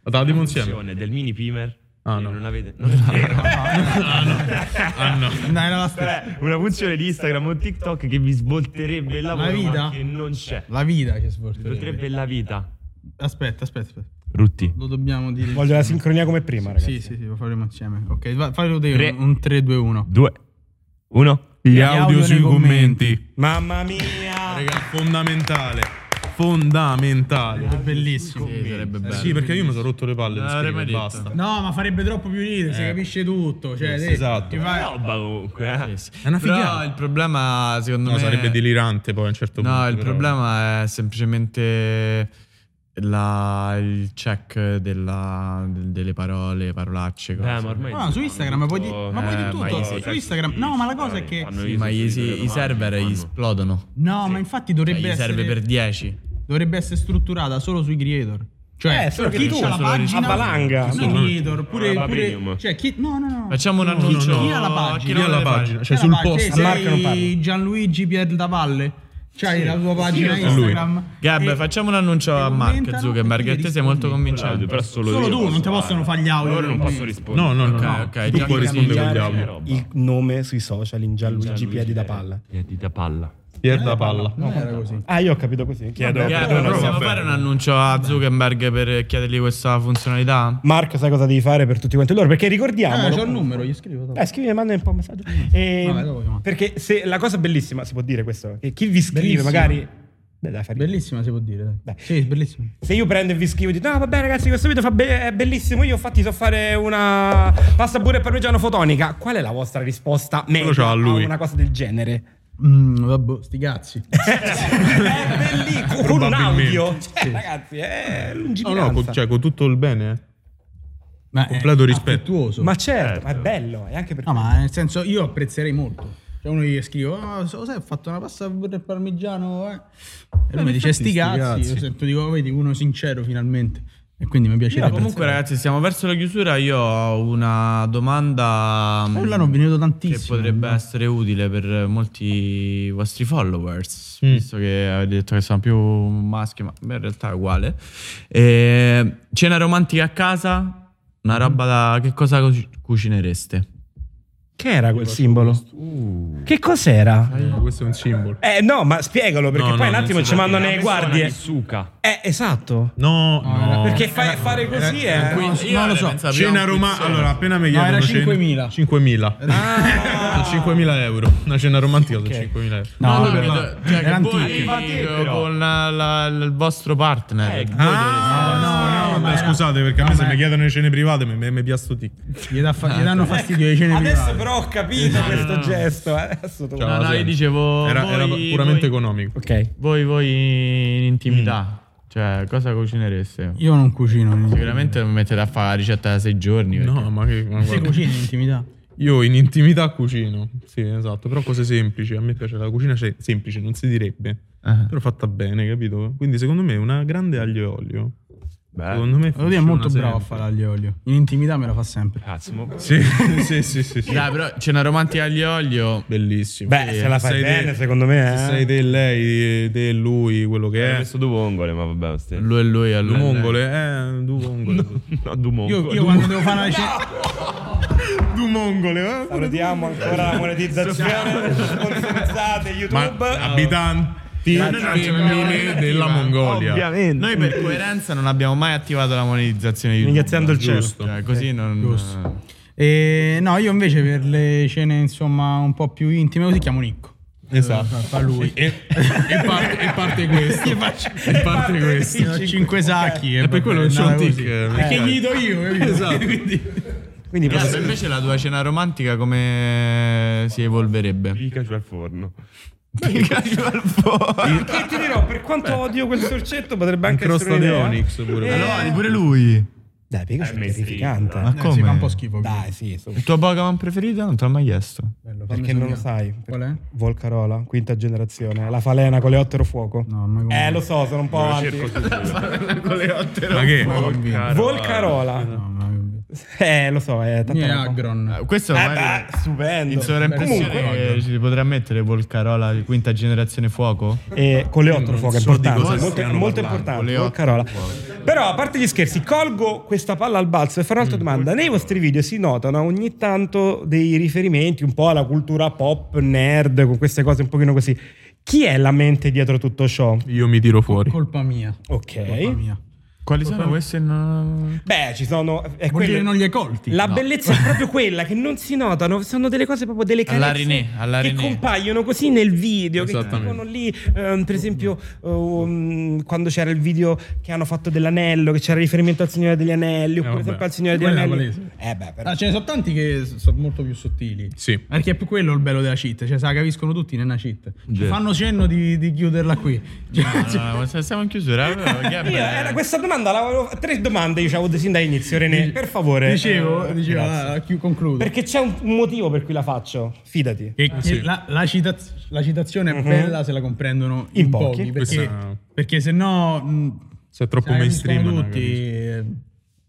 S3: La te la dico
S1: Una
S3: insieme.
S1: funzione del mini pimer.
S3: Ah,
S1: che
S3: no.
S1: Non avete. non è vero.
S3: Ah no.
S2: No, era la stessa.
S1: Cioè, una funzione di Instagram o TikTok che vi svolterebbe il lavoro,
S2: La vita?
S1: ma che non c'è.
S2: La vita che svolterebbe.
S1: Svolterebbe la vita.
S2: Aspetta, aspetta, aspetta.
S1: Rutti.
S2: Lo dobbiamo dire.
S6: Voglio la sincronia come prima, ragazzi.
S2: Sì, sì, sì, lo faremo insieme. Ok, va- fallo te
S1: Tre.
S2: un- un 3 2 1.
S1: 2 1
S3: Gli
S2: audio
S3: audio
S2: nei
S3: sui commenti.
S6: Mamma mia.
S3: Raga, fondamentale. Fondamentale.
S2: Bellissimo.
S4: sarebbe bello.
S3: Eh, Sì, perché io mi sono rotto le palle.
S4: Non
S3: Non
S4: l'avrei mai
S3: scrivere,
S4: detto.
S3: basta.
S2: No, ma farebbe troppo più ridere, si capisce tutto, cioè, te-
S3: esatto.
S2: ti fai-
S1: Roba comunque. eh.
S3: È una
S4: Però
S3: figata.
S4: il problema, secondo
S3: No,
S4: me.
S3: sarebbe delirante poi a un certo punto.
S4: No, il
S3: però.
S4: problema è semplicemente la- il check della- del- delle parole, parolacce. Cose.
S1: Eh, ma ormai
S2: Ah, su Instagram puoi di- ma puoi di
S4: Eh,
S2: tutto.
S4: ma sì.
S2: Su Instagram- no, ma la cosa è che-
S4: Sì, ma i, sì, i server gli esplodono.
S2: No, ma infatti
S4: Cioè,
S2: dovrebbe
S4: gli
S2: essere
S4: serve per 10.
S2: dovrebbe essere strutturata solo sui creator. Cioè,
S6: Eh, solo che
S2: chi
S6: tu,
S2: ha la
S4: solo
S2: pagina
S6: a valanga.
S2: Sui creator, pure,
S1: roba
S2: pure-
S1: premium.
S2: cioè chi no, no, no.
S4: Facciamo un annuncio.
S2: no. Chi ha la pagina?
S4: Chi
S3: Lì alla
S4: la
S3: pagina,
S4: pagina?
S2: C'è
S3: cioè sul
S2: la pagina,
S3: post.
S6: A Marco non
S2: Sei
S6: parla.
S2: Gianluigi Pier da Valle. C'hai la tua pagina
S3: lo so.
S2: Instagram.
S4: Gab,
S2: E-
S4: facciamo un annuncio
S2: e
S4: a Mark
S2: commentano
S4: Zuckerberg.
S2: e
S4: Che
S2: ti
S4: te sei molto
S2: rispondi.
S4: convincente.
S1: Però solo,
S2: Solo
S1: io
S2: tu,
S1: posso
S2: non ti possono fare gli audio. Eh,
S1: Ora non posso
S2: rispondere.
S1: rispondere.
S3: No, no, no.
S4: Ok,
S3: no.
S4: ok,
S3: Tu
S4: già
S3: puoi
S4: che
S3: rispondere con gli
S1: cambiare-
S3: audio.
S6: Il nome sui social in Gianluigi Piedi da Palla.
S1: Piedi da palla.
S3: Pier da palla.
S2: Non era così.
S6: Ah, io ho capito così. Chiedo.
S4: Gab,
S3: Però
S4: possiamo
S3: vabbè.
S4: fare un annuncio a Zuckerberg per chiedergli questa funzionalità?
S6: Marco, sai cosa devi fare per tutti quanti loro? Perché ricordiamo.
S2: Ah, c'ho il numero, gli scrivo. dopo.
S6: Eh, scrivi, manda un po' un messaggio. Ehm, E-
S2: Vabbè, dopo chiamo.
S6: perché se la cosa bellissima, si può dire questo, che chi vi scrive
S2: Bellissima.
S6: magari Beh, dai, fa ridere.
S2: Bellissima si può dire, dai.
S6: Beh.
S2: Sì, bellissima.
S6: Se io prendo e vi scrivo e dite, no, vabbè ragazzi, questo video fa be- è bellissimo, io infatti so fare una pasta burro e parmigiano fotonica, qual è la vostra risposta media
S3: c'ha
S6: a
S3: lui.
S6: una cosa del genere?
S2: Mm, vabbè, sti cazzi.
S6: è bellissimo, con un
S3: Probabilmente.
S6: audio. Cioè, ragazzi, è
S3: No,
S6: lungimiranza.
S3: no, con, cioè, con tutto il bene. eh.
S2: Ma
S3: Completo
S2: è
S3: rispetto.
S2: affettuoso.
S6: Ma certo,
S1: Certo.
S3: Eh,
S6: ma è bello, è anche per
S2: No, ma nel senso io apprezzerei molto. Cioè uno gli scrivo, ah, so- sai, ho fatto una pasta al parmigiano, eh. E lui mi dice, sti cazzi. Io sento, dico, "Oh, vedi, uno sincero finalmente. E quindi mi piacerebbe.
S4: Comunque, ragazzi, stiamo verso la chiusura. Io ho una domanda. mm,
S2: Eh, là non ho venuto
S4: Che
S2: tantissimo.
S4: potrebbe essere utile per molti vostri followers,
S3: Mm.
S4: visto che avete detto che sono più maschi, ma beh, in realtà è uguale. Eh, cena romantica a casa, una roba da... Che cosa cu- cucinereste?
S6: Che era quel simbolo? Che cos'era?
S3: No, questo è un simbolo.
S6: Eh no, ma spiegalo, perché
S3: No,
S6: poi
S3: no,
S6: un
S3: non
S6: attimo
S3: si
S6: ci
S3: sa.
S6: mandano le guardie.
S1: Suca.
S6: Eh, esatto.
S3: No, no.
S6: Perché fa-
S3: eh,
S6: fare così eh. è...
S2: No,
S4: Quindi
S2: non lo so.
S4: pensavo
S3: Cena
S4: abbiamo un
S3: romana.
S4: quizzone.
S3: Allora, appena
S2: No,
S3: mi chiedono
S2: era
S3: cena-
S2: 5.000.
S3: 5.000. 5.000 euro. Una cena romantica sono 5.000 euro.
S4: No, no,
S2: vabbè,
S4: no,
S2: là.
S4: cioè che
S2: Era
S4: voi
S2: antico.
S4: eh, con la- la- il vostro partner. voi dovete-
S3: Ah, no, no, Eh, scusate, perché a me se mi chiedono le cene private mi, mi, mi piasto tic.
S2: Gli, dà fa- gli danno fastidio le cene
S6: Adesso
S2: private.
S6: però ho
S3: Esatto.
S6: capito questo gesto. eh, Adesso tu...
S4: No, no, io dicevo...
S3: Era,
S4: voi-
S3: era puramente
S4: voi,
S3: economico.
S6: Ok.
S4: voi, voi in intimità,
S3: Mm.
S4: cioè cosa cucinereste?
S2: Io non cucino. in intimità.
S4: Sicuramente non mi mettete a fare la ricetta da sei giorni. perché-
S3: No, ma che. ma
S2: Si
S3: guarda.
S2: cucina in intimità.
S3: Io in intimità cucino. Sì, esatto. Però cose semplici. A me piace la cucina se- semplice, non si direbbe.
S4: Ah.
S3: Però fatta bene, capito? Quindi secondo me una grande aglio e olio.
S1: Eh,
S3: Secondo me
S2: Lo è
S3: funziona
S2: molto bravo a
S3: sempre.
S2: fare aglio e olio. In intimità me la fa sempre.
S1: Cazzo, mo-
S3: Sì, sì, sì, sì. sì.
S4: Dai, però c'è una romantica aglio e olio.
S3: Bellissimo.
S6: Beh, se la fai
S3: sei
S6: bene,
S3: te-
S6: secondo me,
S3: se
S6: eh.
S3: sei te, lei, te, lui, quello
S1: Ho
S3: che è.
S1: messo due vongole, ma vabbè, ste.
S4: Lui e lui
S3: Due
S4: allora.
S3: mongole, eh, due mongole.
S1: No, due mongole.
S2: Io, io quando devo fare una cena...
S3: Due mongole, eh.
S6: Salutiamo ancora la monetizzazione. Sponsorizzate
S3: Ma ah,
S6: YouTube.
S3: abitanti femminili della Mongolia.
S1: Ovviamente.
S4: Noi per coerenza non abbiamo mai attivato la monetizzazione di YouTube.
S6: Ringraziando il cielo. Eh,
S4: Giusto. Cioè, così non.
S2: Giusto. E no, io invece per le cene insomma un po' più intime così chiamo Nicco.
S3: Esatto.
S2: Fa lui.
S3: E, e parte, e parte questo. e parte questo.
S2: Ho cinque sacchi. eh,
S3: E per quello non c'è un tic.
S2: Perché
S3: eh.
S2: gli do io, capito?
S3: Esatto.
S6: Quindi
S4: Gabbo, invece la tua cena romantica come si evolverebbe?
S1: Pikachu al forno.
S6: Boh. Che ti dirò, per quanto odio quel sorcetto, potrebbe anche essere
S3: Crosta
S6: un'idea. Eh,
S3: Neonix pure.
S4: Allora, pure lui.
S6: Dai, Pikachu è
S1: Eh,
S6: terrificante.
S4: Ma
S2: Sì, fa
S4: come?
S2: un po' schifo.
S6: Dai, sì, so-
S4: il tuo Pokémon preferito non te l'ho mai chiesto.
S2: Bello, fammi
S6: perché non lo
S2: sognare.
S6: sai.
S2: Qual è?
S6: Volcarola, quinta generazione, la falena con le ottero fuoco.
S2: No, ma come?
S6: Eh, lo so, sono un po' avanti.
S3: Ma che?
S6: Volcarola.
S2: No, ma
S6: Eh, lo so,
S2: Io
S6: è
S2: è
S6: tanto.
S2: Agron.
S4: Eh, Questo
S6: Eh,
S4: magari.
S6: beh, stupendo.
S4: in sovraimpressione
S6: Comunque-
S4: eh, ci si potrà mettere Volcarola di quinta generazione fuoco?
S6: Eh, E con le otto fuoco è
S3: so di
S6: importante,
S3: cosa
S6: è molto,
S3: stiano
S6: molto
S3: parlando,
S6: importante.
S4: le otto
S6: Volcarola. Però a parte gli scherzi, colgo questa palla al balzo e farò
S3: Mm.
S6: un'altra domanda. Nei vostri video si notano ogni tanto dei riferimenti un po' alla cultura pop, nerd, con queste cose un pochino così. Chi è la mente dietro tutto ciò?
S3: Io mi tiro fuori.
S2: Colpa mia. Colpa
S6: Ok.
S2: mia.
S4: Quali sono queste? No.
S6: Beh, ci sono eh, è
S2: Vuol
S6: quello-
S2: dire non li hai colti.
S6: La bellezza è proprio quella che non si notano, sono delle cose proprio delle
S4: Alla
S6: carezze
S4: René, alla
S6: che
S4: René.
S6: compaiono così nel video, che ti
S3: Esattamente.
S6: dicono lì, ehm, per esempio, ehm, quando c'era il video che hanno fatto dell'anello, che c'era riferimento al Signore degli
S4: Eh,
S6: Anelli, oppure
S3: vabbè.
S6: sempre al Signore degli
S2: Quella è
S6: Anelli.
S2: palese.
S6: Eh beh, però.
S2: Ah, ce ne sono tanti che s- sono molto più sottili.
S3: Sì.
S2: Perché è più quello il bello della cheat, cioè se la capiscono tutti nella cheat. Ci
S1: Già.
S2: fanno cenno di, di chiuderla qui. Cioè,
S4: no, no, se siamo in chiusura. eh, Gabbo,
S6: Io, era questa domanda, la avevo- tre domande io ci avevo sin dall'inizio, René, per favore.
S2: Dicevo,
S6: Eh,
S2: dicevo
S6: grazie.
S2: ah, chi- concludo.
S6: Perché c'è un, un motivo per cui la faccio, fidati.
S4: Eh,
S3: Eh,
S2: Che- che la, la citaz- la citazione
S3: Mhm.
S2: è bella se la comprendono in,
S6: In pochi.
S2: pochi, perché,
S3: Questa-
S2: perché se no mm, mh,
S3: esatto. Se è troppo
S2: la capiscono
S3: mainstream. non
S2: tutti.
S3: capisco.
S2: eh,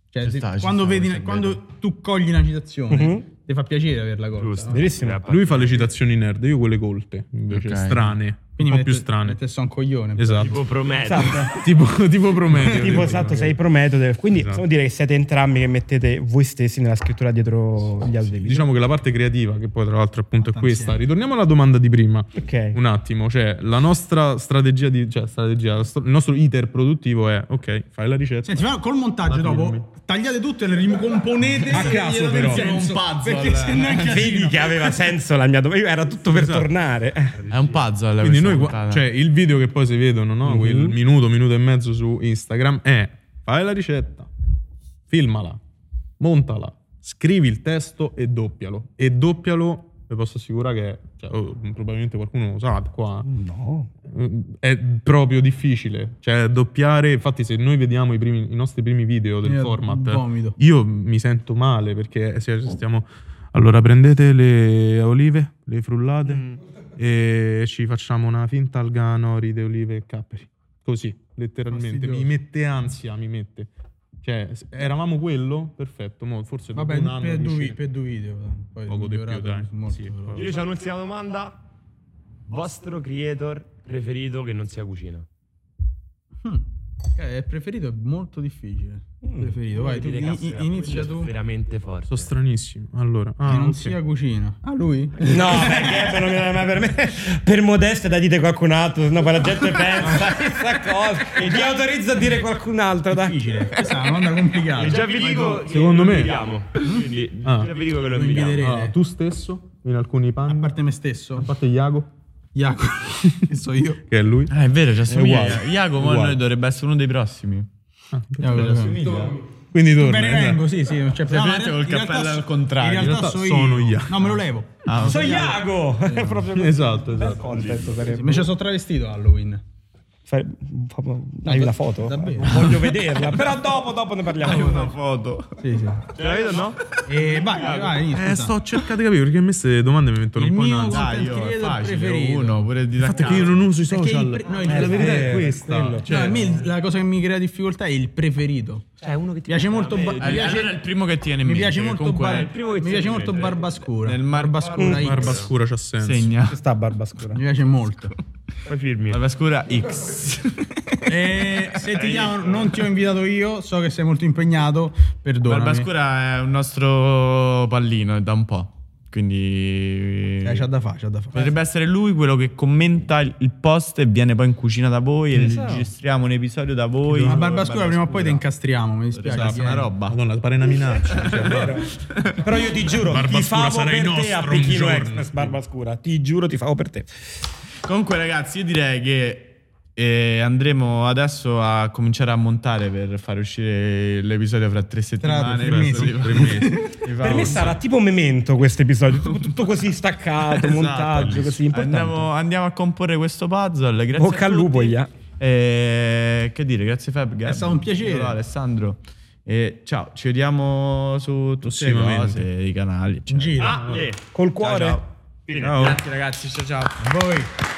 S2: cioè,
S4: Ci
S2: se-
S4: sta, ci
S2: quando,
S4: sta,
S2: vedi-
S4: questa è
S2: quando
S4: bella.
S2: tu cogli una citazione
S6: Mhm.
S2: ti fa piacere averla colta.
S1: Giusto.
S2: no?
S6: Verissimo.
S1: Eh,
S3: Lui fa le citazioni nerd, io quelle colte, invece
S4: Ok.
S3: strane,
S2: Quindi mette-
S3: un po' più strane.
S2: mette solo un coglione.
S3: Esatto.
S1: Tipo Prometeo.
S6: Esatto.
S3: Tipo, tipo Prometeo.
S6: Tipo esatto, sei Prometeo. Quindi
S3: Esatto.
S6: possiamo dire che siete entrambi che mettete voi stessi nella scrittura dietro gli audio dei video.
S3: Diciamo che la parte creativa, che poi tra l'altro appunto è
S2: Attenzione.
S3: questa. Ritorniamo alla domanda di prima.
S6: Ok.
S3: Un attimo, cioè la nostra strategia, di, cioè strategia, la sto- il nostro iter produttivo è, ok, fai la ricetta.
S2: Senti, ma col montaggio
S3: Datemi
S2: dopo
S3: il
S2: tagliate tutto e le ricomponete
S6: A
S2: e
S6: caso,
S2: glielo date
S6: però.
S2: il senso,
S4: È un puzzle,
S2: Perché se no è un casino.
S6: Esatto. Vedi che aveva senso la mia domanda. Io era tutto per tornare.
S4: È un puzzle.
S3: Quindi
S4: questa
S3: noi qua-
S4: puntata.
S3: cioè, il video che poi si vedono, no? Quel
S2: Mhm.
S3: minuto, minuto e mezzo su Instagram è fai la ricetta, filmala, montala, scrivi il testo e doppialo. E doppialo, vi posso assicurare che cioè, oh, probabilmente qualcuno lo sa qua. Eh,
S7: No.
S3: È proprio difficile, cioè doppiare, infatti se noi vediamo i, primi- i nostri primi video del
S2: Io
S3: format,
S2: Vomito.
S3: io mi sento male perché eh, se stiamo. Allora prendete le olive, le frullate
S2: Mm.
S3: e ci facciamo una finta al ganori di olive e capperi. Così, letteralmente.
S2: Fastidioso.
S3: Mi mette ansia, mi mette. Cioè, s- eravamo quello? Perfetto, mo forse dopo
S2: Vabbè,
S3: un anno
S2: per due,
S3: riusciremo.
S2: vi- per due video. Poi
S3: Poco di più,
S2: migliorato,
S3: dai.
S2: molto
S3: Sì,
S2: però.
S1: Io c'ho un'ultima domanda. Vostro creator preferito che non sia cucina?
S2: Hmm. Eh, il preferito è molto difficile.
S1: Mm.
S2: Preferito, vai, tu
S1: Dire,
S2: in-
S1: caspita,
S2: inizia
S1: quello
S2: tu.
S1: è Veramente forte.
S3: Sono stranissimo. Allora, ah,
S2: che non
S3: ok.
S2: sia cucina. Ah, lui?
S6: No, perché non mi viene mai per me. Per modestia dai dite qualcun altro, sennò poi la gente pensa questa cosa. Ti autorizzo a dire qualcun altro, dai.
S2: Difficile. Questa è una domanda complicata.
S1: E già vi dico. che
S3: Secondo
S1: lo
S3: me-
S1: invitiamo. Quindi,
S3: Ah.
S1: già vi dico che lo
S2: Lo
S1: invitiamo.
S2: inviterete.
S3: Allora, tu stesso, in alcuni
S2: A
S3: panni, a
S2: parte me stesso,
S3: parte Iago,
S2: Jacopo, che so io.
S3: che è lui.
S4: Ah, è vero, ci assomiglia.
S3: uguale.
S4: Iacomo
S3: Uguale.
S4: a noi dovrebbe essere uno dei prossimi.
S2: Jacopo,
S3: Quindi torna. eh.
S2: Bene, vengo, sì, sì, non c'è problema.
S4: Ovviamente
S2: In
S4: col
S2: realtà
S4: cappello
S2: so-
S4: al contrario.
S2: In realtà,
S3: In realtà
S2: so
S3: sono
S2: io.
S3: Iago.
S2: No, me lo levo.
S4: Ah,
S6: Sono Iago! È proprio
S3: eh. Esatto, esatto.
S2: Mi ci sono travestito a Halloween.
S7: Fai- fa- Hai la foto?
S2: Davvero?
S6: Eh, Voglio vederla, però dopo, dopo ne
S3: Ah,
S6: parliamo.
S4: una foto.
S2: Sì, sì.
S1: Ce la vedo o no?
S2: E vai, vai,
S3: Eh,
S2: scusa.
S3: sto cercando di capire perché a me queste domande mi mettono
S2: Oh, Il
S3: un po' in
S2: mio
S3: ansia.
S4: Dai,
S2: content
S4: io è
S2: creator
S4: facile,
S2: preferito.
S4: uno, pure di
S3: Il fatto è che io non uso i
S2: Perché il
S3: social.
S2: pre- no,
S3: Eh,
S2: il-
S3: la verità è
S2: eh,
S3: questa. Cioè,
S2: No, a me il- la cosa che mi crea difficoltà è il preferito. Cioè, uno che ti piace molto ba- mi
S4: Allora,
S2: piace-
S4: eh, allora è il primo che tiene in
S2: mi
S4: mente.
S2: piace
S4: che
S2: molto
S4: comunque
S2: bar-
S4: è-
S1: primo che
S2: mi
S1: ti
S2: piace
S1: viene
S2: molto
S1: in mente.
S2: Barbascura.
S4: Nel mar-
S2: Barbascura X.
S3: Barba scura c'ha senso.
S4: segna.
S7: Ci sta barba scura.
S2: Mi piace molto.
S1: Poi firmi.
S4: La scura X.
S2: E Eh, se ti chiamano, non ti ho invitato io, so che sei molto impegnato, perdonami.
S4: Barbascura è un nostro pallino è da un po'. Quindi
S2: Eh, c'ha da fare, c'ha da fare.
S4: potrebbe essere lui quello che commenta il- il post e viene poi in cucina da voi e registriamo un episodio da voi.
S2: Esatto. Ma Barbascura prima o poi ti incastriamo, mi dispiace.
S4: Esatto,
S2: Sì,
S4: una
S2: eh.
S4: roba.
S3: Madonna, pare una minaccia. cioè, guarda.
S6: Però io ti giuro,
S3: Barba
S6: ti
S3: scura
S6: favo
S3: sarai
S6: per te
S3: nostro
S6: a
S3: un
S6: Pechino
S3: giorno.
S6: Express, barba scura. Ti giuro, ti favo per te.
S4: Comunque, ragazzi, io direi che eh, andremo adesso a cominciare a montare per fare uscire l'episodio fra tre settimane.
S2: tre mesi.
S4: Sì,
S3: Tre mesi.
S4: Vi fa
S6: Per me
S4: un-
S6: sarà tipo memento questo episodio, tutto, tutto così staccato,
S4: Esatto.
S6: montaggio, così importante.
S4: Andiamo, andiamo a comporre questo puzzle. Grazie
S6: Bocca
S4: a
S6: al
S4: tutti.
S6: lupo, Ia.
S4: Eh, che dire, grazie Fab. Gab,
S2: stato un piacere.
S4: Nicolò, Alessandro. E ciao, ci vediamo su tutte le
S3: Prossimamente.
S4: cose, i canali. eccetera.
S2: Giro.
S1: Ah, eh.
S6: Col cuore.
S4: Ciao, ciao.
S1: Fine.
S4: Grazie ragazzi, ciao ciao.
S2: Voi.